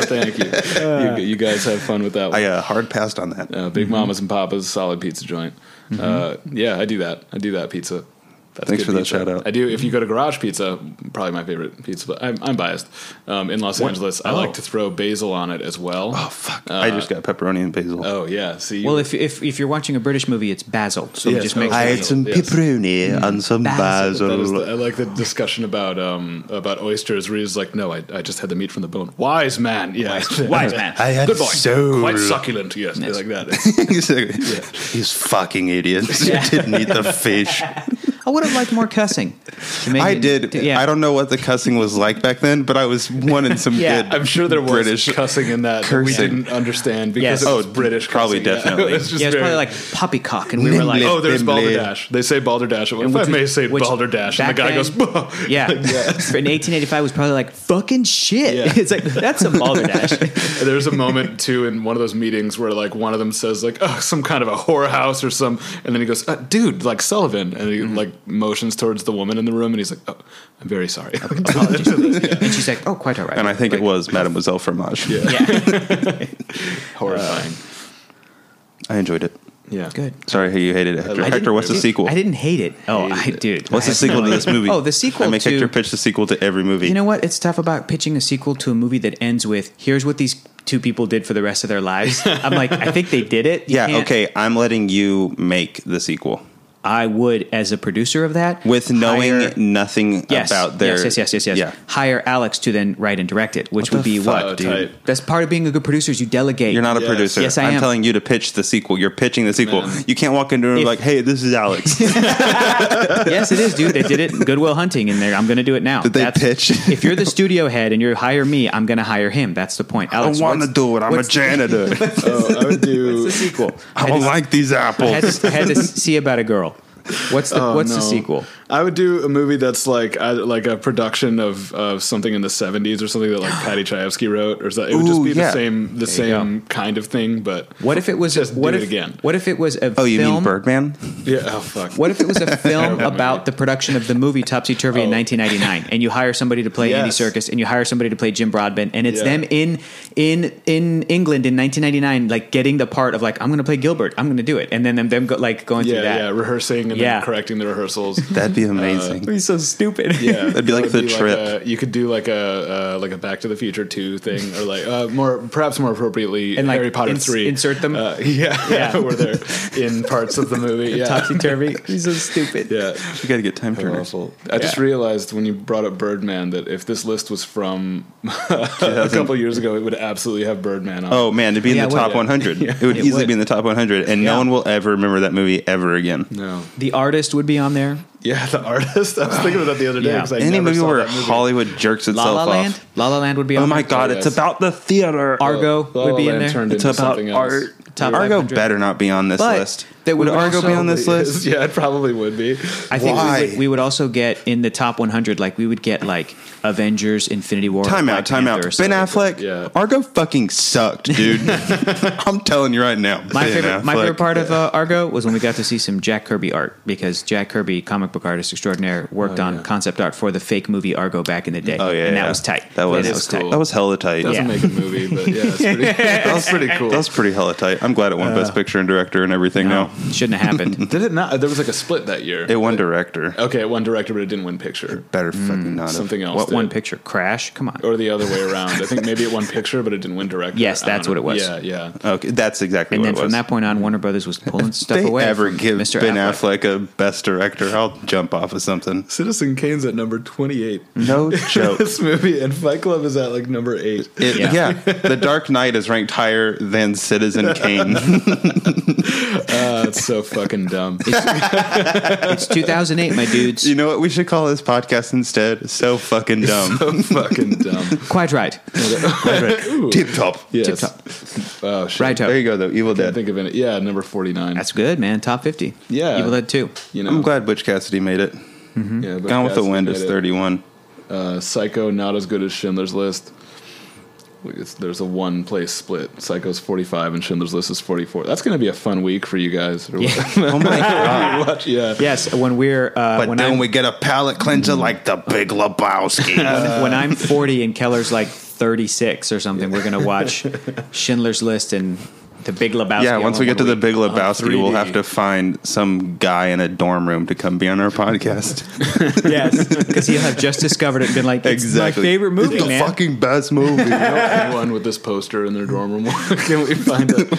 Speaker 2: thank you. you. You guys have fun with that one.
Speaker 3: I got Mm-hmm. a hard passed on that.
Speaker 2: uh, Big Mamas and Papas, solid pizza joint. Uh, yeah, I do that. I do that pizza. That's
Speaker 3: Mm-hmm. Thanks
Speaker 2: good
Speaker 3: for that
Speaker 2: pizza.
Speaker 3: shout out.
Speaker 2: I do. If you go to Garage Pizza, probably my favorite pizza. But I'm, I'm biased. Um, in Los Angeles, I
Speaker 1: Oh.
Speaker 2: like to throw basil on it as well. Oh
Speaker 3: Fuck.
Speaker 6: I just got pepperoni and basil.
Speaker 2: yeah. See,
Speaker 1: Well, if, if if you're watching a British movie, it's Basil. So we
Speaker 2: Yes,
Speaker 1: just make
Speaker 3: I
Speaker 2: Basil, [laughs]
Speaker 3: had some
Speaker 2: yes.
Speaker 3: pepperoni and some
Speaker 1: Basil.
Speaker 3: basil.
Speaker 2: That is the, I like the discussion about um, about oysters. Where he's like, "No, I, I just had the meat from the bone." Wise man, yeah,
Speaker 1: wise
Speaker 2: [laughs]
Speaker 1: man.
Speaker 3: I had
Speaker 2: Good boy.
Speaker 3: so
Speaker 2: Quite succulent, yes,
Speaker 1: Yes.
Speaker 2: like
Speaker 6: [laughs]
Speaker 2: that. [laughs] It's-
Speaker 3: He's like, These fucking idiots. You didn't eat the fish.
Speaker 1: I would have liked more cussing. to make
Speaker 3: I
Speaker 1: it-
Speaker 3: did.
Speaker 1: yeah.
Speaker 3: I don't know what the cussing was like back then, but I was wanting
Speaker 1: [laughs]
Speaker 3: some
Speaker 1: Yeah.
Speaker 3: good.
Speaker 2: I'm sure there was
Speaker 3: British
Speaker 2: cussing in that that
Speaker 3: cursing.
Speaker 2: we didn't understand
Speaker 1: Yes.
Speaker 2: because it was
Speaker 6: Oh,
Speaker 2: British.
Speaker 6: probably
Speaker 2: cussing, yeah. [laughs]
Speaker 6: definitely.
Speaker 2: It was just
Speaker 1: Yeah, it's
Speaker 2: very-
Speaker 1: probably like poppycock, and we were like,
Speaker 3: Nimbly.
Speaker 2: Oh, there's
Speaker 3: Bimbley.
Speaker 2: Balderdash. They say Balderdash. If I
Speaker 1: which-
Speaker 2: may say
Speaker 1: which
Speaker 2: Balderdash, and the
Speaker 1: back
Speaker 2: guy
Speaker 1: then-
Speaker 2: goes, [laughs] "Bah."
Speaker 6: [laughs]
Speaker 1: Yeah. For- [laughs] In 1885 was probably like fucking shit.
Speaker 2: Yeah.
Speaker 1: [laughs] It's like that's a
Speaker 6: [laughs]
Speaker 1: balderdash.
Speaker 2: [laughs] There's a moment too in one of those meetings where like one of them says like, "Oh, some kind of a whorehouse or some," and then he goes, uh, "Dude, like Sullivan," and he
Speaker 1: Mm-hmm.
Speaker 2: like motions towards the woman in the room, and he's like, "Oh, I'm very
Speaker 1: [laughs]
Speaker 2: sorry."
Speaker 1: Apologies. [laughs] And she's like, oh, quite all right.
Speaker 6: and I think
Speaker 1: Like,
Speaker 6: it was Mademoiselle Fromage.
Speaker 2: Yeah.
Speaker 1: Yeah,
Speaker 2: [laughs] Horrifying.
Speaker 6: [laughs] I enjoyed it.
Speaker 2: yeah.
Speaker 1: Uh, good.
Speaker 6: Sorry, how you hated it, Hector.
Speaker 1: I
Speaker 6: Hector,
Speaker 1: didn't-
Speaker 6: what's the
Speaker 1: dude,
Speaker 6: sequel?
Speaker 1: I didn't hate it. Oh, I,
Speaker 2: Hated it.
Speaker 1: dude.
Speaker 6: What's the
Speaker 1: I have
Speaker 6: sequel
Speaker 1: no
Speaker 6: to this
Speaker 1: idea.
Speaker 6: movie?
Speaker 1: [laughs] Oh, the sequel
Speaker 6: I make
Speaker 1: to-
Speaker 6: Hector pitch the sequel to every movie.
Speaker 1: You know what? It's tough about pitching a sequel to a movie that ends with here's what these two people did for the rest of their
Speaker 6: [laughs]
Speaker 1: lives. I'm like, I think they did it. You
Speaker 6: yeah,
Speaker 1: can't-
Speaker 6: okay. I'm letting you make the sequel
Speaker 1: I would, as a producer of that,
Speaker 6: with knowing
Speaker 1: hire-
Speaker 6: nothing
Speaker 1: yes,
Speaker 6: about their.
Speaker 1: yes, yes, yes, yes, yes.
Speaker 6: Yeah,
Speaker 1: Hire Alex to then write and direct it, which
Speaker 6: What
Speaker 1: would
Speaker 6: the
Speaker 1: be
Speaker 6: fuck,
Speaker 1: what.
Speaker 6: dude?
Speaker 2: Type.
Speaker 1: That's part of being a good producer is you delegate.
Speaker 6: You're not a
Speaker 2: Yes.
Speaker 6: producer.
Speaker 1: Yes, I
Speaker 6: am
Speaker 1: am.
Speaker 6: telling you to pitch the sequel. You're pitching the sequel.
Speaker 2: Man.
Speaker 6: You can't walk into a room
Speaker 1: If-
Speaker 6: like, "Hey, this is
Speaker 1: [laughs]
Speaker 6: Alex."
Speaker 1: yes, it is, dude. They did it in Goodwill Hunting, and they're, I'm going to do it now. Did
Speaker 3: they pitch?
Speaker 1: if you're the
Speaker 3: [laughs]
Speaker 1: studio head and you hire me, I'm going to hire him. That's the point.
Speaker 3: I
Speaker 1: Alex,
Speaker 3: want to
Speaker 1: what's-
Speaker 3: do it. I'm a
Speaker 1: what's-
Speaker 3: janitor.
Speaker 1: [laughs]
Speaker 2: Oh, I would
Speaker 1: What's
Speaker 2: do.
Speaker 1: the sequel?
Speaker 3: I don't like these
Speaker 1: I had,
Speaker 3: apples.
Speaker 1: to, I had to see about a girl. What's the What's the
Speaker 2: Oh, no.
Speaker 1: sequel?
Speaker 2: I would do a movie that's like I, like a production of, of something in the '70s or something that
Speaker 1: [gasps]
Speaker 2: like Patty Chayefsky wrote, or something. It would just
Speaker 3: Ooh,
Speaker 2: be
Speaker 3: yeah.
Speaker 2: the same the same kind of thing, but
Speaker 1: What if it was
Speaker 2: Just
Speaker 1: what
Speaker 2: do
Speaker 1: if,
Speaker 2: it again.
Speaker 1: What if it was a
Speaker 6: oh, you
Speaker 1: film?
Speaker 6: mean Birdman?
Speaker 2: yeah. Oh fuck.
Speaker 1: What if it
Speaker 2: [laughs]
Speaker 1: was a film
Speaker 2: Terrible
Speaker 1: about
Speaker 2: movie.
Speaker 1: the production of the movie Topsy Turvy in
Speaker 2: Oh.
Speaker 1: 1999, and you hire somebody to play Andy
Speaker 2: Yes.
Speaker 1: Circus, and you hire somebody to play Jim Broadbent, and it's
Speaker 2: Yeah.
Speaker 1: them in in in England in 1999, like getting the part of like I'm going to play Gilbert, I'm going to do it, and then them, them go, like going
Speaker 2: Yeah,
Speaker 1: through that.
Speaker 2: yeah. Rehearsing and
Speaker 1: Yeah.
Speaker 2: then correcting the
Speaker 1: [laughs]
Speaker 2: rehearsals.
Speaker 6: That'd be amazing.
Speaker 1: It'd be so stupid.
Speaker 6: [laughs]
Speaker 2: Yeah,
Speaker 6: That'd be like
Speaker 2: It would
Speaker 6: the trip.
Speaker 2: a- you could do like a uh, like a Back to the Future two thing, or like uh, more perhaps more appropriately
Speaker 1: And, like,
Speaker 2: Harry Potter
Speaker 1: ins-
Speaker 2: three.
Speaker 1: insert them?
Speaker 2: Uh, [laughs] yeah,
Speaker 1: Yeah.
Speaker 2: yeah. where they're in parts of the movie.
Speaker 1: [laughs]
Speaker 2: Yeah,
Speaker 1: Topsy Turvy. He's so stupid.
Speaker 2: yeah.
Speaker 6: We got to get time turners.
Speaker 2: I just realized when you brought up Birdman that if this list was from [laughs] a couple years ago, it would absolutely have Birdman on.
Speaker 6: Oh man, it'd be in
Speaker 1: [laughs] Yeah,
Speaker 6: the
Speaker 1: it would.
Speaker 6: top 100. It would
Speaker 1: It
Speaker 6: easily
Speaker 1: would.
Speaker 6: be in the top 100, and
Speaker 1: Yeah.
Speaker 6: no one will ever remember that movie ever again.
Speaker 2: no!
Speaker 1: The artist would be on there.
Speaker 2: Yeah, the artist. [laughs] I was thinking about that the other day
Speaker 1: Yeah.
Speaker 2: because I
Speaker 6: Any
Speaker 2: never
Speaker 6: movie
Speaker 2: saw
Speaker 6: where
Speaker 2: that movie.
Speaker 6: Hollywood jerks
Speaker 1: La
Speaker 6: itself
Speaker 1: La Land.
Speaker 6: off.
Speaker 1: La La Land would be on.
Speaker 6: Oh my
Speaker 1: there.
Speaker 6: god, it's
Speaker 2: yes.
Speaker 6: about the theater.
Speaker 1: Argo
Speaker 2: La La
Speaker 1: would be in
Speaker 2: Oh, Land
Speaker 1: there.
Speaker 2: turned
Speaker 6: it's
Speaker 2: into
Speaker 6: about
Speaker 2: something else.
Speaker 6: art.
Speaker 1: Top
Speaker 6: Argo
Speaker 1: 500.
Speaker 6: better not be on this
Speaker 1: But
Speaker 6: list.
Speaker 1: that
Speaker 6: would
Speaker 1: would
Speaker 6: Argo be
Speaker 1: also-
Speaker 6: on this
Speaker 2: Yes,
Speaker 6: list?
Speaker 2: Yeah, it [laughs] probably would be.
Speaker 1: I think
Speaker 3: Why?
Speaker 1: we would, we would also get in the top 100. Like we would get like Avengers, Infinity War,
Speaker 6: Time
Speaker 1: Black
Speaker 6: out, time out.
Speaker 1: Panther or
Speaker 6: Ben
Speaker 1: something.
Speaker 6: Affleck,
Speaker 2: Yeah.
Speaker 6: Argo fucking sucked,
Speaker 3: Dude, I'm telling you right now.
Speaker 1: My
Speaker 3: Ben
Speaker 1: favorite, my
Speaker 3: Affleck.
Speaker 1: favorite part of uh, Argo was when we got to see some Jack Kirby art because Jack Kirby, comic book artist extraordinaire, worked on
Speaker 2: yeah.
Speaker 1: concept art for the fake movie Argo back in the day.
Speaker 6: Oh yeah,
Speaker 1: and that
Speaker 6: yeah.
Speaker 1: was tight.
Speaker 6: That was
Speaker 1: that was
Speaker 2: cool.
Speaker 1: tight.
Speaker 6: That was hella tight.
Speaker 2: Doesn't
Speaker 1: Yeah.
Speaker 2: make a movie, but yeah, it's pretty, that's pretty cool.
Speaker 6: That was pretty hella tight. I'm glad it won Best Picture and Director and everything. now
Speaker 1: Um, Shouldn't have
Speaker 2: [laughs]
Speaker 1: happened.
Speaker 2: Did it not? There was like a split that year.
Speaker 3: It won director.
Speaker 2: okay, it won director, but it didn't win picture.
Speaker 7: Better
Speaker 1: Mm,
Speaker 7: fucking not. have.
Speaker 2: Something else.
Speaker 1: what one
Speaker 2: did.
Speaker 1: picture? Crash? Come on.
Speaker 2: Or the other way around. I think maybe it won picture, but it didn't win director.
Speaker 1: Yes,
Speaker 2: I don't
Speaker 1: that's what
Speaker 2: know.
Speaker 1: it was.
Speaker 2: Yeah, yeah.
Speaker 3: Okay, that's exactly
Speaker 1: and
Speaker 3: what
Speaker 1: then
Speaker 3: it was.
Speaker 1: from that point on, Warner Brothers was pulling stuff
Speaker 7: they
Speaker 1: away.
Speaker 7: ever
Speaker 1: from
Speaker 7: give
Speaker 1: Mr.
Speaker 3: Ben
Speaker 1: Affleck.
Speaker 3: Affleck. a best director, I'll jump off of something.
Speaker 2: Citizen Kane's at number twenty-eight.
Speaker 1: [laughs]
Speaker 2: [laughs]
Speaker 7: No joke.
Speaker 2: this movie and Fight Club is at like number eight.
Speaker 3: It-
Speaker 1: Yeah.
Speaker 3: yeah.
Speaker 1: [laughs]
Speaker 3: The Dark Knight is ranked higher than Citizen
Speaker 1: [laughs]
Speaker 3: Kane. [laughs]
Speaker 2: Uh, it's so fucking dumb.
Speaker 1: It's 2008, my dudes.
Speaker 3: you know what we should call this podcast instead? So fucking dumb.
Speaker 2: so fucking dumb.
Speaker 1: Quite right.
Speaker 3: Tip top.
Speaker 2: Yes.
Speaker 1: Tip-top.
Speaker 2: Oh shit.
Speaker 1: Right up.
Speaker 3: There you go, though. Evil
Speaker 2: Can't
Speaker 3: Dead.
Speaker 2: think of it. Yeah, number forty-nine.
Speaker 1: That's good, man. Top 50.
Speaker 2: Yeah.
Speaker 1: Evil Dead 2.
Speaker 2: you know.
Speaker 3: I'm glad Butch Cassidy made it.
Speaker 2: Yeah, but
Speaker 3: Gone with the
Speaker 2: Cassidy
Speaker 3: Wind
Speaker 2: made
Speaker 3: is
Speaker 1: [laughs]
Speaker 2: it.
Speaker 3: 31.
Speaker 2: Uh, Psycho not as good as Schindler's List. It's, there's a one place split. Psycho's 45 and Schindler's List is 44. That's going to be a fun week for you guys. [laughs] Or whatever
Speaker 3: Oh my god.
Speaker 1: Ah.
Speaker 2: you watch. Yeah.
Speaker 1: Yes, when we're. Uh,
Speaker 7: But
Speaker 1: when Mm.
Speaker 7: then
Speaker 1: I'm,
Speaker 7: we get a palate cleanser like the Big
Speaker 1: [laughs]
Speaker 7: Lebowski.
Speaker 1: when
Speaker 3: Uh,
Speaker 1: I'm
Speaker 3: [laughs]
Speaker 1: 40 and Keller's like 36 or something, we're going to watch
Speaker 3: [laughs]
Speaker 1: Schindler's List and The Big Lebowski.
Speaker 3: Yeah,
Speaker 1: all
Speaker 3: once
Speaker 1: in
Speaker 3: we get to
Speaker 1: one
Speaker 3: the
Speaker 1: week.
Speaker 3: Big Lebowski,
Speaker 2: 3D.
Speaker 3: we'll have to find some guy in a dorm room to come be on our
Speaker 1: [laughs]
Speaker 3: podcast. [laughs]
Speaker 1: Yes, because he'll have just discovered it and been like, it's
Speaker 3: exactly.
Speaker 1: my favorite movie,
Speaker 3: It's the
Speaker 1: man.
Speaker 3: fucking best
Speaker 1: [laughs]
Speaker 3: movie.
Speaker 2: Anyone with this poster in their dorm room. Can we find [laughs] it?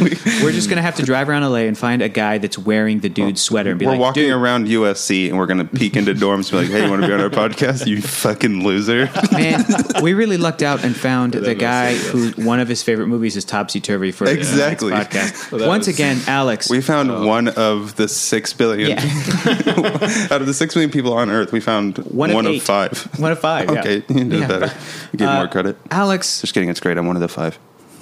Speaker 1: We're just going to have to drive around LA and find a guy that's wearing the dude's sweater and be
Speaker 3: we're
Speaker 1: like,
Speaker 3: walking
Speaker 1: dude,
Speaker 3: around USC and we're gonna peek into dorms and be like, "Hey, you want to be on our podcast? You fucking loser!" [laughs]
Speaker 1: man, we really lucked out and
Speaker 2: [laughs]
Speaker 1: found the
Speaker 2: makes
Speaker 1: guy who
Speaker 2: sense.
Speaker 1: one of his favorite movies is Topsy Turvy for
Speaker 3: Exactly.
Speaker 1: the next
Speaker 3: [laughs]
Speaker 1: podcast.
Speaker 2: Well, that
Speaker 1: Once
Speaker 2: was-
Speaker 1: again, Alex.
Speaker 3: We found one of the six billion
Speaker 1: Uh, yeah,
Speaker 3: [laughs] out of the six million people on Earth. We found
Speaker 1: one
Speaker 3: one,
Speaker 1: of,
Speaker 3: of
Speaker 1: eight.
Speaker 3: five.
Speaker 1: [laughs] One of five. yeah.
Speaker 3: Okay, [laughs] you did
Speaker 1: Yeah.
Speaker 3: better. You gave
Speaker 1: Uh,
Speaker 3: more credit.
Speaker 1: Alex,
Speaker 3: Just kidding. It's great. I'm one of the five.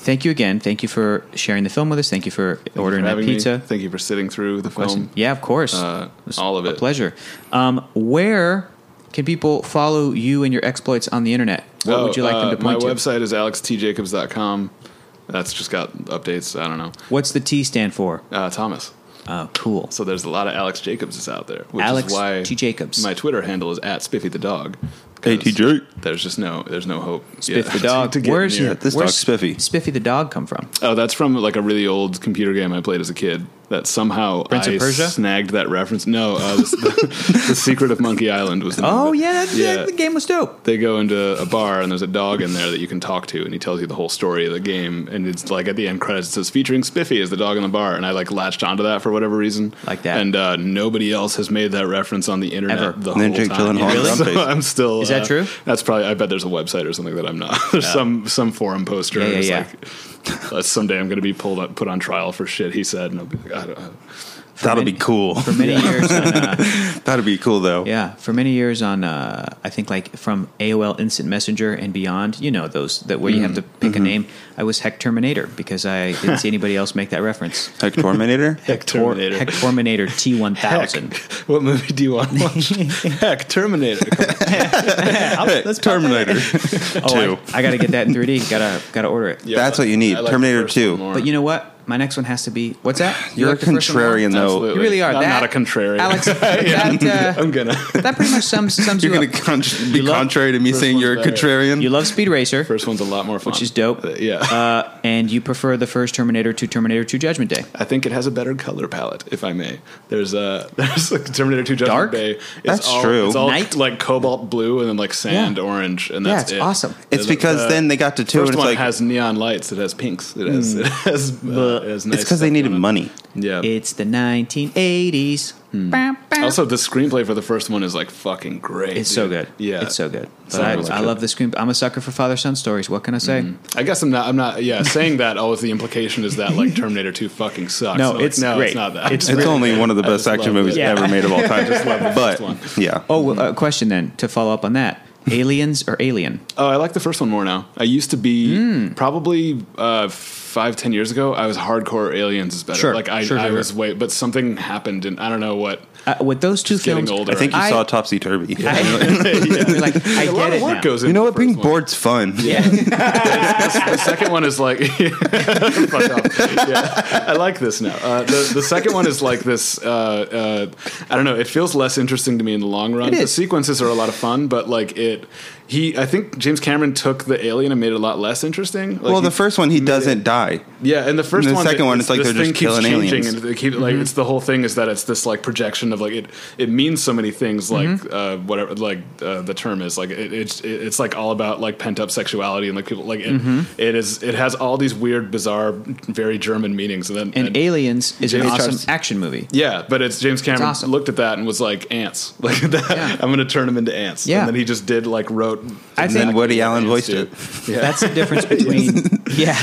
Speaker 1: thank you again. Thank you for sharing the film with us. Thank you for ordering
Speaker 2: For
Speaker 1: that
Speaker 2: having me.
Speaker 1: pizza.
Speaker 2: Thank you for sitting through the film.
Speaker 1: Um, Yeah, of course.
Speaker 2: Uh,
Speaker 1: was
Speaker 2: all of
Speaker 1: a
Speaker 2: it.
Speaker 1: pleasure. Um, where can people follow you and your exploits on the internet? What would you like
Speaker 2: Oh,
Speaker 1: them
Speaker 2: uh,
Speaker 1: to point
Speaker 2: My
Speaker 1: to?
Speaker 2: website is alextjacobs.com. That's just got updates. I don't know.
Speaker 1: What's the T stand for?
Speaker 2: Uh, Thomas.
Speaker 1: Oh, cool.
Speaker 2: So there's a lot of Alex Jacobs out there, which
Speaker 1: Alex
Speaker 2: is why
Speaker 1: T. Jacobs.
Speaker 2: My Twitter handle is at Spiffy the dog. 'cause
Speaker 3: ATJ.
Speaker 2: There's just no, there's no hope.
Speaker 1: Spiff
Speaker 2: Yeah.
Speaker 1: the dog.
Speaker 2: [laughs] to get
Speaker 1: Where's
Speaker 2: near.
Speaker 3: This
Speaker 1: where's
Speaker 3: dog's spiffy.
Speaker 1: Spiffy the dog come from?
Speaker 2: Oh, that's from like a really old computer game I played as a kid. That somehow
Speaker 1: Prince of
Speaker 2: I
Speaker 1: Persia?
Speaker 2: snagged that reference. No, uh,
Speaker 1: [laughs]
Speaker 2: this- [laughs] the, the Secret of Monkey Island was. The
Speaker 1: Oh
Speaker 2: name of it.
Speaker 1: yeah, that, yeah. the game was dope.
Speaker 2: They go into a bar and there's a dog in there that you can talk to, and he tells you the whole story of the game. And it's like at the end credits, it says featuring Spiffy as the dog in the bar, and I like latched onto that for whatever reason.
Speaker 1: Like that.
Speaker 2: And uh, nobody else has made that reference on the internet
Speaker 1: Ever.
Speaker 2: the
Speaker 3: And then
Speaker 2: whole
Speaker 3: Jake
Speaker 2: time.
Speaker 3: Gyllenhaal and
Speaker 2: So
Speaker 3: Grumpy.
Speaker 2: I'm still.
Speaker 1: Is that
Speaker 2: uh,
Speaker 1: true?
Speaker 2: That's probably. I bet there's a website or something that I'm not. There's some some forum poster.
Speaker 1: Yeah, yeah,
Speaker 2: who's
Speaker 1: yeah.
Speaker 2: Like, uh, someday I'm going to be pulled up, put on trial for shit he said, and I'll be like, I don't. know.
Speaker 3: That'll be
Speaker 1: [laughs]
Speaker 3: cool.
Speaker 1: For many years, on, [laughs] uh,
Speaker 3: [laughs] That'll be cool though.
Speaker 1: yeah, for many years on, uh, I think like from AOL Instant Messenger and beyond. You know those that where you have to pick a name. I was Heck Terminator because I didn't [laughs] see anybody else make that reference.
Speaker 3: Like Terminator.
Speaker 2: Heck Terminator.
Speaker 1: Heck [laughs] Terminator T one
Speaker 2: Heck.
Speaker 1: thousand.
Speaker 2: What movie do you want
Speaker 1: [laughs]
Speaker 2: to watch? Heck, Terminator.
Speaker 1: Let's pop that in.
Speaker 3: Terminator.
Speaker 1: Oh,
Speaker 3: Two.
Speaker 1: I, I gotta get that in 3D. [laughs] Gotta gotta order it.
Speaker 2: Yeah,
Speaker 3: That's what you need.
Speaker 2: I like the
Speaker 3: Terminator
Speaker 2: first one
Speaker 3: 2.
Speaker 2: more.
Speaker 1: But you know what? My next one has to be what's that? You
Speaker 3: You're a
Speaker 1: like the first one more?
Speaker 3: contrarian though.
Speaker 2: Absolutely.
Speaker 1: You really are.
Speaker 2: I'm
Speaker 1: That-
Speaker 2: not a
Speaker 1: [laughs]
Speaker 2: contrarian. [laughs]
Speaker 1: Alex. That, uh,
Speaker 2: I'm
Speaker 3: [laughs]
Speaker 2: gonna.
Speaker 1: that pretty much sums sums
Speaker 3: [laughs] You're
Speaker 1: you
Speaker 3: gonna
Speaker 1: up.
Speaker 3: con- be
Speaker 1: love-
Speaker 3: contrary to me
Speaker 2: First
Speaker 3: saying
Speaker 2: one's
Speaker 3: you're a
Speaker 2: better.
Speaker 3: contrarian.
Speaker 1: You love Speed Racer,
Speaker 2: First one's a lot more fun,
Speaker 1: which is dope.
Speaker 2: Uh, Yeah,
Speaker 1: Uh, and you prefer the first Terminator to Terminator 2 Judgment Day.
Speaker 2: I think it has a better color palette, if I may. There's a [laughs] there's like Terminator Two Judgment
Speaker 1: Dark?
Speaker 2: Day. It's
Speaker 3: That's
Speaker 2: all,
Speaker 3: true.
Speaker 2: It's all
Speaker 1: Night?
Speaker 2: like cobalt blue and then like sand
Speaker 1: Yeah.
Speaker 2: orange, and
Speaker 1: Yeah,
Speaker 2: that's
Speaker 1: it's
Speaker 2: it.
Speaker 1: awesome.
Speaker 3: it's
Speaker 2: The-
Speaker 3: because
Speaker 2: the
Speaker 3: then they got to two and
Speaker 2: First
Speaker 3: it's
Speaker 2: one
Speaker 3: like
Speaker 2: has neon lights. It has pinks. It
Speaker 1: Mm.
Speaker 2: has. [laughs] It has. Uh, it has nice
Speaker 3: it's because they
Speaker 2: stuff
Speaker 3: needed
Speaker 2: on it.
Speaker 3: money.
Speaker 2: Yeah.
Speaker 1: It's the 1980s.
Speaker 2: Hmm.
Speaker 1: Bam, bam.
Speaker 2: also, the screenplay for the first one is like fucking great.
Speaker 1: it's so good.
Speaker 2: dude. Yeah,
Speaker 1: it's so good. But
Speaker 2: So
Speaker 1: I,
Speaker 2: much
Speaker 1: I
Speaker 2: good. Mm-hmm.
Speaker 1: love the screen. I'm a sucker for father son stories. What can I say?
Speaker 2: I guess I'm not. I'm not. Yeah, saying that always the implication is that like Terminator Two fucking sucks.
Speaker 1: No,
Speaker 2: And I'm like,
Speaker 1: it's
Speaker 2: no,
Speaker 1: great.
Speaker 2: it's not that.
Speaker 1: It's
Speaker 3: It's
Speaker 1: really
Speaker 3: only one of the
Speaker 2: I
Speaker 3: best
Speaker 2: just
Speaker 3: action
Speaker 2: love
Speaker 3: movies
Speaker 2: it.
Speaker 1: Yeah.
Speaker 3: ever made of all time. but
Speaker 2: one.
Speaker 3: yeah,
Speaker 1: Oh, well,
Speaker 2: Mm-hmm.
Speaker 1: a question then to follow up on that: Aliens or Alien?
Speaker 2: [laughs] Oh, I like the first one more now. I used to be
Speaker 1: Hmm.
Speaker 2: probably uh, five, ten years ago. I was hardcore aliens is better.
Speaker 1: Sure,
Speaker 2: Like I,
Speaker 1: sure,
Speaker 2: I
Speaker 1: sure,
Speaker 2: was
Speaker 1: sure.
Speaker 2: way, but something happened, and I don't know what.
Speaker 1: Uh, with those two
Speaker 2: getting
Speaker 1: films,
Speaker 2: older.
Speaker 3: I think you
Speaker 1: I-
Speaker 3: saw Topsy
Speaker 1: I,
Speaker 3: Turvy.
Speaker 1: you're [laughs] like, I
Speaker 2: A
Speaker 1: get
Speaker 2: lot
Speaker 1: it
Speaker 2: of work
Speaker 1: now.
Speaker 2: goes in.
Speaker 3: You know
Speaker 2: the
Speaker 3: what? Being
Speaker 2: first one.
Speaker 3: bored's fun.
Speaker 1: Yeah,
Speaker 2: [laughs] The second one is like, Fuck off. Yeah, I like this now. Uh, the the second one is like this. Uh, uh, I don't know. It feels less interesting to me in the long run.
Speaker 1: It
Speaker 2: The
Speaker 1: is.
Speaker 2: sequences are a lot of fun, but like it. he, I think James Cameron took the alien and made it a lot less interesting. Like,
Speaker 3: well,
Speaker 2: he-
Speaker 3: the first one, he doesn't die.
Speaker 2: yeah, and the first
Speaker 3: and the
Speaker 2: one,
Speaker 3: second one, it's like
Speaker 2: this
Speaker 3: they're
Speaker 2: thing
Speaker 3: just
Speaker 2: keeps
Speaker 3: killing
Speaker 2: changing
Speaker 3: aliens.
Speaker 2: and they keep like
Speaker 1: Mm-hmm.
Speaker 2: it's the whole thing is that it's this like projection of like it it means so many things like
Speaker 1: Mm-hmm.
Speaker 2: uh, whatever like uh, the term is like it, it's it, it's like all about like pent up sexuality and like people like it,
Speaker 3: Mm-hmm.
Speaker 2: it is it has all these weird bizarre very German meanings and then
Speaker 1: And,
Speaker 2: [laughs]
Speaker 1: Aliens is an
Speaker 2: James
Speaker 1: awesome
Speaker 2: Charles-
Speaker 1: action movie.
Speaker 2: Yeah, but it's James Cameron
Speaker 1: awesome.
Speaker 2: looked at that and was like ants. [laughs] Like that,
Speaker 1: Yeah.
Speaker 2: I'm going to turn them into ants.
Speaker 1: Yeah.
Speaker 2: and then he just did like wrote.
Speaker 1: I
Speaker 2: exactly
Speaker 1: think-
Speaker 3: And Woody
Speaker 2: what
Speaker 3: Allen
Speaker 2: ants
Speaker 3: voiced
Speaker 2: do.
Speaker 3: it.
Speaker 2: Yeah,
Speaker 1: That's the
Speaker 2: [laughs]
Speaker 1: difference between yeah.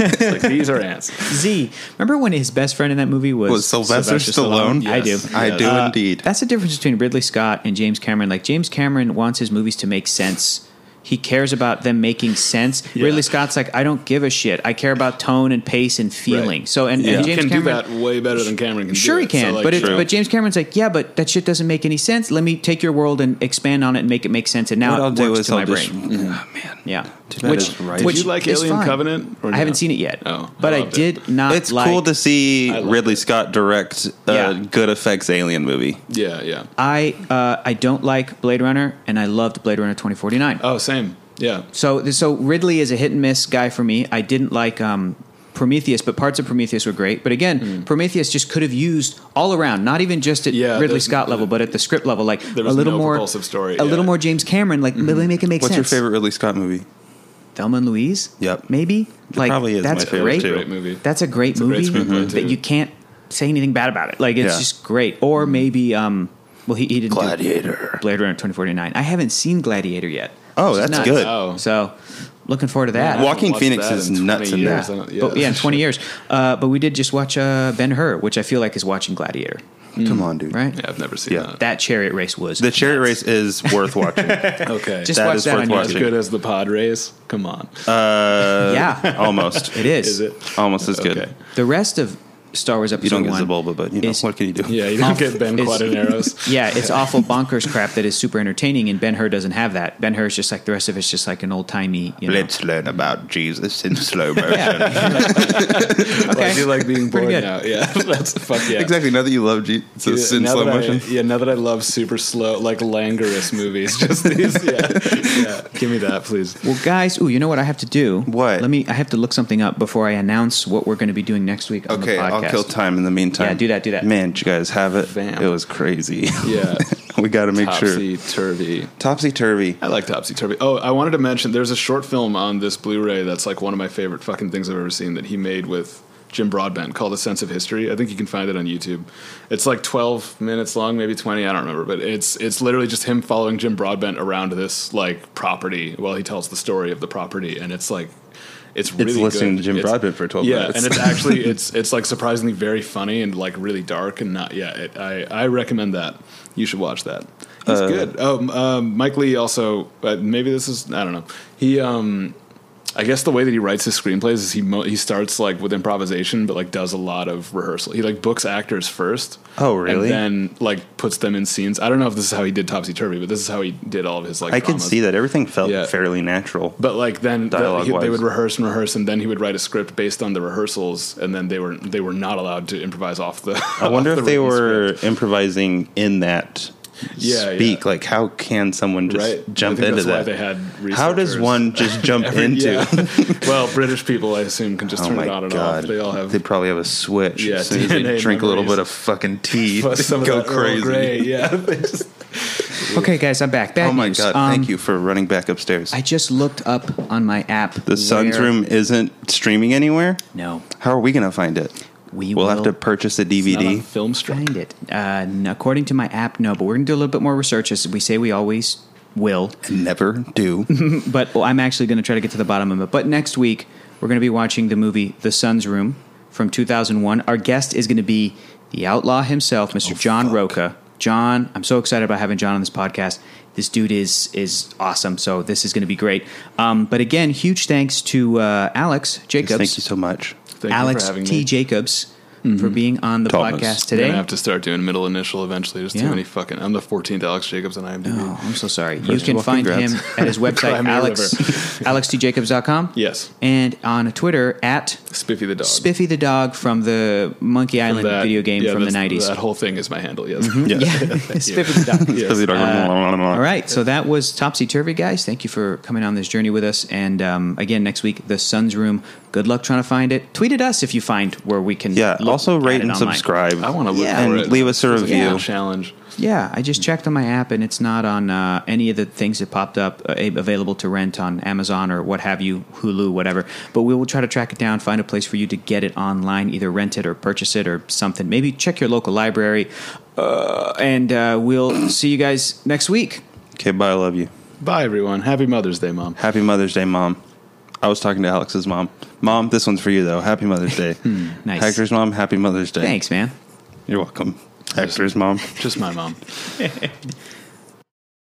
Speaker 2: It's like, these are ants.
Speaker 1: Z. Remember when his best friend in that movie was,
Speaker 3: Was Sylvester Stallone?
Speaker 1: I do.
Speaker 2: Yes.
Speaker 3: I do
Speaker 2: Uh,
Speaker 3: indeed.
Speaker 1: That's the difference between Ridley Scott and James Cameron. Like James Cameron wants his movies to make sense. He cares about them making sense.
Speaker 2: Yeah.
Speaker 1: Ridley Scott's like, I don't give a shit. I care about tone and pace and feeling.
Speaker 2: Right.
Speaker 1: So and, [laughs]
Speaker 2: Yeah.
Speaker 1: and
Speaker 2: He
Speaker 1: James
Speaker 2: can
Speaker 1: Cameron
Speaker 2: do that way better than Cameron can.
Speaker 1: Sure,
Speaker 2: do
Speaker 1: he
Speaker 2: it. So,
Speaker 1: can,
Speaker 2: like,
Speaker 1: but it,
Speaker 6: True.
Speaker 1: but James Cameron's like, yeah, but that shit doesn't make any sense. Let me take your world and expand on it and make it make sense. And now
Speaker 6: What
Speaker 1: it
Speaker 6: I'll do
Speaker 1: works
Speaker 6: is
Speaker 1: to
Speaker 6: I'll
Speaker 1: my
Speaker 6: just.
Speaker 1: brain.
Speaker 6: Oh, man.
Speaker 1: Yeah,
Speaker 6: That is right. Did
Speaker 2: you like
Speaker 1: is
Speaker 2: Alien Covenant or
Speaker 1: I haven't
Speaker 2: no?
Speaker 1: seen it yet,
Speaker 2: Oh,
Speaker 1: but
Speaker 2: I
Speaker 1: I
Speaker 2: loved
Speaker 1: did not.
Speaker 6: It's
Speaker 1: like,
Speaker 6: cool to see
Speaker 2: I love
Speaker 6: Ridley
Speaker 2: it.
Speaker 6: Scott direct a
Speaker 1: Yeah.
Speaker 6: good effects alien movie.
Speaker 2: Yeah, yeah.
Speaker 1: I uh, I don't like Blade Runner, and I loved Blade Runner twenty forty nine.
Speaker 2: Oh, same. Yeah,
Speaker 1: So so Ridley is a hit and miss guy for me. I didn't like um, Prometheus, but parts of Prometheus were great. But again, Prometheus just could have used all around, not even just at
Speaker 2: Mm. Yeah,
Speaker 1: Ridley
Speaker 2: there's-
Speaker 1: Scott level, but at the script level, like
Speaker 2: there
Speaker 1: a
Speaker 2: was
Speaker 1: little
Speaker 2: no
Speaker 1: more
Speaker 2: propulsive story,
Speaker 1: a little
Speaker 2: yeah. Mm-hmm.
Speaker 1: more James Cameron, like really make it make
Speaker 6: What's
Speaker 1: sense.
Speaker 6: your favorite Ridley Scott movie?
Speaker 1: Thelma and Louise?
Speaker 6: Yep.
Speaker 1: Maybe? like
Speaker 6: probably is
Speaker 1: that's
Speaker 6: my favorite,
Speaker 1: great.
Speaker 6: too.
Speaker 2: Great movie.
Speaker 1: That's a great
Speaker 2: a great
Speaker 1: movie
Speaker 2: screenplay,
Speaker 1: that
Speaker 2: too.
Speaker 1: you can't say anything bad about it. Like it's
Speaker 6: Yeah.
Speaker 1: just great. Or
Speaker 2: Mm-hmm.
Speaker 1: maybe um well he, he didn't do
Speaker 6: Gladiator.
Speaker 1: Blade Runner 2049. I haven't seen Gladiator yet.
Speaker 6: Oh,
Speaker 1: which is
Speaker 6: that's
Speaker 1: nuts.
Speaker 6: good.
Speaker 2: Oh.
Speaker 1: So looking forward to that.
Speaker 2: I
Speaker 6: Walking
Speaker 2: haven't watched
Speaker 6: Phoenix
Speaker 2: that
Speaker 6: is
Speaker 2: in 20
Speaker 6: nuts in
Speaker 2: years.
Speaker 1: yeah.
Speaker 2: I don't-
Speaker 1: But, yeah, in 20 years. Uh, but we did just watch uh, Ben Hur, which I feel like is watching Gladiator,
Speaker 3: Come on, dude.
Speaker 1: right?
Speaker 2: Yeah, I've never seen
Speaker 6: Yeah.
Speaker 1: That chariot race was.
Speaker 6: Mm. The chariot race is
Speaker 2: [laughs]
Speaker 6: worth watching.
Speaker 2: that. Okay,
Speaker 1: just
Speaker 6: that
Speaker 1: watch
Speaker 6: is
Speaker 1: that
Speaker 6: worth
Speaker 1: on YouTube.
Speaker 2: as
Speaker 6: watching. Uh,
Speaker 2: good as the pod race. Come on,
Speaker 6: [laughs]
Speaker 1: Yeah,
Speaker 2: [laughs]
Speaker 6: Almost.
Speaker 1: it is.
Speaker 2: is it?
Speaker 6: Almost as good.
Speaker 2: Okay.
Speaker 1: The rest of Star Wars episode
Speaker 6: You don't get
Speaker 1: one
Speaker 6: Zabulba, but you know,
Speaker 1: is
Speaker 6: what can you do?
Speaker 2: Yeah, you don't get Ben
Speaker 1: Is-
Speaker 2: Quaderneros.
Speaker 1: Yeah,
Speaker 6: [laughs]
Speaker 1: it's awful bonkers crap that is super entertaining, and Ben Hur doesn't have that. Ben Hur is just like the rest of it's just like an old timey. You know.
Speaker 3: Let's learn about Jesus in slow motion.
Speaker 1: Yeah.
Speaker 2: I
Speaker 1: [laughs]
Speaker 2: do
Speaker 1: okay.
Speaker 2: like being bored
Speaker 1: Pretty good.
Speaker 2: now. Yeah, [laughs] that's fuck yeah.
Speaker 3: Exactly. Now that you love Jesus in
Speaker 2: now
Speaker 3: slow
Speaker 2: that
Speaker 3: motion,
Speaker 2: I, yeah, now that I love super slow, like languorous movies, just these. Yeah, yeah. Give me that, please.
Speaker 1: Well, guys, ooh, you know what I have to do?
Speaker 3: What?
Speaker 1: Let me. I have to look something up before I announce what we're going to be doing next week on
Speaker 3: Okay,
Speaker 1: the podcast.
Speaker 6: I'll kill time in the meantime.
Speaker 1: Yeah, do that, do that.
Speaker 6: Man, did you guys have it?
Speaker 2: Bam.
Speaker 6: It was crazy.
Speaker 2: Yeah,
Speaker 6: we got to make sure.
Speaker 2: topsy turvy.
Speaker 6: Topsy turvy.
Speaker 2: I like topsy turvy. Oh, I wanted to mention there's a short film on this Blu-ray that's like one of my favorite fucking things I've ever seen that he made with Jim Broadbent called A Sense of History. I think you can find it on YouTube. It's like 12 minutes long, maybe 20, I don't remember, but it's it's literally just him following Jim Broadbent around this like property while he tells the story of the property and it's like it's really
Speaker 6: listening
Speaker 2: good.
Speaker 6: to Jim
Speaker 2: It's-
Speaker 6: Broadbent for 12
Speaker 2: yeah,
Speaker 6: minutes. [laughs]
Speaker 2: and it's actually it's it's like surprisingly very funny and like really dark and not yeah. It, I I recommend that. You should watch that. It's
Speaker 6: Uh,
Speaker 2: good. Oh, m- um, Mike Lee also. Uh, maybe this is I don't know. He um, I guess the way that he writes his screenplays is he mo- he starts like with improvisation, but like does a lot of rehearsal. He like books actors first.
Speaker 6: Oh, really?
Speaker 2: And then like puts them in scenes. I don't know if this is how he did Topsy Turvy, but this is how he did all of his like.
Speaker 6: I could
Speaker 2: dramas.
Speaker 6: see that. Everything felt
Speaker 2: Yeah.
Speaker 6: fairly natural.
Speaker 2: But like then the-
Speaker 6: Dialogue
Speaker 2: he- they
Speaker 6: wise.
Speaker 2: would rehearse and rehearse, and then he would write a script based on the rehearsals, and then they were they were not allowed to improvise off the.
Speaker 6: I wonder
Speaker 2: [laughs] off
Speaker 6: if
Speaker 2: the
Speaker 6: they
Speaker 2: written script.
Speaker 6: were improvising in that
Speaker 2: Yeah,
Speaker 6: speak.
Speaker 2: yeah.
Speaker 6: Like, how can someone just
Speaker 2: right.
Speaker 6: jump
Speaker 2: I think
Speaker 6: into
Speaker 2: that's Why
Speaker 6: that?
Speaker 2: they had
Speaker 6: how does
Speaker 2: researchers.
Speaker 6: one
Speaker 2: [laughs]
Speaker 6: just jump into?
Speaker 2: Yeah.
Speaker 6: [laughs]
Speaker 2: well, British people, I assume, can just
Speaker 3: oh
Speaker 2: turn
Speaker 3: my
Speaker 2: it on and
Speaker 3: god,
Speaker 2: off. They all have
Speaker 3: They probably have a switch.
Speaker 2: Yeah, [laughs]
Speaker 3: as soon as they
Speaker 2: DNA
Speaker 3: drink a little
Speaker 2: memories.
Speaker 3: bit of
Speaker 2: [laughs]
Speaker 3: fucking tea,
Speaker 2: plus some
Speaker 3: they go
Speaker 2: of that Earl Grey,
Speaker 3: crazy.
Speaker 2: Yeah, [laughs]
Speaker 6: [laughs]
Speaker 2: they just
Speaker 1: Okay, guys, I'm back. Bad
Speaker 6: Oh my
Speaker 1: news.
Speaker 6: god!
Speaker 1: Um,
Speaker 6: thank you for running back upstairs.
Speaker 1: I just looked up on my app.
Speaker 6: the sun's room isn't streaming anywhere.
Speaker 1: No,
Speaker 6: How are we going to find it?
Speaker 1: We
Speaker 6: will have
Speaker 1: will
Speaker 6: to purchase a DVD.
Speaker 2: film strip.
Speaker 1: find it. Uh, n- according to my app, no, but we're going to do a little bit more research as we say we always will.
Speaker 6: Never
Speaker 2: [laughs]
Speaker 6: do.
Speaker 1: But well, I'm actually going to try to get to the bottom of it. But next week, we're going to be watching the movie The Sun's Room from 2001. Our guest is going to be the outlaw himself,
Speaker 6: Oh,
Speaker 1: Mr. John Roca. John, I'm so excited about having John on this podcast. This dude is is awesome, so this is going to be great. Um, but again, huge thanks to uh, Alex Jacobs.
Speaker 6: Thank you so much.
Speaker 2: Thank you
Speaker 1: Alex
Speaker 2: for having
Speaker 1: T.
Speaker 2: me.
Speaker 1: Jacobs for being on the
Speaker 6: Thomas.
Speaker 1: podcast
Speaker 2: I'm
Speaker 1: today.
Speaker 2: gonna have to start doing middle initial eventually. There's
Speaker 1: Yeah.
Speaker 2: too many fucking. I'm the 14th Alex Jacobs on IMDb.
Speaker 1: Oh, I'm so sorry. you
Speaker 6: First of
Speaker 1: can
Speaker 6: all,
Speaker 1: find
Speaker 6: congrats.
Speaker 2: [laughs]
Speaker 1: him at his website, [laughs]
Speaker 2: Cry me a
Speaker 1: Alex, alextjacobs.com.
Speaker 2: Yes.
Speaker 1: And on Twitter, at
Speaker 2: Spiffy the dog.
Speaker 1: Spiffy the dog from the Monkey Island
Speaker 2: That-
Speaker 1: video game
Speaker 2: yeah,
Speaker 1: from the
Speaker 2: that's-
Speaker 1: nineties.
Speaker 2: That whole thing is my handle. Yes.
Speaker 1: [laughs] Yeah,
Speaker 2: [laughs]
Speaker 1: Spiffy the dog.
Speaker 2: Yes.
Speaker 1: All right, so that was Topsy Turvy, guys. Thank you for coming on this journey with us. And um, again, next week, the Sun's Room. Good luck trying to find it. Tweet at us if you find where we can.
Speaker 3: Yeah.
Speaker 1: look
Speaker 3: Also
Speaker 1: at
Speaker 3: rate
Speaker 1: it
Speaker 3: and
Speaker 1: online.
Speaker 3: subscribe.
Speaker 2: I want to look
Speaker 1: Yeah.
Speaker 2: for
Speaker 3: And
Speaker 2: it.
Speaker 3: leave us a
Speaker 2: It's good
Speaker 1: review.
Speaker 2: challenge.
Speaker 1: Yeah, I just checked on my app, and it's not on uh, any of the things that popped up uh, a- available to rent on Amazon or what have you, Hulu, whatever. But we will try to track it down, find a place for you to get it online, either rent it or purchase it or something. Maybe check your local library, uh, and uh, we'll see you guys next week.
Speaker 3: Okay, bye. I love you.
Speaker 2: Bye, everyone. Happy Mother's Day, mom.
Speaker 3: Happy Mother's Day, Mom. I was talking to Alex's mom. Mom, this one's for you though. Happy
Speaker 1: [laughs]
Speaker 3: Mother's Day.
Speaker 1: Hmm, nice.
Speaker 3: Hector's mom. Happy Mother's Day.
Speaker 1: Thanks, man.
Speaker 3: You're welcome. Hector's mom.
Speaker 2: Just my mom.